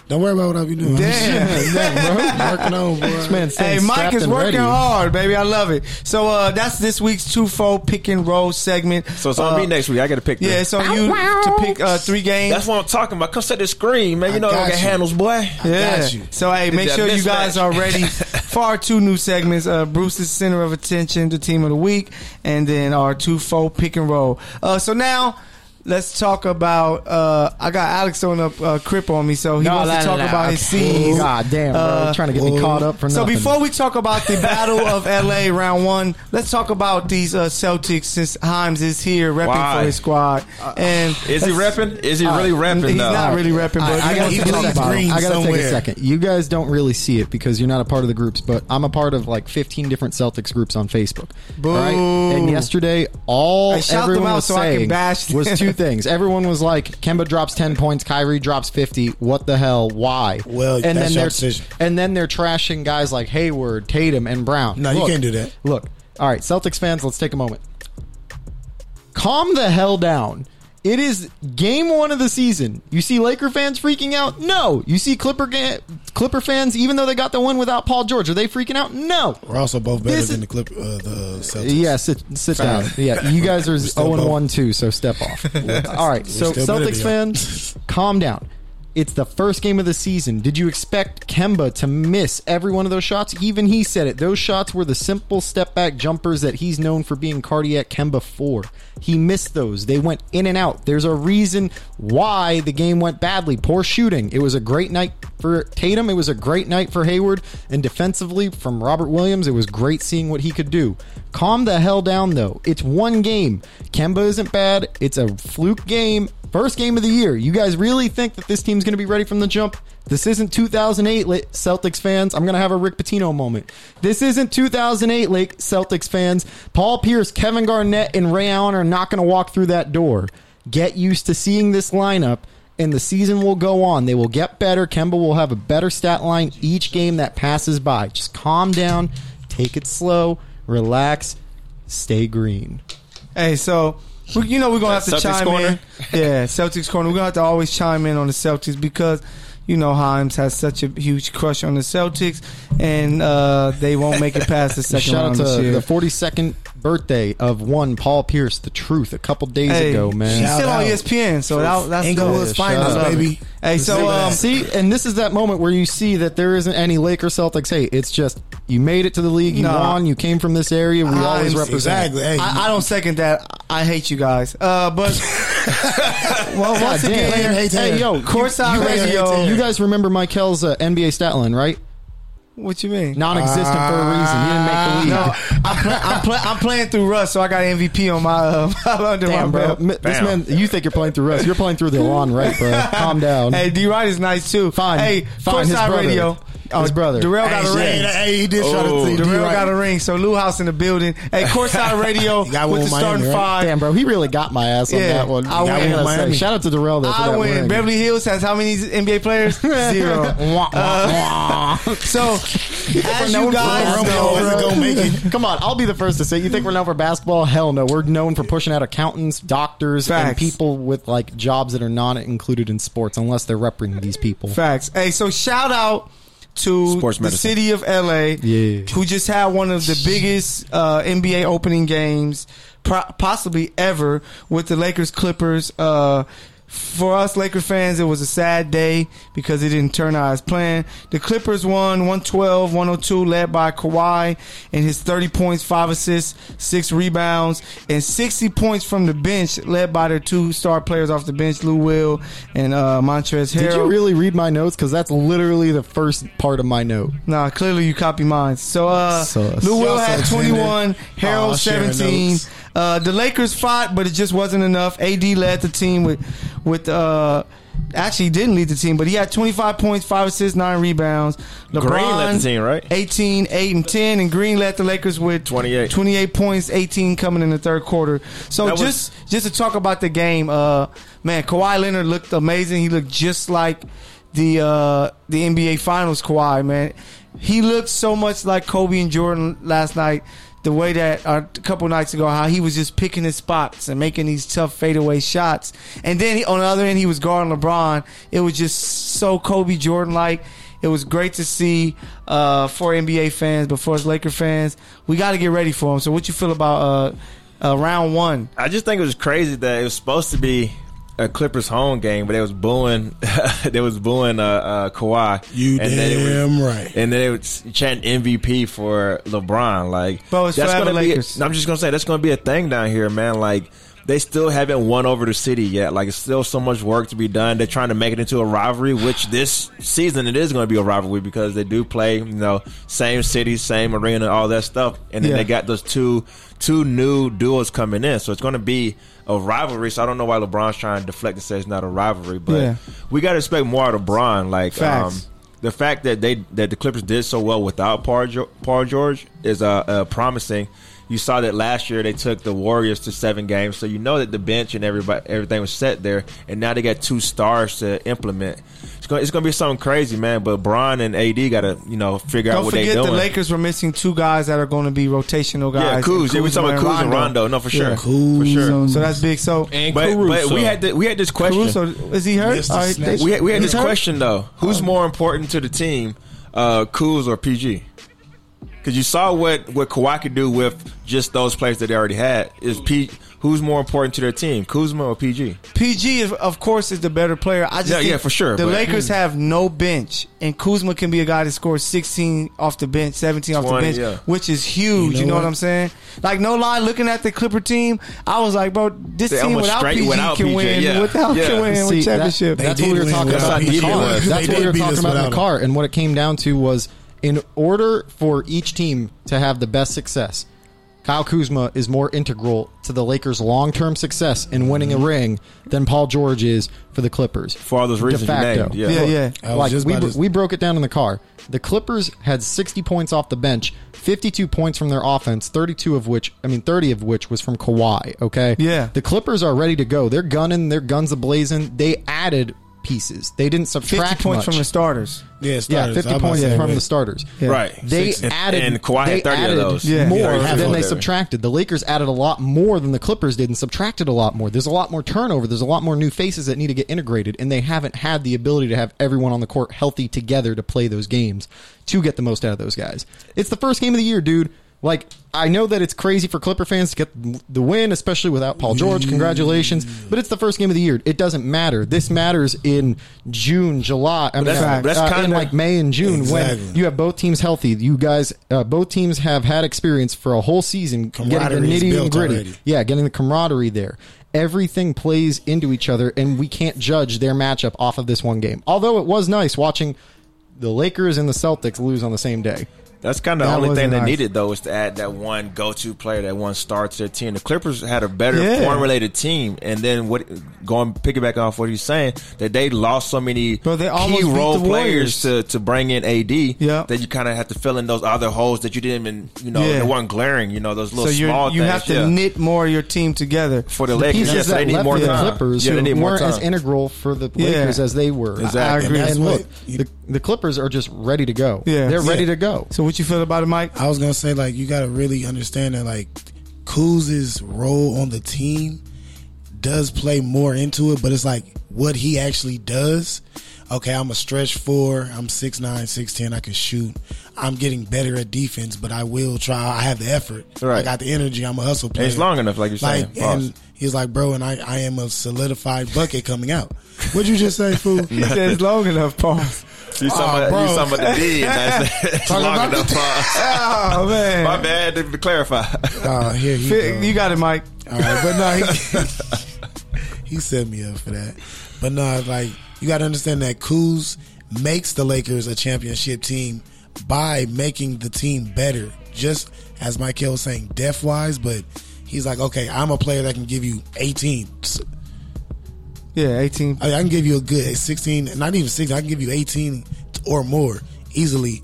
Speaker 3: Don't worry about what I be doing.
Speaker 2: Damn.
Speaker 3: I'm working on, boy.
Speaker 4: This man's
Speaker 2: Hey,
Speaker 4: staying
Speaker 2: Mike
Speaker 4: strapped
Speaker 2: is
Speaker 4: and
Speaker 2: working
Speaker 4: ready.
Speaker 2: hard, baby. I love it. So uh, that's this week's two-fold pick and roll segment.
Speaker 5: so it's on
Speaker 2: Uh,
Speaker 5: me next week. I gotta pick
Speaker 2: Yeah, it's
Speaker 5: this.
Speaker 2: on you to pick uh, three games.
Speaker 5: That's what I'm talking about. Come set the screen, man. You know I
Speaker 3: I
Speaker 5: don't
Speaker 3: got
Speaker 5: get
Speaker 3: you.
Speaker 5: handles, boy.
Speaker 2: Yeah.
Speaker 3: got you.
Speaker 2: So hey,
Speaker 5: Did
Speaker 2: make
Speaker 5: that
Speaker 2: sure you guys
Speaker 5: mismatch.
Speaker 2: are ready for our two new segments: uh, Bruce's Center of Attention, the Team of the Week, and then our two fold pick and roll. Uh, so now. Let's talk about. Uh, I got Alex on a uh, crip on me, so he
Speaker 4: No,
Speaker 2: wants
Speaker 4: no,
Speaker 2: to
Speaker 4: no,
Speaker 2: talk
Speaker 4: no.
Speaker 2: about his scenes.
Speaker 4: God damn, bro.
Speaker 2: Uh,
Speaker 4: trying to get me
Speaker 3: whoa.
Speaker 4: caught up for
Speaker 2: So
Speaker 4: nothing.
Speaker 2: before we talk about the Battle of LA round one, let's talk about these uh, Celtics since Himes is here repping
Speaker 5: Why?
Speaker 2: for his squad. And
Speaker 5: Is he
Speaker 2: let's-
Speaker 5: repping? Is he
Speaker 3: Uh,
Speaker 5: really repping?
Speaker 2: He's
Speaker 5: though?
Speaker 2: not really repping, but
Speaker 4: I, I
Speaker 2: he
Speaker 4: gotta
Speaker 2: wants
Speaker 4: take
Speaker 2: to
Speaker 4: a
Speaker 3: Eagles
Speaker 2: talk
Speaker 4: second.
Speaker 2: about it.
Speaker 3: green
Speaker 4: I gotta take a
Speaker 3: somewhere.
Speaker 4: second. You guys don't really see it because you're not a part of the groups, but I'm a part of like 15 different Celtics groups on Facebook.
Speaker 2: Boo.
Speaker 4: All And yesterday, all
Speaker 2: Hey, shout them
Speaker 4: everyone
Speaker 2: out
Speaker 4: was
Speaker 2: so I can
Speaker 4: saying
Speaker 2: bash them.
Speaker 4: was two things. Everyone was like, "Kemba drops 10 points, Kyrie drops 50. What the hell? Why?"
Speaker 3: Well,
Speaker 4: and
Speaker 3: that's
Speaker 4: then
Speaker 3: your
Speaker 4: they're
Speaker 3: decision.
Speaker 4: and then they're trashing guys like Hayward, Tatum, and Brown.
Speaker 3: No, you can't do that.
Speaker 4: Look, all right, Celtics fans, let's take a moment calm the hell down. It is game one of the season. You see Laker fans freaking out? No. You see Clipper ga- Clipper fans, even though they got the win without Paul George, are they freaking out? No.
Speaker 3: We're also both better
Speaker 4: This is-
Speaker 3: than the Clip, uh, the Celtics.
Speaker 4: Yeah, sit, sit down. Yeah, you guys are
Speaker 3: still
Speaker 4: 0
Speaker 3: both-
Speaker 4: 1 too, so step off. All right, so
Speaker 3: still better
Speaker 4: Celtics
Speaker 3: than y'all.
Speaker 4: fans, calm down. It's the first game of the season. Did you expect Kemba to miss every one of those shots? Even he said it. Those shots were the simple step back jumpers that he's known for being cardiac Kemba for. He missed those. They went in and out. There's a reason why the game went badly. Poor shooting. It was a great night for Tatum. It was a great night for Hayward. And defensively, from Robert Williams, it was great seeing what he could do. Calm the hell down, though. It's one game. Kemba isn't bad. It's a fluke game. First game of the year. You guys really think that this team's going to be ready from the jump? This isn't 2008, Lake Celtics fans. I'm going to have a Rick Pitino moment. This isn't 2008, Lake Celtics fans. Paul Pierce, Kevin Garnett, and Ray Allen are not going to walk through that door. Get used to seeing this lineup, and the season will go on. They will get better. Kemba will have a better stat line each game that passes by. Just calm down, take it slow, relax, stay green.
Speaker 2: Hey, so we, you know we're gonna have to
Speaker 5: Celtics
Speaker 2: chime
Speaker 5: corner?
Speaker 2: in. Yeah, Celtics corner. We're gonna have to always chime in on the Celtics because you know Himes has such a huge crush on the Celtics, and uh, they won't make it past the second
Speaker 4: Shout out
Speaker 2: round
Speaker 4: to
Speaker 2: this year.
Speaker 4: the 42nd birthday of one Paul Pierce, the truth, a couple days
Speaker 2: Hey,
Speaker 4: ago,
Speaker 2: She's
Speaker 4: man.
Speaker 3: Shout
Speaker 2: still on E
Speaker 3: out.
Speaker 2: ESPN, so that, that's
Speaker 3: Inglewood's
Speaker 2: dope.
Speaker 3: finals,
Speaker 2: I love it.
Speaker 3: baby.
Speaker 2: Hey, so
Speaker 3: Look at
Speaker 2: um,
Speaker 3: that.
Speaker 4: See, and this is that moment where you see that there isn't any Lakers Celtics hate. It's just you made it to the league, you
Speaker 2: Nah.
Speaker 4: won, you came from this area. We always
Speaker 2: I'm-
Speaker 4: represent.
Speaker 3: Exactly. Hey,
Speaker 2: I, I don't second that. I hate you guys, uh, but well,
Speaker 4: God
Speaker 2: Oh, once
Speaker 4: damn.
Speaker 2: again,
Speaker 3: Hey,
Speaker 4: hey, yo,
Speaker 2: courtside
Speaker 3: you-
Speaker 2: radio.
Speaker 4: You guys remember Mikel's uh, NBA stat line, right?
Speaker 2: what you mean? Uh,
Speaker 4: Non-existent for a reason. He didn't make the league.
Speaker 2: No, I'm, play, I'm, play, I'm playing through Russ, so I got MVP on my uh, under
Speaker 4: Damn,
Speaker 2: my
Speaker 4: bro.
Speaker 2: belt.
Speaker 4: M- This man, you think you're playing through us. You're playing through the lawn, right, bro? Calm down.
Speaker 2: Hey, D Rod is nice too.
Speaker 4: Fine.
Speaker 2: Hey,
Speaker 4: Fine, his
Speaker 2: Courtside
Speaker 4: brother.
Speaker 2: Radio. Oh,
Speaker 4: His brother.
Speaker 2: Darrell got a
Speaker 3: hey,
Speaker 2: ring.
Speaker 3: hey, he did try
Speaker 5: Oh.
Speaker 3: to see.
Speaker 2: Darrell
Speaker 3: you right.
Speaker 2: got a ring. So Lou House in the building. Hey, Courtside Radio with
Speaker 3: got one
Speaker 2: the
Speaker 3: in Miami,
Speaker 2: starting
Speaker 3: right?
Speaker 2: five.
Speaker 4: Damn, bro, he really got my ass on
Speaker 2: Yeah,
Speaker 4: that one.
Speaker 2: I
Speaker 4: gotta
Speaker 2: win.
Speaker 4: say,
Speaker 3: Miami.
Speaker 4: Shout out to Darrell though. For
Speaker 2: I
Speaker 4: that
Speaker 2: win.
Speaker 4: Ring.
Speaker 2: Beverly Hills has how many NBA players? Zero. Uh, so, as you guys
Speaker 3: Romeo
Speaker 2: know,
Speaker 3: isn't gonna make it.
Speaker 4: Come on, I'll be the first to say. You think we're known for basketball? Hell no. We're known for pushing out accountants, doctors, and
Speaker 2: Facts.
Speaker 4: people with like jobs that are not included in sports unless they're repping these people.
Speaker 2: Facts. Hey, so shout out to
Speaker 5: Sports
Speaker 2: the
Speaker 5: medicine.
Speaker 2: city of LA,
Speaker 4: Yeah.
Speaker 2: who just had one of the biggest uh, NBA opening games pro- possibly ever with the Lakers Clippers. Uh, for us Laker fans, it was a sad day because it didn't turn out as planned. The Clippers won 112, 102, led by Kawhi and his 30 points, 5 assists, 6 rebounds, and 60 points from the bench, led by their two star players off the bench, Lou Will and uh, Montrez Harrell.
Speaker 4: Did you really read my notes? Because that's literally the first part of my note.
Speaker 2: Nah, clearly you copy mine. So, Oh, uh,
Speaker 4: Sus.
Speaker 2: Lou Will
Speaker 3: Y'all
Speaker 2: had
Speaker 3: sucks,
Speaker 2: 21,
Speaker 3: man.
Speaker 2: Harold
Speaker 3: Aw, sharing
Speaker 2: 17.
Speaker 3: notes.
Speaker 2: Uh, the Lakers fought, but it just wasn't enough. AD led the team with, with, uh, actually he didn't lead the team, but he had 25 points, 5 assists, 9 rebounds. LeBron,
Speaker 5: Green led the team, right?
Speaker 2: 18, 8, and 10, and Green led the Lakers with
Speaker 5: 28.
Speaker 2: 28 points, 18 coming in the third quarter. So
Speaker 5: That was-
Speaker 2: just just to talk about the game, uh, man, Kawhi Leonard looked amazing. He looked just like the uh, the NBA Finals Kawhi, man. He looked so much like Kobe and Jordan last night. The way that uh, a couple nights ago, how he was just picking his spots and making these tough fadeaway shots, and then he, on the other end, he was guarding LeBron. It was just so Kobe Jordan like. It was great to see uh, for NBA fans, but for us Laker fans, we got to get ready for him. So, what you feel about uh, uh, round one?
Speaker 5: I just think it was crazy that it was supposed to be a Clippers home game, but they was booing, they was booing uh, uh, Kawhi.
Speaker 3: You
Speaker 5: then it
Speaker 3: damn right.
Speaker 5: And then they was chanting MVP for LeBron. Like,
Speaker 2: Bro, it's forever
Speaker 5: gonna be.
Speaker 2: Lakers.
Speaker 5: I'm just gonna say that's gonna be a thing down here, man. Like. They still haven't won over the city yet. Like it's still so much work to be done. They're trying to make it into a rivalry, which this season it is going to be a rivalry because they do play, you know, same city, same arena, all that stuff. And then
Speaker 2: Yeah.
Speaker 5: they got those two two new duos coming in, so it's going to be a rivalry. So I don't know why LeBron's trying to deflect and say it's not a rivalry, but
Speaker 2: Yeah.
Speaker 5: we got to expect more out of LeBron. Like, um,
Speaker 2: Facts.
Speaker 5: the fact that they that the Clippers did so well without Paul, Geo- Paul George is uh, uh, promising. You saw that last year they took the Warriors to seven games, so you know that the bench and everybody everything was set there, and now they got two stars to implement. It's going it's going to be something crazy, man. But Bron and AD got to you know figure out
Speaker 2: Don't
Speaker 5: what they're
Speaker 2: forget
Speaker 5: doing.
Speaker 2: the Lakers were missing two guys that are going to be rotational guys.
Speaker 5: yeah, Kuz. Yeah, we talking about Kuz and Rondo. No, for sure,
Speaker 2: Yeah.
Speaker 5: for sure.
Speaker 2: So, so that's big. So
Speaker 1: And
Speaker 5: but, but
Speaker 1: Caruso.
Speaker 5: we had the, we had this question.
Speaker 2: Caruso, is he hurt?
Speaker 3: Mr.
Speaker 2: All right,
Speaker 3: Snatch.
Speaker 5: We had, we had
Speaker 2: He's
Speaker 5: this
Speaker 2: hurt?
Speaker 5: question though: Who's more important to the team, uh, Kuz or PG? Because you saw what what Kawhi could do with just those players that they already had. Is P who's more important to their team, Kuzma or PG?
Speaker 2: PG, is, of course, is the better player. I just
Speaker 5: Yeah,
Speaker 2: think
Speaker 5: yeah, for sure,
Speaker 2: The
Speaker 5: but-
Speaker 2: Lakers have no bench, and Kuzma can be a guy that scores 16 off the bench, 17 off
Speaker 5: 20,
Speaker 2: the bench,
Speaker 5: yeah.
Speaker 2: which is huge. You know,
Speaker 3: know
Speaker 2: what?
Speaker 3: what?
Speaker 2: I'm saying? Like, no lie, looking at the Clipper team, I was like, bro, this
Speaker 5: They
Speaker 2: team
Speaker 5: almost
Speaker 2: without
Speaker 5: straight
Speaker 2: PG
Speaker 5: without
Speaker 2: can
Speaker 5: PG,
Speaker 2: win.
Speaker 5: yeah.
Speaker 2: Without
Speaker 5: Yeah.
Speaker 2: can win
Speaker 4: See,
Speaker 2: with
Speaker 4: that-
Speaker 2: championship.
Speaker 4: that's
Speaker 3: They did
Speaker 4: what we were
Speaker 3: win
Speaker 4: talking
Speaker 5: without
Speaker 4: about in the
Speaker 5: PG.
Speaker 4: car.
Speaker 5: They
Speaker 4: That's what
Speaker 3: did
Speaker 4: we were
Speaker 3: beat us
Speaker 4: talking about
Speaker 3: without
Speaker 4: in the
Speaker 3: him.
Speaker 4: car. And what it came down to was, in order for each team to have the best success, Kyle Kuzma is more integral to the Lakers' long-term success in winning a ring than Paul George is for the Clippers.
Speaker 5: For all those
Speaker 4: De
Speaker 5: reasons you
Speaker 4: facto.
Speaker 5: named, yeah.
Speaker 2: yeah, yeah.
Speaker 3: I was
Speaker 4: like
Speaker 3: just
Speaker 4: we,
Speaker 3: about to-
Speaker 4: we broke it down in the car. The Clippers had 60 points off the bench, 52 points from their offense, 32 of which, I mean 30 of which was from Kawhi, okay?
Speaker 2: Yeah.
Speaker 4: The Clippers are ready to go. They're gunning, their guns ablazing. They added pieces. They didn't
Speaker 2: 50
Speaker 4: subtract
Speaker 2: points
Speaker 4: much.
Speaker 2: from the starters.
Speaker 3: Yeah,
Speaker 4: yeah,
Speaker 3: starters.
Speaker 4: 50
Speaker 3: I'm about
Speaker 4: points
Speaker 3: to say,
Speaker 4: from
Speaker 3: wait.
Speaker 4: the starters.
Speaker 5: Right.
Speaker 4: They
Speaker 5: Six- and-
Speaker 4: added
Speaker 5: and Kawhi
Speaker 4: they
Speaker 5: had 30
Speaker 4: added
Speaker 5: of those.
Speaker 2: Yeah.
Speaker 4: more
Speaker 5: Yeah, half
Speaker 4: than
Speaker 5: of
Speaker 4: they
Speaker 5: them.
Speaker 4: subtracted. The Lakers added a lot more than the Clippers did and subtracted a lot more. There's a lot more turnover. There's a lot more new faces that need to get integrated, and they haven't had the ability to have everyone on the court healthy together to play those games to get the most out of those guys. It's the first game of the year, dude. Like I know that it's crazy for Clipper fans to get the win, especially without Paul George. Congratulations, but it's the first game of the year. It doesn't matter. This matters in June, July. I mean,
Speaker 5: that's-
Speaker 4: uh,
Speaker 5: that's
Speaker 4: uh, in
Speaker 5: kinda-
Speaker 4: like May and June
Speaker 3: Exactly.
Speaker 4: when you have both teams healthy. You guys, uh, both teams have had experience for a whole season getting the
Speaker 3: Camaraderie is
Speaker 4: nitty and
Speaker 3: built
Speaker 4: gritty.
Speaker 3: already.
Speaker 4: Yeah, getting the camaraderie there. Everything plays into each other, and we can't judge their matchup off of this one game. Although it was nice watching the Lakers and the Celtics lose on the same day.
Speaker 5: That's kind of the
Speaker 2: That
Speaker 5: only thing
Speaker 2: wasn't
Speaker 5: they
Speaker 2: nice.
Speaker 5: needed, though, was to add that one go-to player, that one star to their team. The Clippers had a better
Speaker 2: Yeah.
Speaker 5: formulated team, and then what? Going piggyback off what he's saying, that they lost so many
Speaker 2: Bro, they almost
Speaker 5: key
Speaker 2: beat
Speaker 5: role
Speaker 2: the Warriors.
Speaker 5: players to, to bring in AD.
Speaker 2: Yeah.
Speaker 5: that you kind of have to fill in those other holes that you didn't even, you know,
Speaker 2: Yeah.
Speaker 5: they weren't glaring. You know, those
Speaker 2: So
Speaker 5: little
Speaker 2: you
Speaker 5: small
Speaker 2: you
Speaker 5: things.
Speaker 2: have to
Speaker 5: yeah.
Speaker 2: knit more of your team together.
Speaker 5: for the,
Speaker 4: The
Speaker 5: Lakers,
Speaker 4: pieces
Speaker 5: yes,
Speaker 4: that
Speaker 5: they need
Speaker 4: left
Speaker 5: more
Speaker 4: for the
Speaker 5: time.
Speaker 4: Clippers
Speaker 5: yeah, they
Speaker 4: who
Speaker 5: need more
Speaker 4: weren't
Speaker 5: time.
Speaker 4: as integral for the
Speaker 2: Yeah.
Speaker 4: Lakers as they were.
Speaker 5: Exactly.
Speaker 4: I agree.
Speaker 3: And
Speaker 4: And,
Speaker 3: that's
Speaker 4: look,
Speaker 3: what you-
Speaker 4: the, the Clippers are just ready to go.
Speaker 2: Yeah.
Speaker 4: They're
Speaker 2: Yeah.
Speaker 4: ready to go.
Speaker 2: So what you feel about it, Mike?
Speaker 3: I was gonna say like you gotta really understand that like Kuz's role on the team does play more into it, but it's like what he actually does. Okay, I'm a stretch four. I'm six nine, six ten. I can shoot. I'm getting better at defense, but I will try. I have the effort.
Speaker 5: Right.
Speaker 3: I got the energy. I'm a hustle player.
Speaker 5: it's long enough, like you're saying.
Speaker 3: Like,
Speaker 5: Pause.
Speaker 3: and he's like, bro, and I, I am a solidified bucket coming out. What'd you just say, fool?
Speaker 2: He says long enough, pause.
Speaker 5: You talking
Speaker 3: Oh,
Speaker 5: about you
Speaker 3: bro.
Speaker 5: talking about the D? and that's- It's
Speaker 3: Talking
Speaker 5: long
Speaker 3: about
Speaker 5: enough.
Speaker 3: the-
Speaker 5: Pause.
Speaker 2: Oh man,
Speaker 5: My bad. To clarify.
Speaker 3: Oh, here he
Speaker 2: Fit-
Speaker 3: goes.
Speaker 2: you got it, Mike.
Speaker 3: All right, but no, he, he set me up for that. But no, like you got to understand that Kuz makes the Lakers a championship team by making the team better. Just as Michael was saying, depth wise, but he's like, okay, I'm a player that can give you 18.
Speaker 2: Yeah, 18.
Speaker 3: I, I can give you a good 16, not even 16. I can give you 18 or more easily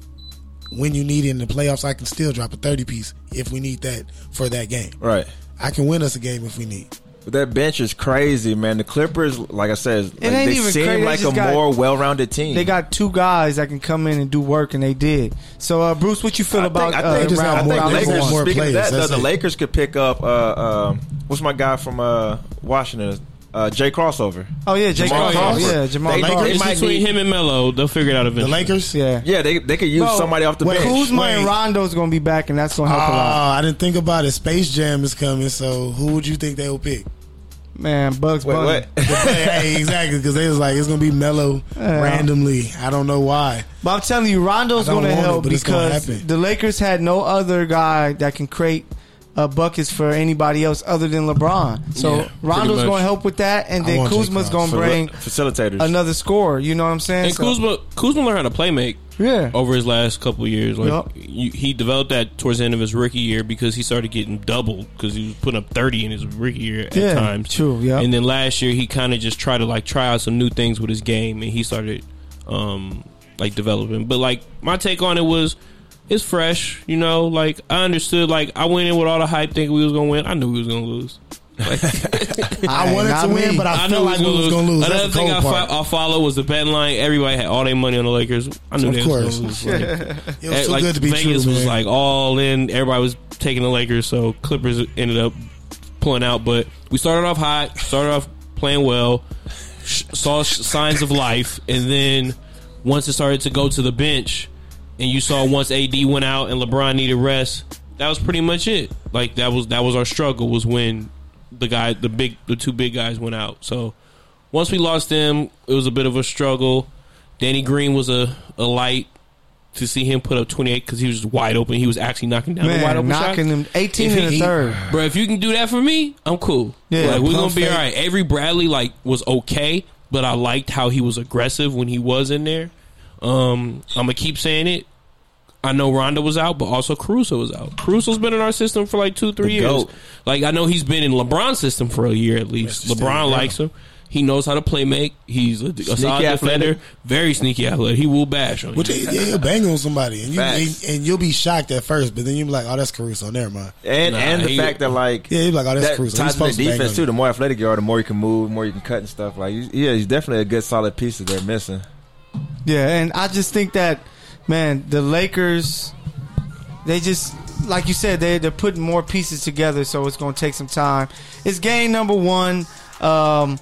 Speaker 3: when you need it in the playoffs. I can still drop a 30 piece if we need that for that game.
Speaker 5: right.
Speaker 3: I can win us a game if we need.
Speaker 5: But that bench is crazy, man. The Clippers, like I said, like,
Speaker 2: ain't
Speaker 5: they
Speaker 2: even
Speaker 5: seem
Speaker 2: crazy. They
Speaker 5: like a
Speaker 2: just got-
Speaker 5: more well-rounded team.
Speaker 2: They got two guys that can come in and do work, and they did. So, uh, Bruce, what you feel
Speaker 5: I think,
Speaker 2: about
Speaker 5: I
Speaker 2: uh,
Speaker 5: think,
Speaker 3: just
Speaker 2: round
Speaker 3: have more-
Speaker 5: I
Speaker 2: round
Speaker 5: think
Speaker 2: number
Speaker 5: Lakers,
Speaker 2: one?
Speaker 3: more
Speaker 5: speaking
Speaker 3: players,
Speaker 5: of that, though,
Speaker 3: that's
Speaker 5: the
Speaker 3: it.
Speaker 5: Lakers could pick up. Uh, uh, what's my guy from uh, Washington? Uh, Jay Crossover.
Speaker 2: Oh yeah, Jay Crossover.
Speaker 5: Jamal Crawford.
Speaker 2: Yeah, Jamal
Speaker 5: They-
Speaker 2: Crawford.
Speaker 5: they
Speaker 1: It's
Speaker 5: might
Speaker 1: between
Speaker 5: need-
Speaker 1: him and Melo. They'll figure it out
Speaker 3: The
Speaker 1: eventually.
Speaker 3: Lakers,
Speaker 2: Yeah.
Speaker 5: Yeah, they they could use
Speaker 2: Bro,
Speaker 5: somebody off the
Speaker 3: wait,
Speaker 5: bench. Uh,
Speaker 2: Kuzma and
Speaker 3: Wait.
Speaker 2: Rondo's gonna be back, and that's gonna help a lot.
Speaker 3: Ah, I didn't think about it. Space Jam is coming, so who would you think they will pick?
Speaker 2: Man, Bugs
Speaker 5: Wait,
Speaker 2: Bunny.
Speaker 5: what?
Speaker 3: hey, exactly, because they was like it's gonna be mellow randomly. I don't know why.
Speaker 2: But I'm telling you, Rondo's
Speaker 3: I don't
Speaker 2: going to
Speaker 3: want it,
Speaker 2: help
Speaker 3: but it's gonna
Speaker 2: because
Speaker 3: happen.
Speaker 2: the Lakers had no other guy that can create uh, buckets for anybody else other than LeBron. So
Speaker 1: Yeah,
Speaker 2: Rondo's
Speaker 1: pretty much.
Speaker 2: going to help with that, and
Speaker 3: I
Speaker 2: then
Speaker 3: want Jay
Speaker 2: Kuzma's going
Speaker 3: Crowder.
Speaker 2: to bring
Speaker 5: facilitators.
Speaker 2: another scorer. You know what I'm saying?
Speaker 1: And
Speaker 2: So-
Speaker 1: Kuzma, Kuzma learned how to play make
Speaker 3: Oh,
Speaker 2: yeah,
Speaker 1: over his last couple of years. Like
Speaker 2: Yup.
Speaker 1: you, he developed that towards the end of his rookie year because he started getting doubled because he was putting up thirty in his rookie year at
Speaker 2: Yeah,
Speaker 1: times.
Speaker 2: true, yup.
Speaker 1: And then last year he kind of just tried to like try out some new things with his game, and he started um like developing. But like my take on it was. It's fresh, you know. Like I understood. Like I went in with all the hype, thinking we was gonna win. I knew we was gonna lose.
Speaker 3: I,
Speaker 2: Aight,
Speaker 3: wanted
Speaker 2: not
Speaker 3: to win,
Speaker 2: me.
Speaker 3: but I,
Speaker 1: I
Speaker 3: felt
Speaker 1: knew
Speaker 3: like we
Speaker 1: we
Speaker 3: was gonna lose.
Speaker 1: Another
Speaker 3: That's the
Speaker 1: thing I, uh,
Speaker 3: cold part.
Speaker 1: fo- I followed was the bet line. Everybody had all their money on the Lakers. I knew
Speaker 3: Of
Speaker 1: they was
Speaker 3: course.
Speaker 1: gonna lose. Like,
Speaker 3: it was
Speaker 1: eh,
Speaker 3: too
Speaker 1: like,
Speaker 3: good to be true,
Speaker 1: Vegas was
Speaker 3: man.
Speaker 1: like all in. Everybody was taking the Lakers, so Clippers ended up pulling out. But we started off hot. Started off playing well. Sh- saw sh- signs of life, and then once it started to go to the bench, and you saw once AD went out and LeBron needed rest, that was pretty much it. Like that was that was our struggle was when the guy the big the two big guys went out. So once we lost them, it was a bit of a struggle. Danny Green was a, a light to see him put up 28 because he was wide open. He was actually knocking down the wide
Speaker 2: Man,
Speaker 1: open shots.
Speaker 2: knocking them 18
Speaker 1: If
Speaker 2: in the
Speaker 1: he-
Speaker 2: third.
Speaker 1: Bro, if you can do that for me, I'm cool.
Speaker 2: Yeah,
Speaker 1: like we're gonna
Speaker 2: pump
Speaker 1: be
Speaker 2: fake.
Speaker 1: all right. Avery Bradley like was okay, but I liked how he was aggressive when he was in there. Um, I'm gonna keep saying it. I know Rondo was out, but also Caruso was out. Caruso's been in our system for like two, three
Speaker 5: The
Speaker 1: years.
Speaker 5: GOAT.
Speaker 1: Like I know he's been in LeBron's system for a year at least.
Speaker 3: Mr.
Speaker 1: LeBron
Speaker 3: Steve
Speaker 1: likes him. He knows how to play make. He's a, a solid
Speaker 5: athletic.
Speaker 1: defender, very sneaky athlete. He will bash on you.
Speaker 3: Well, they, yeah, he'll bang on somebody, and you and,
Speaker 5: Facts.
Speaker 3: and you'll be shocked at first, but then you'll be like, "Oh, that's Caruso. Never mind."
Speaker 5: And
Speaker 1: Nah,
Speaker 5: and the
Speaker 1: he-
Speaker 5: fact that like
Speaker 3: Yeah, you'd be like, oh, that's
Speaker 5: that
Speaker 3: Caruso. He's
Speaker 5: ties to the
Speaker 3: supposed to bang
Speaker 5: defense
Speaker 3: on
Speaker 5: too.
Speaker 3: you.
Speaker 5: The more athletic you are, the more you can move, the more you can cut and stuff. Like he's- yeah, he's definitely a good solid piece that they're missing.
Speaker 2: Yeah, and I just think that, man, the Lakers, they just like you said, they they're putting more pieces together, so it's going to take some time. It's game number one. Um,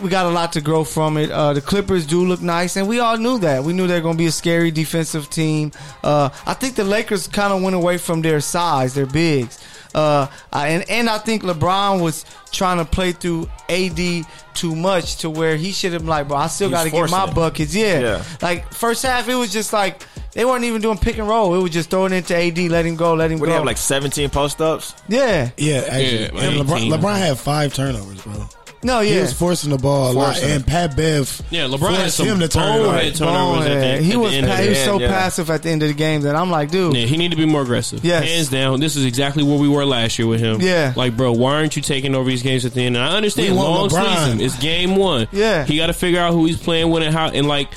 Speaker 2: we got a lot to grow from it. Uh, the Clippers do look nice, and we all knew that. We knew they're going to be a scary defensive team. Uh, I think the Lakers kind of went away from their size, their bigs, uh, I- and and I think LeBron was trying to play through AD too much to where he should have been like, bro, I still
Speaker 5: He was
Speaker 2: got to get
Speaker 5: forcing
Speaker 2: my
Speaker 5: it.
Speaker 2: buckets. Yeah.
Speaker 5: Yeah.
Speaker 2: like first half, it was just like they weren't even doing pick and roll. It was just throwing into AD, let him go, let him
Speaker 5: What do
Speaker 2: go.
Speaker 5: you have like seventeen post ups?
Speaker 2: yeah,
Speaker 3: Yeah, actually,
Speaker 1: Yeah, like
Speaker 3: and LeBron,
Speaker 1: 18.
Speaker 3: LeBron had five turnovers, bro.
Speaker 2: no,
Speaker 3: He
Speaker 2: yeah.
Speaker 3: was forcing the ball a lot,
Speaker 5: Forcing.
Speaker 3: and Pat Bev,
Speaker 1: yeah, LeBron had
Speaker 3: forced him
Speaker 1: some
Speaker 3: to turn it
Speaker 1: bonehead
Speaker 3: on.
Speaker 1: turnovers at the,
Speaker 2: Bonehead.
Speaker 1: at
Speaker 2: he
Speaker 1: the
Speaker 2: was
Speaker 1: end. of
Speaker 2: pa-
Speaker 1: the
Speaker 2: he was so
Speaker 5: end, yeah.
Speaker 2: passive at the end of the game that I'm like, dude,
Speaker 1: Yeah, he need to be more aggressive.
Speaker 2: Yes.
Speaker 1: Hands down. This is exactly where we were last year with him.
Speaker 2: Yeah.
Speaker 1: Like, bro, why aren't you taking over these games at the end? And I understand
Speaker 3: We want
Speaker 1: long
Speaker 3: LeBron.
Speaker 1: season. It's game one.
Speaker 2: Yeah.
Speaker 1: He gotta figure out who he's playing with and how and like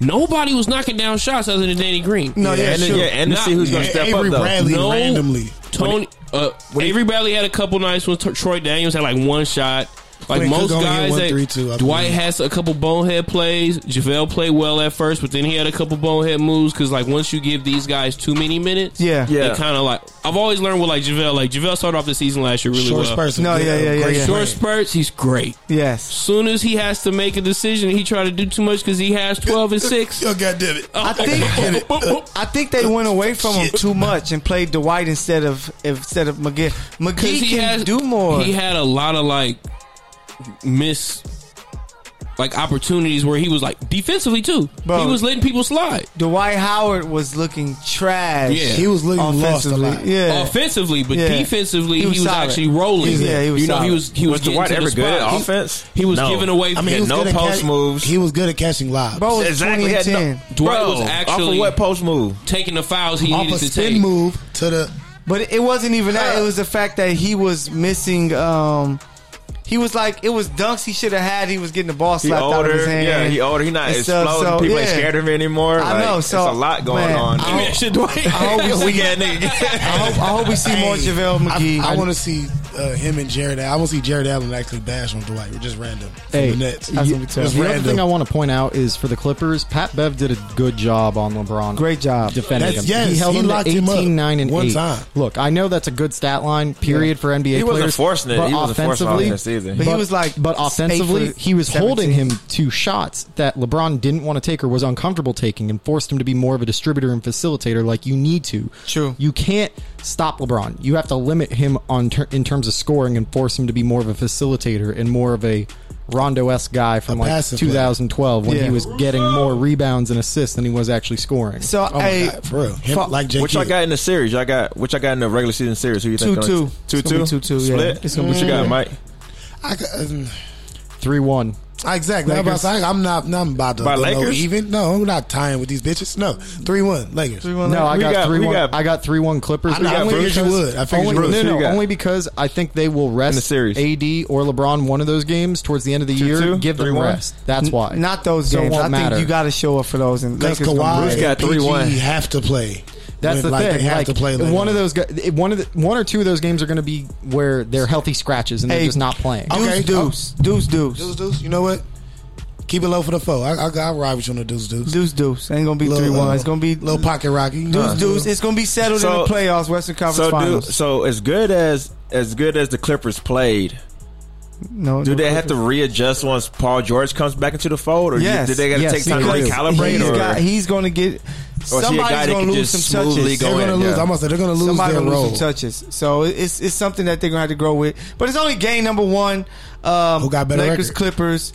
Speaker 1: nobody was knocking down shots other than Danny Green.
Speaker 2: no, yeah,
Speaker 5: and then-
Speaker 2: shoot.
Speaker 5: yeah, and to
Speaker 1: Nah,
Speaker 5: see who's going
Speaker 3: and
Speaker 5: to step
Speaker 3: Avery
Speaker 5: up though.
Speaker 3: Bradley
Speaker 1: No.
Speaker 3: randomly.
Speaker 1: Tony uh Avery Bradley had a couple nice ones. T- Troy Daniels had like one shot. Like
Speaker 3: When he
Speaker 1: most
Speaker 3: could only hit
Speaker 1: guys,
Speaker 3: one
Speaker 1: that-
Speaker 3: three, two, I
Speaker 1: Dwight
Speaker 3: believe.
Speaker 1: has a couple bonehead plays. JaVale played well at first, but then he had a couple bonehead moves because, like, once you give these guys too many minutes,
Speaker 2: Yeah.
Speaker 5: Yeah.
Speaker 1: they kind of like. I've always learned with like JaVale. Like JaVale started off the season last year really
Speaker 3: Short
Speaker 1: well.
Speaker 3: spurts. of
Speaker 2: No,
Speaker 3: good-
Speaker 2: yeah, yeah, yeah,
Speaker 3: great
Speaker 2: yeah.
Speaker 1: Short
Speaker 3: play.
Speaker 1: spurts, he's great.
Speaker 2: yes.
Speaker 1: Soon as he has to make a decision, he try to do too much because he has twelve and six.
Speaker 3: Yo, goddamn it!
Speaker 2: I think I think they went away from him too much and played Dwight instead of instead of McGee. McGee can do more.
Speaker 1: He had a lot of like miss like opportunities where he was like defensively too.
Speaker 2: Bro.
Speaker 1: He was letting people slide
Speaker 2: Dwight Howard was looking trash.
Speaker 1: Yeah.
Speaker 3: He was looking lost a
Speaker 2: offensively.
Speaker 3: lot.
Speaker 2: Yeah.
Speaker 1: offensively, but
Speaker 2: Yeah.
Speaker 1: defensively he
Speaker 2: He
Speaker 1: was,
Speaker 2: was solid.
Speaker 1: actually rolling.
Speaker 2: Yeah, he was
Speaker 1: You know, he
Speaker 2: solid.
Speaker 1: was he was,
Speaker 5: Was
Speaker 1: getting
Speaker 5: Dwight
Speaker 1: to the
Speaker 5: ever good at
Speaker 1: spots.
Speaker 5: offense?
Speaker 1: He was
Speaker 5: No.
Speaker 1: giving away.
Speaker 3: I mean, he was
Speaker 5: no
Speaker 3: good at
Speaker 5: post
Speaker 3: catch-
Speaker 5: moves.
Speaker 3: He was good at catching lobs.
Speaker 2: Bro, it was
Speaker 5: Exactly,
Speaker 2: 20 and
Speaker 5: had no-
Speaker 2: 10.
Speaker 1: Dwight was
Speaker 5: Bro, off
Speaker 1: actually
Speaker 5: of what post move?
Speaker 1: taking the fouls he
Speaker 3: off
Speaker 1: needed
Speaker 3: a
Speaker 1: to
Speaker 3: spin
Speaker 1: take.
Speaker 3: move to the
Speaker 2: But it wasn't even that. It was the fact that he was missing. Um, he was like it was dunks he should have had. He was getting the ball
Speaker 5: He
Speaker 2: slapped out of his
Speaker 5: older,
Speaker 2: hand.
Speaker 5: yeah. He older. He not
Speaker 2: and stuff,
Speaker 5: exploding.
Speaker 2: so,
Speaker 5: People ain't
Speaker 2: yeah.
Speaker 5: scared of him anymore.
Speaker 2: I know,
Speaker 5: Like,
Speaker 2: so,
Speaker 5: it's a lot going
Speaker 2: man,
Speaker 5: on.
Speaker 2: I
Speaker 1: Give me that shit, Dwight.
Speaker 2: I hope we-
Speaker 5: we got nigga.
Speaker 2: I hope, I hope we see more
Speaker 3: Hey,
Speaker 2: JaVale McGee.
Speaker 3: I, want to see uh, him and Jared. Allen. I want to see Jared Allen actually bash on Dwight, just random. from
Speaker 4: Hey,
Speaker 3: the Nets.
Speaker 4: y-
Speaker 2: That's what we tell
Speaker 3: Just
Speaker 4: the other thing I
Speaker 3: random.
Speaker 4: want to point out is for the Clippers, Pat Bev did a good job on LeBron.
Speaker 2: Great job.
Speaker 4: defending
Speaker 3: That's-
Speaker 4: him.
Speaker 3: yes,
Speaker 4: he held
Speaker 3: he
Speaker 4: him to
Speaker 3: locked him up
Speaker 4: 18, 9, and
Speaker 3: one
Speaker 4: 8.
Speaker 3: time.
Speaker 4: Look, I know that's a good stat line. Period for NBA
Speaker 5: He
Speaker 4: players.
Speaker 5: wasn't forcing it.
Speaker 4: but
Speaker 5: He wasn't forcing
Speaker 4: offensively,
Speaker 5: offense either.
Speaker 2: But he was like
Speaker 4: but
Speaker 2: eight
Speaker 4: offensively,
Speaker 2: for
Speaker 4: he was
Speaker 2: 17.
Speaker 4: holding him to shots that LeBron didn't want to take or was uncomfortable taking, and forced him to be more of a distributor and facilitator, like you need to.
Speaker 2: True.
Speaker 4: You can't stop LeBron. You have to limit him on ter- in terms of scoring and force him to be more of a facilitator and more of a Rondo-esque guy from like
Speaker 3: passive
Speaker 4: 2012 when
Speaker 2: Yeah.
Speaker 4: he was getting more rebounds and assists than he was actually scoring.
Speaker 2: so
Speaker 3: oh my
Speaker 2: hey,
Speaker 3: god, for real. Him,
Speaker 2: fuck-
Speaker 3: like Jay
Speaker 5: What y'all
Speaker 3: Kidd.
Speaker 5: got in the series? Y'all got what y'all got in the regular season series? Who you think?
Speaker 2: 2-2.
Speaker 5: Two
Speaker 2: It's gonna
Speaker 5: two
Speaker 2: be 2-2, yeah.
Speaker 5: Split.
Speaker 2: It's gonna
Speaker 5: what
Speaker 2: be
Speaker 5: you got,
Speaker 2: 2-2.
Speaker 5: Mike?
Speaker 3: I got, um,
Speaker 4: 3-1.
Speaker 3: exactly. I'm about to say, I'm not. I'm about to
Speaker 5: By
Speaker 3: go
Speaker 5: Lakers?
Speaker 3: even. No, we're not tying with these bitches. No, three one Lakers.
Speaker 4: No, I
Speaker 5: We
Speaker 4: got,
Speaker 5: got-
Speaker 4: three
Speaker 5: we
Speaker 4: one.
Speaker 5: got-
Speaker 4: I got three one Clippers.
Speaker 3: I know,
Speaker 5: I
Speaker 4: only
Speaker 5: figured
Speaker 3: you
Speaker 4: because-
Speaker 3: would. I figured
Speaker 4: only,
Speaker 3: you would.
Speaker 4: No,
Speaker 5: Who
Speaker 4: no,
Speaker 5: you got?
Speaker 4: only because I think they will rest
Speaker 5: the series.
Speaker 4: AD or LeBron one of those games towards the end of the year.
Speaker 5: 2-2,
Speaker 4: give them
Speaker 5: 3-1.
Speaker 4: rest. That's why.
Speaker 2: Not those
Speaker 4: So it
Speaker 2: games.
Speaker 4: won't
Speaker 2: I
Speaker 4: matter.
Speaker 2: think you got to show up for those. And
Speaker 3: Because
Speaker 2: Lakers gonna
Speaker 3: Kawhi
Speaker 2: lose.
Speaker 5: Bruce got
Speaker 3: and
Speaker 5: 3-1.
Speaker 3: PG have to play.
Speaker 4: That's
Speaker 3: When,
Speaker 4: the
Speaker 3: like,
Speaker 4: thing.
Speaker 3: They have
Speaker 4: like,
Speaker 3: to play. later
Speaker 4: one of
Speaker 3: on.
Speaker 4: those. gu- it- One of the, one or two of those games are going to be where they're healthy scratches and they're
Speaker 2: Hey,
Speaker 4: just not playing.
Speaker 3: I'll- Okay.
Speaker 2: Deuce, deuce, deuce, deuce,
Speaker 3: Deuce, deuce. You know what? Keep it low for the foe. I, I, I ride with you on the deuce, deuce.
Speaker 2: deuce, deuce. Ain't gonna be three one. It's gonna be
Speaker 3: little Uh-huh.
Speaker 2: deuce,
Speaker 3: pocket rocky.
Speaker 2: deuce. It's gonna be settled
Speaker 5: So-
Speaker 2: in the playoffs, Western Conference
Speaker 5: So do,
Speaker 2: Finals.
Speaker 5: so as good as as good as the Clippers played,
Speaker 2: no,
Speaker 5: do
Speaker 2: no
Speaker 5: they
Speaker 2: Clippers.
Speaker 5: have to readjust once Paul George comes back into the fold, or do you-
Speaker 2: Yes.
Speaker 5: do they got to
Speaker 4: Yes,
Speaker 5: take time to
Speaker 4: because
Speaker 5: recalibrate?
Speaker 2: He's
Speaker 5: Or
Speaker 2: got- he's going to get
Speaker 5: Or is he a guy
Speaker 2: Somebody's
Speaker 5: that
Speaker 2: gonna
Speaker 5: can
Speaker 2: lose
Speaker 5: just
Speaker 2: some touches.
Speaker 5: smoothly
Speaker 3: They're
Speaker 5: go
Speaker 3: going to
Speaker 5: in?
Speaker 3: lose.
Speaker 5: yeah.
Speaker 3: I'm gonna say they're going to lose
Speaker 2: Somebody
Speaker 3: their
Speaker 2: gonna lose
Speaker 3: role.
Speaker 2: some touches, so it's it's something that they're gonna have to grow with. But it's only game number one. Um,
Speaker 3: Who got better
Speaker 2: Lakers,
Speaker 3: record?
Speaker 2: Clippers.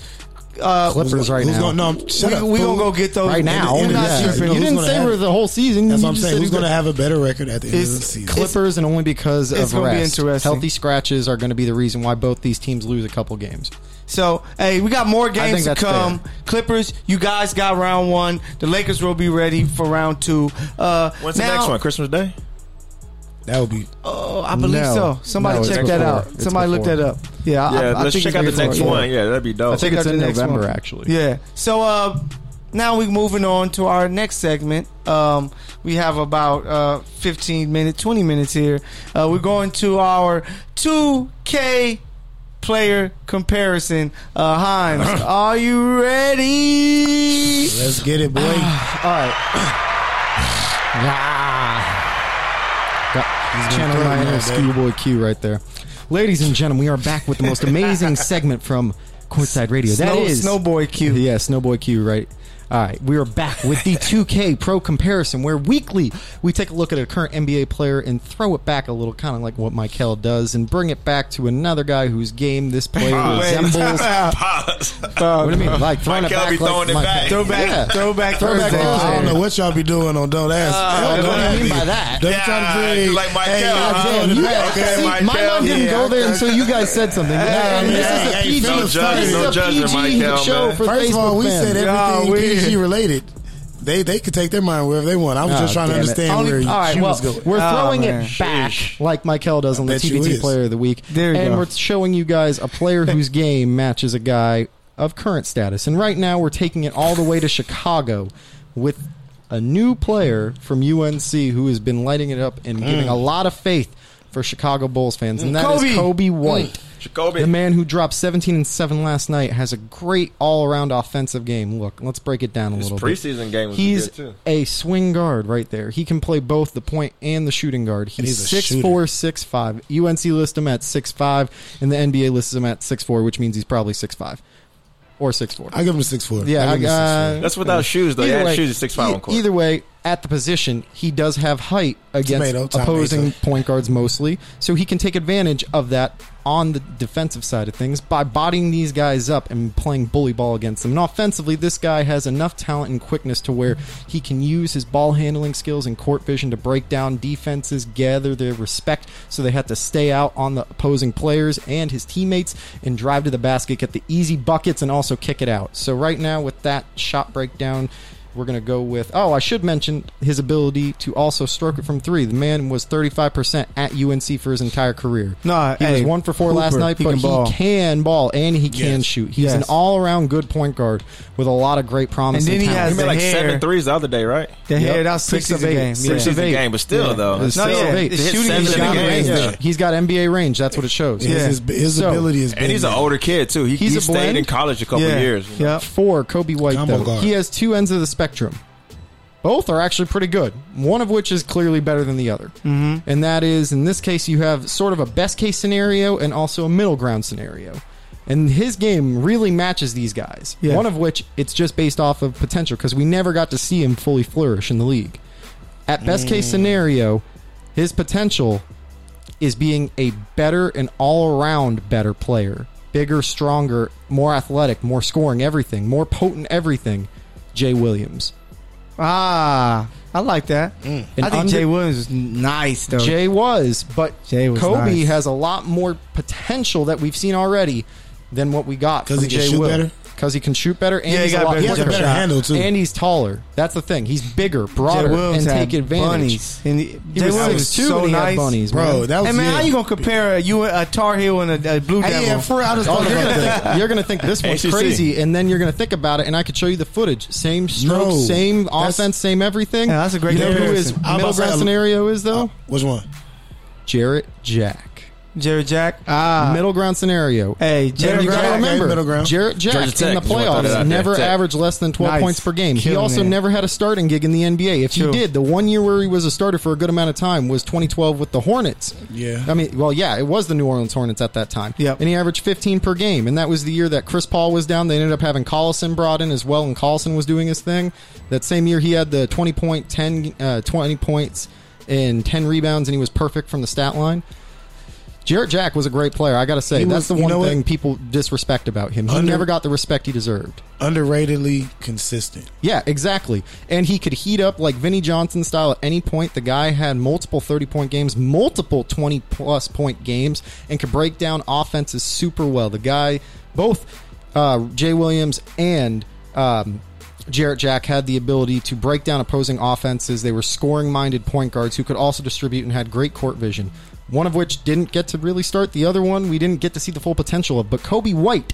Speaker 2: Uh,
Speaker 4: Clippers right
Speaker 3: Who's
Speaker 4: now.
Speaker 3: Gonna, no, shut
Speaker 2: we,
Speaker 3: up.
Speaker 2: we gonna
Speaker 3: fool.
Speaker 2: go get those
Speaker 4: right now.
Speaker 2: You're not
Speaker 3: Yeah.
Speaker 2: tripping.
Speaker 3: Who's
Speaker 4: You didn't
Speaker 3: gonna
Speaker 4: say
Speaker 3: have
Speaker 4: we're
Speaker 3: it?
Speaker 4: the whole season.
Speaker 3: That's
Speaker 4: you
Speaker 3: what I'm
Speaker 4: just
Speaker 3: saying.
Speaker 4: said
Speaker 3: Who's
Speaker 4: who
Speaker 3: going to
Speaker 4: got-
Speaker 3: have a better record at the end of the
Speaker 2: It's
Speaker 3: season?
Speaker 4: Clippers, and only because
Speaker 2: it's
Speaker 4: of
Speaker 2: gonna be
Speaker 4: rest.
Speaker 2: interesting.
Speaker 4: Healthy scratches are going to be the reason why both these teams lose a couple games.
Speaker 2: So hey, we got more games to
Speaker 4: that's
Speaker 2: come. Clippers, you guys got round one. The Lakers will be ready for round two. Uh,
Speaker 5: When's
Speaker 2: now-
Speaker 5: the next one? Christmas Day?
Speaker 3: That would be.
Speaker 2: Oh, I believe
Speaker 4: No.
Speaker 2: so. Somebody
Speaker 4: No, it's
Speaker 2: check that
Speaker 4: before.
Speaker 2: out.
Speaker 4: It's
Speaker 2: Somebody look
Speaker 4: before.
Speaker 2: that up. Yeah,
Speaker 5: Yeah,
Speaker 2: I, I
Speaker 5: let's
Speaker 2: think it's
Speaker 5: check out the
Speaker 2: before,
Speaker 5: next
Speaker 2: yeah.
Speaker 5: one. Yeah, that'd be dope.
Speaker 4: I think
Speaker 2: Check
Speaker 4: it's
Speaker 2: out
Speaker 4: in
Speaker 2: the next
Speaker 4: November,
Speaker 2: one.
Speaker 4: actually.
Speaker 2: Yeah. So uh, now we're moving on to our next segment. Um, we have about uh, 15 minutes, 20 minutes here. Uh, we're going to our 2K player comparison. Uh, Himes, are you ready?
Speaker 3: Let's get it, boy.
Speaker 4: All right. Ah. Got, channel
Speaker 3: throw it
Speaker 4: my
Speaker 3: now,
Speaker 4: inner
Speaker 3: baby.
Speaker 4: schoolboy Q right there. Ladies and gentlemen, we are back with the most amazing segment from Courtside Radio. That
Speaker 2: Snow-
Speaker 4: is
Speaker 2: Snowboy Q.
Speaker 4: Yeah, Snowboy Q, right? All right, we are back with the 2K Pro comparison, where weekly we take a look at a current NBA player and throw it back a little, kind of like what Michael does, and bring it back to another guy whose game this player
Speaker 2: Wait.
Speaker 4: resembles.
Speaker 2: Uh,
Speaker 4: What do you mean? Like throwing
Speaker 5: Mikel
Speaker 4: it back?
Speaker 5: be
Speaker 4: like
Speaker 5: throwing it
Speaker 4: Mikel.
Speaker 5: back.
Speaker 2: Throwback,
Speaker 4: Yeah.
Speaker 2: throwback,
Speaker 4: Throwback
Speaker 2: Thursday.
Speaker 4: Thursday.
Speaker 3: I don't know what y'all be doing on Don't Ask.
Speaker 4: what do you
Speaker 3: Don't
Speaker 4: mean
Speaker 3: Ask
Speaker 4: by
Speaker 3: Me.
Speaker 4: that?
Speaker 3: They
Speaker 5: Yeah,
Speaker 3: trying to be,
Speaker 5: like Michael,
Speaker 3: hey,
Speaker 5: huh?
Speaker 3: I
Speaker 4: Damn,
Speaker 3: throwing it
Speaker 4: you
Speaker 3: back.
Speaker 4: guys-
Speaker 5: Uh-huh. okay,
Speaker 4: see,
Speaker 5: Michael.
Speaker 4: my mind didn't
Speaker 3: Yeah,
Speaker 4: go there
Speaker 3: okay.
Speaker 4: until you guys said something.
Speaker 3: I mean,
Speaker 4: this
Speaker 3: hey,
Speaker 4: is a
Speaker 3: hey,
Speaker 4: PG,
Speaker 3: don't
Speaker 4: this
Speaker 5: judge,
Speaker 4: is
Speaker 5: don't
Speaker 4: a
Speaker 5: judge
Speaker 4: PG
Speaker 5: him, Michael,
Speaker 4: show
Speaker 5: man.
Speaker 4: for
Speaker 3: First
Speaker 4: Facebook
Speaker 3: of all, we
Speaker 4: fans.
Speaker 3: said
Speaker 2: Y'all
Speaker 3: everything
Speaker 2: weird.
Speaker 3: PG related. They they could take their mind wherever they want. I was
Speaker 4: Ah,
Speaker 3: just trying to
Speaker 4: damn it.
Speaker 3: understand
Speaker 2: Only-
Speaker 3: where you
Speaker 2: all right,
Speaker 3: she
Speaker 2: well,
Speaker 3: was going.
Speaker 4: We're
Speaker 2: Oh,
Speaker 4: throwing
Speaker 2: man.
Speaker 4: it back like Michael does on the
Speaker 3: bet you
Speaker 4: TBT
Speaker 3: is.
Speaker 4: Player of the Week.
Speaker 2: There you
Speaker 4: and
Speaker 2: go.
Speaker 4: we're showing you guys a player whose game matches a guy of current status. And right now we're taking it all the way to Chicago with a new player from UNC who has been lighting it up and
Speaker 3: Mm.
Speaker 4: giving a lot of faith for Chicago Bulls fans. And that is
Speaker 2: Kobe.
Speaker 4: Kobe. White.
Speaker 3: Mm.
Speaker 5: Jacoby.
Speaker 4: The man who dropped 17 and 7 last night has a great all-around offensive game. Look, let's break it down a
Speaker 5: His
Speaker 4: little bit.
Speaker 5: preseason game was
Speaker 4: He's
Speaker 5: good too.
Speaker 4: a swing guard right there. He can play both the point and the shooting guard.
Speaker 3: And
Speaker 4: He's,
Speaker 3: he's a
Speaker 4: six four, six five. UNC lists him at six five, and the NBA lists him at six four, which means he's probably six five or six four.
Speaker 3: I give him a six four.
Speaker 4: Yeah,
Speaker 3: I give him a
Speaker 4: I,
Speaker 3: six
Speaker 4: uh,
Speaker 5: That's without shoes though.
Speaker 4: either
Speaker 5: Yeah,
Speaker 4: way-
Speaker 5: shoes is six five
Speaker 4: e-
Speaker 5: on court.
Speaker 4: Either way, at the position, he does have height against
Speaker 3: Tomato, tomato.
Speaker 4: opposing point guards mostly, so he can take advantage of that on the defensive side of things by bodying these guys up and playing bully ball against them. And offensively, this guy has enough talent and quickness to where he can use his ball handling skills and court vision to break down defenses, gather their respect, so they have to stay out on the opposing players and his teammates and drive to the basket, get the easy buckets, and also kick it out. So right now, with that shot breakdown. We're going to go with. Oh, I should mention his ability to also stroke it from three. The man was 35% at UNC for his entire career.
Speaker 2: Nah,
Speaker 4: he
Speaker 2: hey,
Speaker 4: was one for four last
Speaker 2: Hooper,
Speaker 4: night,
Speaker 2: he
Speaker 4: but
Speaker 2: can ball.
Speaker 4: he can ball and he can
Speaker 3: Yes.
Speaker 4: shoot. He's an
Speaker 2: Yes.
Speaker 4: all around good point guard with a lot of great promise.
Speaker 2: And then
Speaker 4: And,
Speaker 2: he
Speaker 5: He
Speaker 4: talent.
Speaker 5: made
Speaker 2: the
Speaker 5: like
Speaker 2: hair.
Speaker 5: seven threes the other day, right?
Speaker 2: The
Speaker 4: Yep.
Speaker 2: head out
Speaker 4: Six
Speaker 2: six
Speaker 4: of
Speaker 2: of the
Speaker 4: eight.
Speaker 2: game.
Speaker 4: Six
Speaker 2: yeah.
Speaker 4: of
Speaker 5: Preseason
Speaker 4: eight.
Speaker 5: game, but still
Speaker 4: Yeah.
Speaker 5: though.
Speaker 4: It's
Speaker 5: it's
Speaker 2: No,
Speaker 4: still
Speaker 2: yeah.
Speaker 4: eight.
Speaker 2: The shooting
Speaker 5: seven
Speaker 4: He's
Speaker 2: is
Speaker 5: in
Speaker 4: got
Speaker 5: the
Speaker 2: gone.
Speaker 5: game,
Speaker 4: range
Speaker 5: yeah.
Speaker 4: there. He's got NBA range. That's what it shows.
Speaker 3: four.
Speaker 2: Yeah.
Speaker 3: His, his
Speaker 4: So-
Speaker 3: ability is.
Speaker 5: And he's an older kid too. He,
Speaker 4: He's
Speaker 5: he
Speaker 4: a
Speaker 5: stayed in
Speaker 4: blend.
Speaker 5: college a couple
Speaker 2: yeah.
Speaker 5: years. you know.
Speaker 2: Yep.
Speaker 4: for Kobe White,
Speaker 3: Combo
Speaker 4: though.
Speaker 3: guard.
Speaker 4: He has two ends of the spectrum. Both are actually pretty good. One of which is clearly better than the other. Mm-hmm. And that is, in this case, you have sort of a best case scenario and also a middle ground scenario. And his game really matches these guys.
Speaker 2: Yeah.
Speaker 4: One of which it's just based off of potential because we never got to see him fully flourish in the league. At best case scenario, his potential is being a better and all around better player. Bigger, stronger, more athletic, more scoring, everything, more potent, everything. Jay Williams.
Speaker 2: Ah, I like that. I
Speaker 4: Mm. And
Speaker 2: think
Speaker 4: under-
Speaker 2: Jay Williams was nice though.
Speaker 4: Jay was, but
Speaker 2: Jay was
Speaker 4: Kobe
Speaker 2: nice.
Speaker 4: has a lot more potential that we've seen already than what we got
Speaker 3: 'Cause
Speaker 4: from
Speaker 3: he can
Speaker 4: Jay
Speaker 3: shoot
Speaker 4: Will.
Speaker 3: better?
Speaker 4: Because he can shoot better and
Speaker 2: Yeah, he
Speaker 4: he's a
Speaker 2: got
Speaker 4: lot
Speaker 2: better
Speaker 3: He has a
Speaker 2: jump
Speaker 4: quicker.
Speaker 3: better
Speaker 2: shot.
Speaker 3: handle too.
Speaker 4: And he's taller. That's the thing. He's bigger, broader, and
Speaker 2: had
Speaker 4: take advantage.
Speaker 2: bunnies. And he,
Speaker 4: He
Speaker 2: Jay
Speaker 4: was
Speaker 2: Williams was
Speaker 4: 6'2" and
Speaker 2: so
Speaker 4: he had
Speaker 2: nice.
Speaker 4: bunnies,
Speaker 3: bro. That was
Speaker 2: hey man,
Speaker 3: yeah.
Speaker 2: how you gonna compare a, you a Tar Heel and a, a Blue
Speaker 3: Hey,
Speaker 2: Devil?
Speaker 3: yeah, for real, I just
Speaker 4: Oh,
Speaker 3: thought
Speaker 4: you're
Speaker 3: about
Speaker 4: gonna,
Speaker 3: that.
Speaker 4: think, you're gonna think this one's
Speaker 5: ACC.
Speaker 4: crazy, and then you're gonna think about it, and I could show you the footage. Same stroke,
Speaker 3: No.
Speaker 4: same
Speaker 3: That's-
Speaker 4: offense, same everything.
Speaker 2: Yeah, that's a great
Speaker 4: You know who his
Speaker 2: comparison.
Speaker 3: I'm
Speaker 4: middle
Speaker 2: Uh,
Speaker 3: about to
Speaker 4: ground
Speaker 3: say-
Speaker 4: scenario is though?
Speaker 3: Which one?
Speaker 4: Jarrett Jack.
Speaker 2: Jerry Jack.
Speaker 3: Ah,
Speaker 4: Middle ground scenario.
Speaker 2: uh, Hey, Jerry
Speaker 3: Middle
Speaker 4: You
Speaker 2: Jack.
Speaker 3: ground.
Speaker 4: gotta
Speaker 3: okay,
Speaker 4: remember,
Speaker 3: middle ground.
Speaker 4: Jarrett Jack
Speaker 5: Georgia Tech,
Speaker 4: in the
Speaker 5: just wanna throw that out there.
Speaker 4: playoffs never
Speaker 5: Tech.
Speaker 4: averaged less than 12
Speaker 2: Nice.
Speaker 4: points per game. he
Speaker 2: Killing
Speaker 4: also
Speaker 2: it.
Speaker 4: never had a starting gig in the NBA. If
Speaker 2: True.
Speaker 4: he did, the one year where he was a starter for a good amount of time was 2012 with the Hornets.
Speaker 3: Yeah.
Speaker 4: I mean, well, yeah, it was the New Orleans Hornets at that time.
Speaker 2: Yep.
Speaker 4: And he averaged 15 per game. And that was the year that Chris Paul was down. They ended up having Collison brought in as well, and Collison was doing his thing. That same year, he had the 20 point, 10, uh, 20 points and 10 rebounds, and he was perfect from the stat line. Jarrett Jack was a great player. I got to say,
Speaker 3: He
Speaker 4: that's
Speaker 3: was-
Speaker 4: the
Speaker 3: you
Speaker 4: one
Speaker 3: know what?
Speaker 4: thing people disrespect about him. He
Speaker 3: Under-
Speaker 4: never got the respect he deserved.
Speaker 3: underratedly consistent.
Speaker 4: Yeah, exactly. And he could heat up like Vinnie Johnson style at any point. The guy had multiple 30 point games, multiple 20 plus point games, and could break down offenses super well. The guy, both uh, Jay Williams and um, Jarrett Jack had the ability to break down opposing offenses. They were scoring minded point guards who could also distribute and had great court vision. One of which didn't get to really start, the other one we didn't get to see the full potential of. But Kobe White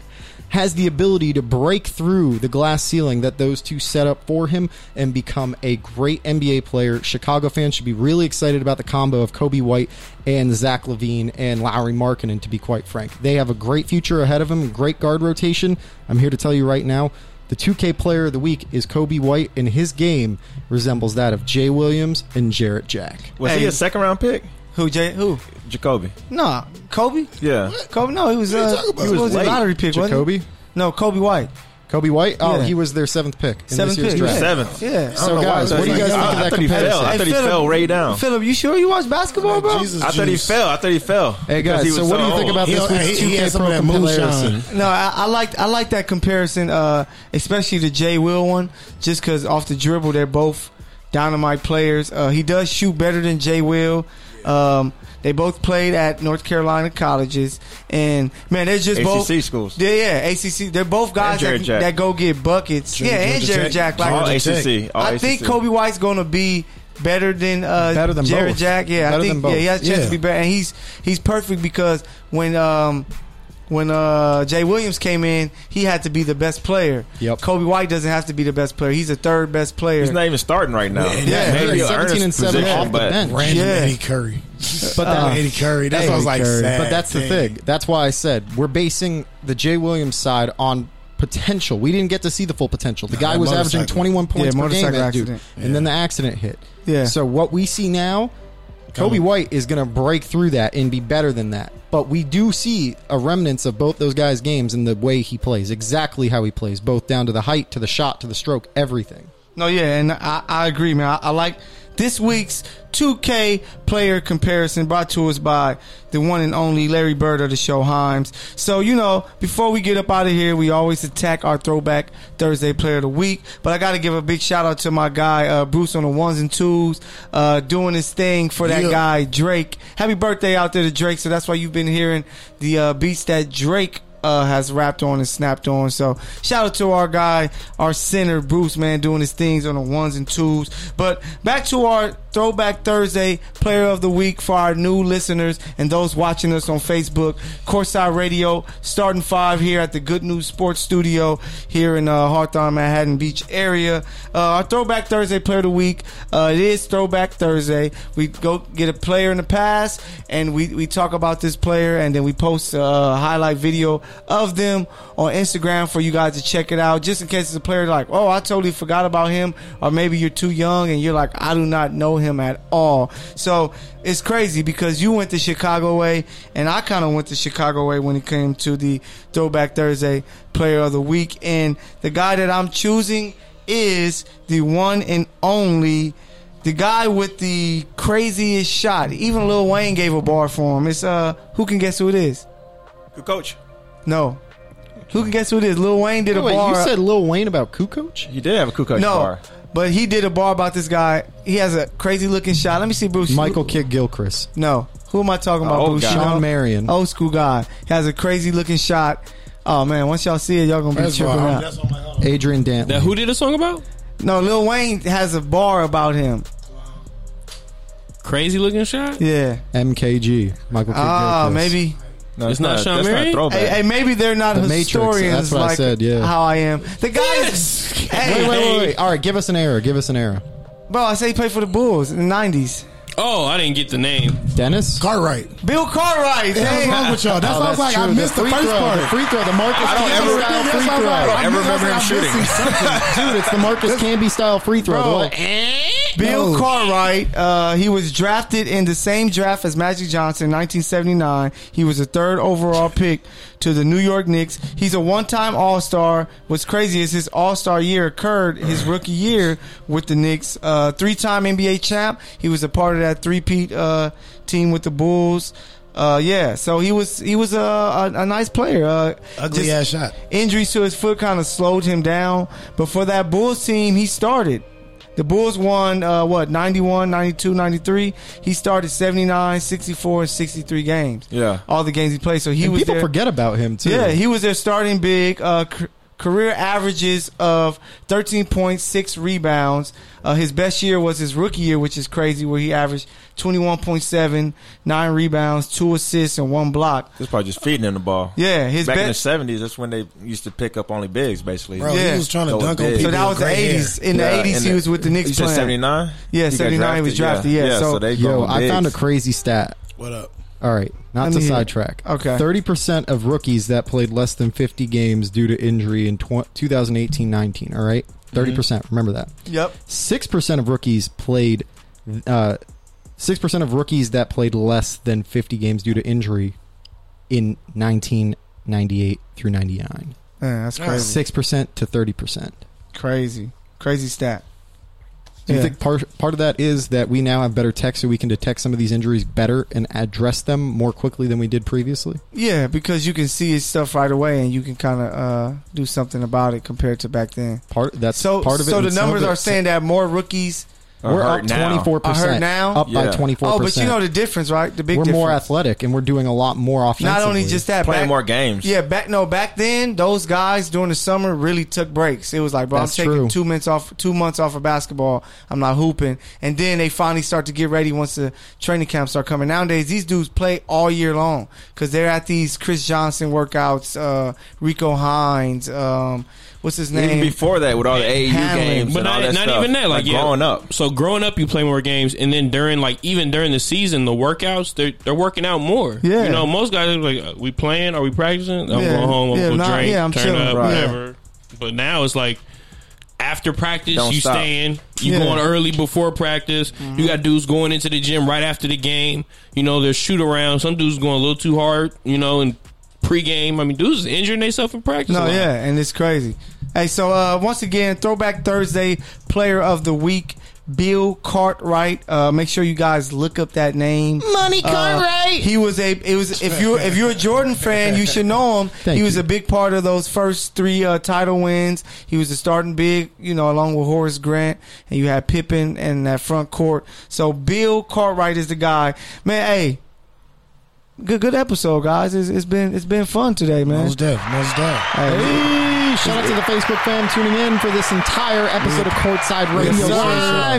Speaker 4: has the ability to break through the glass ceiling that those two set up for him and become a great NBA player. Chicago fans should be really excited about the combo of Kobe White and Zach Levine and Lowry Markinen, to be quite frank. They have a great future ahead of them, great guard rotation. I'm here to tell you right now. The 2K player of the week is Kobe White, and his game resembles that of Jay Williams and Jarrett Jack.
Speaker 5: Was
Speaker 2: Hey.
Speaker 5: he a second round pick?
Speaker 2: Who? Jay? Who?
Speaker 5: Jacoby.
Speaker 2: Nah, Kobe.
Speaker 5: Yeah.
Speaker 2: Kobe. No, he was.
Speaker 3: What are you
Speaker 2: Uh,
Speaker 3: talking
Speaker 2: he
Speaker 3: about?
Speaker 2: was,
Speaker 3: He
Speaker 5: was
Speaker 2: a
Speaker 5: late.
Speaker 2: lottery pick. wasn't he?
Speaker 4: Jacoby?
Speaker 2: No, Kobe White.
Speaker 4: Kobe White? Oh,
Speaker 2: Yeah.
Speaker 4: he was their seventh pick in
Speaker 2: Seventh
Speaker 4: this year's
Speaker 2: pick.
Speaker 4: draft.
Speaker 2: Yeah.
Speaker 5: Seventh.
Speaker 2: Yeah.
Speaker 4: So, guys,
Speaker 5: I
Speaker 4: what do you guys
Speaker 5: thought he-
Speaker 4: think
Speaker 5: I
Speaker 4: of that
Speaker 5: thought he fell.
Speaker 4: comparison?
Speaker 5: I thought he
Speaker 2: Phillip-
Speaker 5: fell right down.
Speaker 2: Philip, you sure you watch basketball, bro?
Speaker 3: Jesus
Speaker 5: I thought he
Speaker 3: juice.
Speaker 5: fell. I thought he fell.
Speaker 4: Hey, guys,
Speaker 5: Because he
Speaker 4: so
Speaker 5: was
Speaker 4: what do you think about
Speaker 3: He,
Speaker 4: this
Speaker 3: he,
Speaker 4: week's
Speaker 3: he had
Speaker 4: 2K
Speaker 3: some of
Speaker 4: Pro
Speaker 3: that
Speaker 4: comparison?
Speaker 3: moonshine.
Speaker 2: No, I, I like I like that comparison, uh, especially the Jay Will one, just because off the dribble they're both dynamite players. Uh, he does shoot better than Jay Will. Um, they both played at North Carolina colleges, and man, they're just both.
Speaker 5: ACC schools.
Speaker 2: Yeah, yeah, ACC. They're both guys
Speaker 5: Jared
Speaker 2: that,
Speaker 5: Jack.
Speaker 2: that go get buckets.
Speaker 3: Jared-
Speaker 2: yeah, and
Speaker 3: Georgia
Speaker 2: Jared Jack.
Speaker 3: Tech.
Speaker 2: Like,
Speaker 5: All
Speaker 3: Georgia
Speaker 5: ACC. All
Speaker 2: I think
Speaker 5: ACC.
Speaker 2: Kobe White's going to be better than uh,
Speaker 4: Better than
Speaker 2: Jared
Speaker 4: both.
Speaker 2: Jack. Yeah,
Speaker 4: Better
Speaker 2: I
Speaker 4: than
Speaker 2: think
Speaker 4: both.
Speaker 2: yeah, he has a chance
Speaker 3: Yeah.
Speaker 2: to be better, and he's he's perfect because when um, when uh, Jay Williams came in, he had to be the best player.
Speaker 4: Yep.
Speaker 2: Kobe White doesn't have to be the best player. He's the third best player.
Speaker 5: He's not even starting right now.
Speaker 3: Yeah,
Speaker 4: he had
Speaker 5: he'll earn
Speaker 4: 17
Speaker 5: his
Speaker 4: and 7
Speaker 5: position,
Speaker 4: off the
Speaker 5: but
Speaker 4: bench.
Speaker 3: Random
Speaker 2: Yeah.
Speaker 3: Eddie Curry. Random
Speaker 4: But that-
Speaker 3: Eddie Curry. That's what I was like.
Speaker 4: Curry.
Speaker 3: Sad
Speaker 4: But that's the thing. That's why I said we're basing the Jay Williams side on potential. We didn't get to see the full potential. The
Speaker 3: No,
Speaker 4: guy
Speaker 3: that
Speaker 4: was averaging
Speaker 3: motorcycle.
Speaker 4: 21 points
Speaker 2: Yeah,
Speaker 4: per game,
Speaker 2: motorcycle
Speaker 4: that dude.
Speaker 2: accident.
Speaker 4: and then the accident hit.
Speaker 2: Yeah.
Speaker 4: So what we see now, Kobe
Speaker 3: Kinda-
Speaker 4: White is going to break through that and be better than that. But we do see a remnants of both those guys' games in the way he plays, exactly how he plays, both down to the height, to the shot, to the stroke, everything.
Speaker 2: No, yeah, and I, I agree, man. I, I like this week's 2K player comparison brought to us by the one and only Larry Bird of the show Himes. So, you know, before we get up out of here, we always attack our throwback Thursday player of the week. But I got to give a big shout out to my guy, uh, Bruce on the ones and twos, uh, doing his thing for that
Speaker 3: Yeah.
Speaker 2: guy, Drake. Happy birthday out there to Drake. So that's why you've been hearing the uh, beats that Drake uh, has rapped on and snapped on. So shout out to our guy, our center Bruce, man, doing his things on the ones and twos. But back to our Throwback Thursday Player of the Week for our new listeners and those watching us on Facebook. Courtside Radio, starting five here at the Good News Sports Studio here in uh, Hawthorne, Manhattan Beach area. Uh, our Throwback Thursday Player of the Week. Uh, it is Throwback Thursday. We go get a player in the past and we, we talk about this player and then we post uh, a highlight video of them on Instagram for you guys to check it out just in case it's a player like, oh, I totally forgot about him or maybe you're too young and you're like, I do not know him at all. So it's crazy because you went to Chicago way and I kind of went to Chicago way when it came to the Throwback Thursday player of the week and the guy that I'm choosing is the one and only the guy with the craziest shot. Even Lil Wayne gave a bar for him. It's uh, who can guess who it is?
Speaker 5: Good coach.
Speaker 2: No, who can guess who it is? Lil Wayne did a
Speaker 4: Wait,
Speaker 2: bar.
Speaker 4: you said Lil Wayne about Ku Coach?
Speaker 5: He did have a Ku Klux
Speaker 2: no,
Speaker 5: bar.
Speaker 2: but he did a bar about this guy. He has a crazy looking shot. Let me see, Bruce.
Speaker 4: Michael Kidd Gilchrist.
Speaker 2: No, who am I talking about?
Speaker 5: old
Speaker 2: Bruce?
Speaker 5: guy.
Speaker 2: You know?
Speaker 4: Sean Marion.
Speaker 2: old school guy. He has a crazy looking shot. Oh man, once y'all see it, y'all gonna be
Speaker 3: That's
Speaker 2: tripping
Speaker 3: why. I'm-
Speaker 2: out.
Speaker 3: That's why my hold on.
Speaker 4: Adrian Dantley.
Speaker 1: That who did a song about?
Speaker 2: No, Lil Wayne has a bar about him.
Speaker 1: Crazy looking shot.
Speaker 2: Yeah.
Speaker 4: MKG. Michael Kidd
Speaker 2: Ah,
Speaker 4: Gilchrist.
Speaker 2: maybe.
Speaker 5: No,
Speaker 1: It's not Sean
Speaker 5: that's
Speaker 1: Marion?
Speaker 5: Not throwback.
Speaker 2: Hey, hey, maybe they're not
Speaker 4: The Matrix,
Speaker 2: historians
Speaker 4: that's what I
Speaker 2: like
Speaker 4: said, yeah.
Speaker 2: how I am. The guy is,
Speaker 1: Yes.
Speaker 2: hey,
Speaker 4: Wait, wait, wait, wait. All right, give us an error. Give us an error.
Speaker 2: bro. I say he played for the Bulls in the nineties.
Speaker 1: Oh, I didn't get the name.
Speaker 4: Dennis?
Speaker 3: Cartwright.
Speaker 2: Bill Cartwright.
Speaker 3: The hell's
Speaker 2: Hey,
Speaker 3: wrong with y'all? That's
Speaker 4: Oh,
Speaker 3: why I was like, I
Speaker 4: true.
Speaker 3: missed the,
Speaker 4: free
Speaker 3: first
Speaker 4: throw,
Speaker 3: part.
Speaker 4: The free throw, the Marcus
Speaker 5: I don't
Speaker 4: Camby
Speaker 5: ever-
Speaker 4: style
Speaker 3: That's
Speaker 4: free
Speaker 3: why I was like,
Speaker 5: I
Speaker 4: throw.
Speaker 5: don't ever
Speaker 3: knew that's
Speaker 5: remember
Speaker 3: why
Speaker 5: him
Speaker 3: I'm
Speaker 5: shooting.
Speaker 3: missing something.
Speaker 4: Dude, it's the Marcus Camby style free throw.
Speaker 2: Bro.
Speaker 4: They're like, eh.
Speaker 2: Bill
Speaker 3: No.
Speaker 2: Cartwright. Uh, he was drafted in the same draft as Magic Johnson in 1979. He was the third overall pick to the New York Knicks. He's a one-time All-Star. What's crazy is his All-Star year occurred his rookie year with the Knicks. Uh, three-time NBA champ. He was a part of that three-peat uh, team with the Bulls. Uh, yeah, so he was he was a, a, a nice player. Uh,
Speaker 3: Ugly
Speaker 2: just-
Speaker 3: ass shot.
Speaker 2: Injuries to his foot kind of slowed him down. But for that Bulls team, he started. The Bulls won, uh, what, 91, 92, 93. He started 79, 64, and 63 games.
Speaker 5: Yeah.
Speaker 2: All the games he played. So he
Speaker 4: And
Speaker 2: was
Speaker 4: people
Speaker 2: their,
Speaker 4: forget about him, too.
Speaker 2: Yeah, he was their starting big. Uh, ca- career averages of 13.6 rebounds. Uh, his best year was his rookie year, which is crazy, where he averaged 21.7, 9 rebounds, 2 assists, and 1 block.
Speaker 5: It's probably just feeding him the ball.
Speaker 2: Yeah, his
Speaker 5: back in the
Speaker 2: best-
Speaker 5: seventies, that's when they used to pick up only bigs, basically.
Speaker 3: Bro,
Speaker 2: Yeah.
Speaker 3: he was trying to
Speaker 5: So
Speaker 3: dunk on
Speaker 5: big.
Speaker 3: people.
Speaker 2: So that was
Speaker 3: with
Speaker 2: the
Speaker 3: gray hair.
Speaker 2: 80s. In the
Speaker 5: Yeah,
Speaker 2: 80s,
Speaker 5: and
Speaker 2: he was with the Knicks
Speaker 5: You said
Speaker 2: playing.
Speaker 5: seventy nine.
Speaker 2: Yeah, 79 he was drafted, yeah. So-
Speaker 5: they
Speaker 4: Yo,
Speaker 5: going
Speaker 4: I
Speaker 5: bigs.
Speaker 4: found a crazy stat.
Speaker 3: What up?
Speaker 4: All right, not
Speaker 2: Let
Speaker 4: to
Speaker 2: me hear it.
Speaker 4: sidetrack.
Speaker 2: Okay.
Speaker 4: 30% of rookies that played less than 50 games due to injury in 2018 19, all right? 30%. percent Remember that.
Speaker 2: Yep.
Speaker 4: 6% of rookies played. Uh, 6% of rookies that played less than 50 games due to injury in 1998 through 99.
Speaker 2: Yeah, that's crazy.
Speaker 4: 6% to 30%.
Speaker 2: Crazy. Crazy stat.
Speaker 4: Do you
Speaker 2: Yeah.
Speaker 4: think part, part of that is that we now have better tech so we can detect some of these injuries better and address them more quickly than we did previously?
Speaker 2: Yeah, because you can see his stuff right away and you can kind of uh, do something about it compared to back then.
Speaker 4: Part that's
Speaker 2: so
Speaker 4: part of it.
Speaker 2: so
Speaker 4: and
Speaker 2: the
Speaker 4: some of
Speaker 2: numbers
Speaker 4: it-
Speaker 2: are saying that more rookies.
Speaker 5: Are
Speaker 4: we're up
Speaker 5: hurt now.
Speaker 4: twenty four
Speaker 2: I heard
Speaker 4: percent.
Speaker 2: now.
Speaker 4: Up
Speaker 5: Yeah.
Speaker 4: by twenty four
Speaker 2: Oh, but you
Speaker 4: percent.
Speaker 2: know the difference, right? The big
Speaker 4: we're
Speaker 2: difference.
Speaker 4: more athletic and we're doing a lot more offensively.
Speaker 2: Not only just that,
Speaker 5: playing
Speaker 2: back,
Speaker 5: more games.
Speaker 2: Yeah, back no, back then those guys during the summer really took breaks. It was like, bro,
Speaker 4: That's
Speaker 2: I'm taking
Speaker 4: true.
Speaker 2: two minutes off, two months off of basketball. I'm not hooping, and then they finally start to get ready once the training camps start coming. Nowadays, these dudes play all year long because they're at these Chris Johnson workouts, uh, Rico Hines, um, what's his
Speaker 5: Even
Speaker 2: name?
Speaker 5: before that, with all the AAU
Speaker 2: Hamlin.
Speaker 5: games,
Speaker 1: But
Speaker 5: and all
Speaker 1: not,
Speaker 5: that
Speaker 1: not
Speaker 5: stuff.
Speaker 1: even that. Like, yeah.
Speaker 5: growing up,
Speaker 1: So growing up, you play more games, and then during like even during the season, the workouts they're they're working out more.
Speaker 2: Yeah.
Speaker 1: you know, most guys are like, uh, we playing? Are we practicing? I'm
Speaker 2: Yeah.
Speaker 1: going home. I'm
Speaker 2: Yeah,
Speaker 1: going
Speaker 2: nah,
Speaker 1: drink.
Speaker 2: yeah, I'm
Speaker 1: turn
Speaker 2: chilling.
Speaker 1: up.
Speaker 2: Right.
Speaker 1: Whatever. But now it's like. After practice,
Speaker 5: Don't
Speaker 1: you
Speaker 5: stop. Mm-hmm.
Speaker 1: staying. You
Speaker 2: Yeah.
Speaker 1: going early before practice. You got dudes going into the gym right after the game. You know, there's shoot around. Some dudes going a little too hard. You know, in pregame. I mean, dudes is injuring themselves in practice. a
Speaker 2: No,
Speaker 1: lot.
Speaker 2: yeah, and it's crazy. Hey, so uh, once again, Throwback Thursday Player of the Week, Bill Cartwright. Uh, make sure you guys look up that name, Money
Speaker 4: Uh,
Speaker 2: Cartwright. he was a. It was if you if you're a Jordan fan, you should know him.
Speaker 4: Thank
Speaker 2: he was
Speaker 4: you.
Speaker 2: a big part of those first three uh, title wins. He was a starting big, you know, along with Horace Grant, and you had Pippen and that front court. So Bill Cartwright is the guy, man. Hey. Good, good episode, guys. It's, it's been it's been fun today, man.
Speaker 3: Most deaf. Most deaf.
Speaker 2: Hey.
Speaker 4: Hey, shout out to the Facebook fam tuning in for this entire episode of Courtside Radio
Speaker 3: Yes, sir.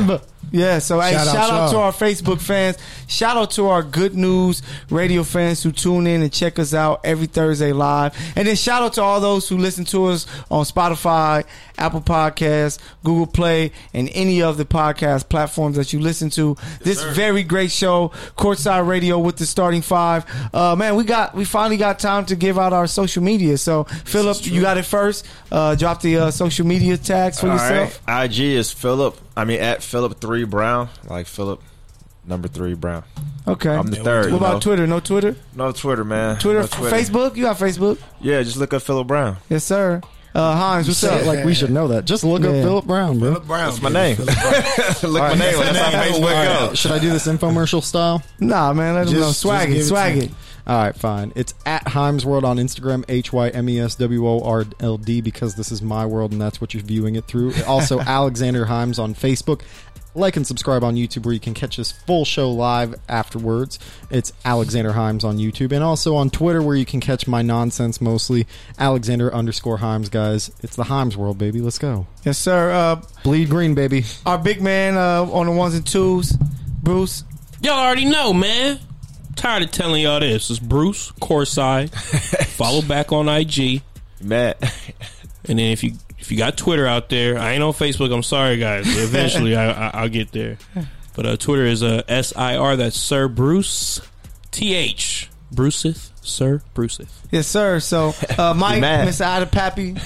Speaker 4: Live.
Speaker 2: Yeah, so hey, shout,
Speaker 3: Shout out
Speaker 2: out, to
Speaker 3: y'all.
Speaker 2: our Facebook fans. Shout out to our good news radio fans who tune in and check us out every Thursday live. And then shout out to all those who listen to us on Spotify, Apple Podcasts, Google Play, and any of the podcast platforms that you listen to. this very great show, Courtside Radio with the starting five. Uh, man, we got we finally got time to give out our social media. So Philip, you got it first. Uh, drop the uh, social media tags for
Speaker 5: All
Speaker 2: yourself.
Speaker 5: right. IG is Philip. I mean, at Philip three Brown, like Philip number three Brown.
Speaker 2: Okay.
Speaker 5: I'm the third.
Speaker 2: what
Speaker 5: you
Speaker 2: about
Speaker 5: know.
Speaker 2: Twitter? No Twitter?
Speaker 5: No Twitter, man.
Speaker 2: Twitter,
Speaker 5: no
Speaker 2: Facebook. You got Facebook?
Speaker 5: Yeah, just look up Philip Brown.
Speaker 2: Yes, sir. Uh, Hans, what's
Speaker 4: Say it
Speaker 2: up?
Speaker 4: like we should know that. Just look up
Speaker 2: Yeah.
Speaker 4: Philip Brown, bro.
Speaker 3: Philip Brown.
Speaker 5: That's my
Speaker 3: baby.
Speaker 5: name.
Speaker 3: Philip Brown.
Speaker 5: look my name. That's how
Speaker 3: All
Speaker 5: Facebook
Speaker 3: right.
Speaker 5: goes.
Speaker 4: Should I do this infomercial style?
Speaker 2: Nah, man, let them
Speaker 3: Just-
Speaker 2: know. Swag
Speaker 3: just
Speaker 2: it,
Speaker 3: give it
Speaker 2: swag
Speaker 3: to
Speaker 2: it.
Speaker 3: me.
Speaker 4: All right, fine. It's at Himes World on Instagram, H Y M E S W O R L D, because this is my world and that's what you're viewing it through. Also, Alexander Himes on Facebook. Like and subscribe on YouTube where you can catch this full show live afterwards. It's Alexander Himes on YouTube and also on Twitter where you can catch my nonsense mostly. Alexander underscore Himes, guys. It's the Himes World, baby. Let's go.
Speaker 2: Yes, sir. Uh,
Speaker 4: Bleed green, baby.
Speaker 2: our big man uh, on the ones and twos, Bruce.
Speaker 1: Y'all already know, man. Tired of telling y'all this. It's Bruce Corsi. Follow back on IG,
Speaker 5: Matt.
Speaker 1: and then if you if you got Twitter out there, I ain't on Facebook. I'm sorry, guys. But eventually, I, I I'll get there. But uh, Twitter is uh, S I R. That's Sir Bruce T H Bruceth. Sir Bruceth.
Speaker 2: Yes, sir. So, uh, Mike,
Speaker 5: mad.
Speaker 2: Mr. Ida Pappy,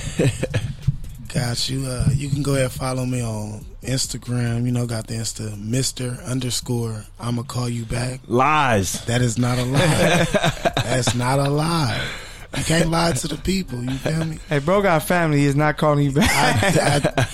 Speaker 3: Gosh, you uh, you can go ahead and follow me on Instagram. You know, got the Insta Mister underscore. I'ma call you back.
Speaker 5: Lies.
Speaker 3: That is not a lie. That's not a lie. You can't lie to the people. You feel me?
Speaker 2: hey, bro, got family. He's not calling you back.
Speaker 3: I, I,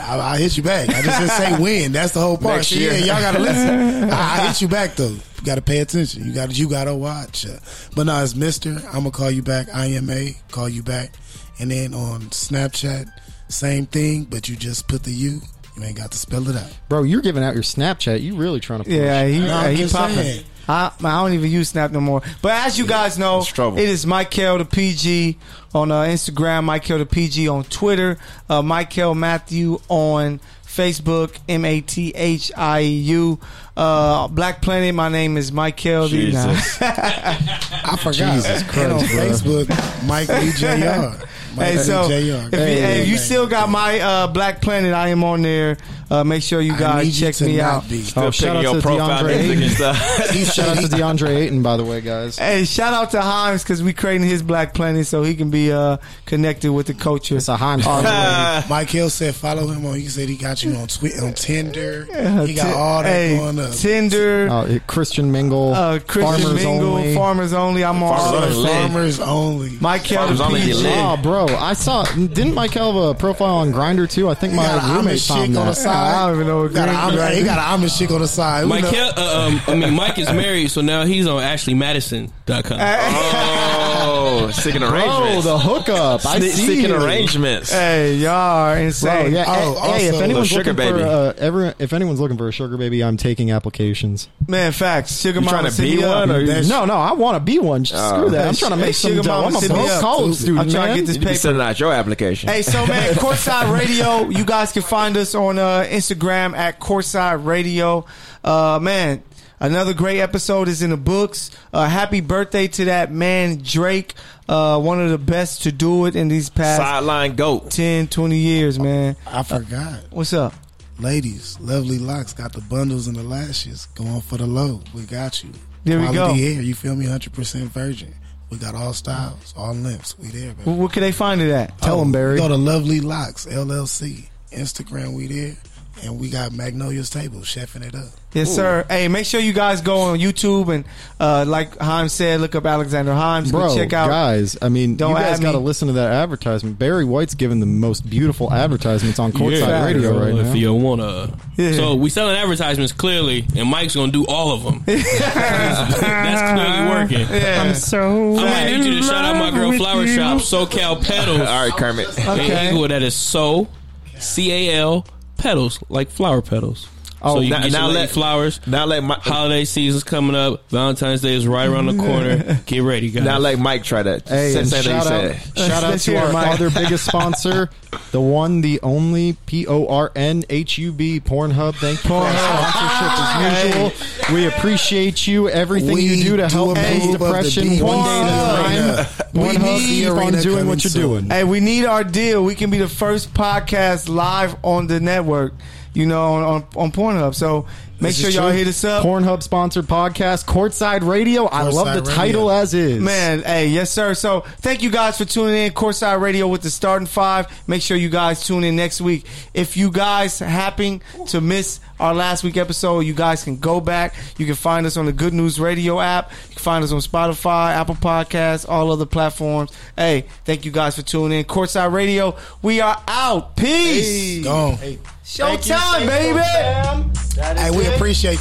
Speaker 3: I, I hit you back. I just didn't say when. That's the whole part.
Speaker 5: Next
Speaker 3: So,
Speaker 5: year.
Speaker 3: Yeah, y'all gotta listen. I, I hit you back though. You gotta pay attention. You gotta you gotta watch. Uh, But no, it's Mister. I'm gonna call you back. IMA call you back. And then on Snapchat, same thing, but you just put the U. You ain't got to spell it out.
Speaker 4: Bro, you're giving out your Snapchat. You really trying to push.
Speaker 2: Yeah, he, uh,
Speaker 3: No, I'm
Speaker 2: he
Speaker 3: just
Speaker 2: popping.
Speaker 3: saying.
Speaker 2: I, I don't even use Snap no more. But as you guys know,
Speaker 5: it's trouble.
Speaker 2: it is Michael the PG on uh, Instagram, Michael the PG on Twitter, uh, Michael Matthew on Facebook, M A T H I E U. Uh, Black Planet, my name is Michael. the- nah.
Speaker 5: Jesus.
Speaker 3: I forgot. Jesus Christ, and on Facebook, Mike DJR. Mike E
Speaker 2: Hey, so if, you,
Speaker 3: DJR.
Speaker 2: hey, if you still got my uh, Black Planet, I am on there. Uh, make sure you
Speaker 3: I need
Speaker 2: guys
Speaker 3: you
Speaker 2: check
Speaker 3: to
Speaker 2: me
Speaker 3: not
Speaker 2: out.
Speaker 3: Be.
Speaker 5: Still
Speaker 4: Oh, shout out
Speaker 5: picking your
Speaker 4: to
Speaker 5: profile
Speaker 4: DeAndre
Speaker 5: music
Speaker 4: Ayton.
Speaker 5: and stuff.
Speaker 3: He
Speaker 4: Shout out
Speaker 3: said
Speaker 4: to
Speaker 3: he
Speaker 4: DeAndre Ayton, by the way, guys.
Speaker 2: Hey, shout out to Himes because we creating his Black Planet so he can be uh, connected with the culture.
Speaker 4: It's a Himes
Speaker 2: Uh,
Speaker 4: party.
Speaker 3: Mike Hill said follow him on. He said he got you on Twitter, on Tinder. He got
Speaker 2: Ti-
Speaker 3: all that
Speaker 2: hey,
Speaker 3: going up.
Speaker 2: Tinder,
Speaker 4: Uh, it- Christian Mingle,
Speaker 2: uh, Christian
Speaker 4: Farmers
Speaker 2: Mingle,
Speaker 4: Only.
Speaker 2: Farmers Only. I'm on all
Speaker 5: Farmers
Speaker 2: of
Speaker 5: Only.
Speaker 2: them.
Speaker 3: Farmers only.
Speaker 2: Mike
Speaker 5: Farmers
Speaker 2: Kelly
Speaker 5: Only,
Speaker 2: PG.
Speaker 5: you live.
Speaker 4: Oh, bro, I saw. Didn't Mike have a profile on Grinder too? I think my
Speaker 3: got an
Speaker 4: roommate
Speaker 3: Amish chick on
Speaker 4: found
Speaker 3: the
Speaker 4: that.
Speaker 3: side.
Speaker 2: I don't even know what
Speaker 3: got an
Speaker 2: green-
Speaker 3: Amish, He got an Amish chick on the side. Who
Speaker 1: Mike,
Speaker 3: know-
Speaker 1: uh, um, I mean, Mike is married, so now he's on AshleyMadison.com.
Speaker 5: Oh, sticking
Speaker 4: Bro,
Speaker 5: arrangements.
Speaker 4: the hookup. I
Speaker 5: Sneak-
Speaker 4: see
Speaker 5: sneaking
Speaker 4: you.
Speaker 5: arrangements.
Speaker 2: Hey, y'all are
Speaker 4: Bro,
Speaker 2: insane. Uh,
Speaker 4: yeah.
Speaker 3: Oh,
Speaker 4: hey, hey,
Speaker 3: also-
Speaker 4: if anyone's
Speaker 5: Little sugar
Speaker 4: looking
Speaker 5: baby.
Speaker 4: for uh, every, if anyone's looking for a sugar baby, I'm taking applications.
Speaker 2: Man, facts. Sugar
Speaker 5: You
Speaker 2: Mama
Speaker 5: trying to
Speaker 2: hit
Speaker 5: be
Speaker 2: me up.
Speaker 5: one or you Uh,
Speaker 3: That's-
Speaker 4: No, no, I want to be one. Screw that.
Speaker 2: Hey,
Speaker 4: I'm trying
Speaker 2: hey,
Speaker 4: to make some
Speaker 2: sugar
Speaker 4: dough.
Speaker 2: mama,
Speaker 4: I'm a
Speaker 2: hit me
Speaker 4: broke
Speaker 2: up.
Speaker 4: college student.
Speaker 2: I'm trying to get this
Speaker 5: You be
Speaker 2: paper.
Speaker 5: sending out your application.
Speaker 2: Hey, so man, Courtside Radio. You guys can find us on uh, Instagram at Courtside Radio. Uh, man, another great episode is in the books. Uh, happy birthday to that man Drake. Uh, one of the best to do it in these past
Speaker 5: Sideline goat.
Speaker 2: 10, 20 years, man.
Speaker 3: I forgot.
Speaker 2: What's up?
Speaker 3: Ladies, Lovely Locks got the bundles and the lashes. Going for the low. We got you.
Speaker 2: There we
Speaker 3: Quality
Speaker 2: go.
Speaker 3: hair. You feel me? 100% virgin. We got all styles, all lengths. We there, baby.
Speaker 2: Wh- Where can they find it at?
Speaker 4: Tell 'em, Barry.
Speaker 3: Oh, Go to Lovely Locks LLC. Instagram, we there, and we got Magnolia's Table chefing it up.
Speaker 2: Yes, sir. Hey, make sure you guys go on YouTube and, uh, like Himes said, look up Alexander Himes. Go
Speaker 4: Bro,
Speaker 2: check out.
Speaker 4: guys, I mean,
Speaker 2: Don't
Speaker 4: you guys
Speaker 2: add me.
Speaker 4: got to listen to that advertisement. Barry White's giving the most beautiful advertisements on Courtside
Speaker 1: Yeah.
Speaker 4: Radio right
Speaker 1: if
Speaker 4: now.
Speaker 1: you wanna.
Speaker 2: Yeah.
Speaker 1: So we selling advertisements clearly, and Mike's gonna do all of them. That's clearly working.
Speaker 2: Yeah.
Speaker 4: so
Speaker 1: I might need you to shout out my girl Flower Shop, SoCal Petals.
Speaker 5: All right, Kermit.
Speaker 2: Okay.
Speaker 1: okay. Eagle, that is so C A L petals, like flower petals.
Speaker 4: Oh,
Speaker 1: so you
Speaker 5: now-
Speaker 1: can get
Speaker 5: now
Speaker 1: your lady
Speaker 5: let-
Speaker 1: flowers.
Speaker 5: Now let my
Speaker 1: Holiday season's coming up. Valentine's Day is right around the corner. Get ready, guys.
Speaker 5: now let Mike try that.
Speaker 4: Hey,
Speaker 5: Same
Speaker 4: and
Speaker 5: thing that he
Speaker 4: shout out,
Speaker 5: said.
Speaker 4: shout out
Speaker 2: Let's
Speaker 4: to
Speaker 2: hear it,
Speaker 4: our
Speaker 2: Mike.
Speaker 4: other biggest sponsor, the one, the only, P O R N H U B, Pornhub. Thank you for our sponsorship as usual. We appreciate you. Everything
Speaker 3: We
Speaker 4: you do to
Speaker 3: do
Speaker 4: help end
Speaker 3: approve of the
Speaker 4: depression
Speaker 3: beat.
Speaker 4: one day at a time.
Speaker 3: We
Speaker 4: Pornhub,
Speaker 3: need
Speaker 4: keep on
Speaker 3: arena
Speaker 4: doing
Speaker 3: coming
Speaker 4: what you're
Speaker 3: soon.
Speaker 4: doing.
Speaker 2: Hey, we need our deal. We can be the first podcast live on the network, you know, on, on, on Pornhub. So make
Speaker 3: This
Speaker 2: sure
Speaker 3: is
Speaker 2: y'all
Speaker 3: true.
Speaker 2: hit us up.
Speaker 4: Pornhub sponsored podcast, Courtside Radio. I
Speaker 3: Courtside
Speaker 4: love the
Speaker 3: Radio.
Speaker 4: title as is.
Speaker 2: Man, hey, yes, sir. So thank you guys for tuning in. Courtside Radio with the starting five. Make sure you guys tune in next week. If you guys happen to miss our last week episode, you guys can go back. You can find us on the Good News Radio app. You can find us on Spotify, Apple Podcasts, all other platforms. Hey, thank you guys for tuning in. Courtside Radio, we are out. Peace.
Speaker 3: Gone.
Speaker 2: Showtime, baby.
Speaker 3: Hey, we appreciate.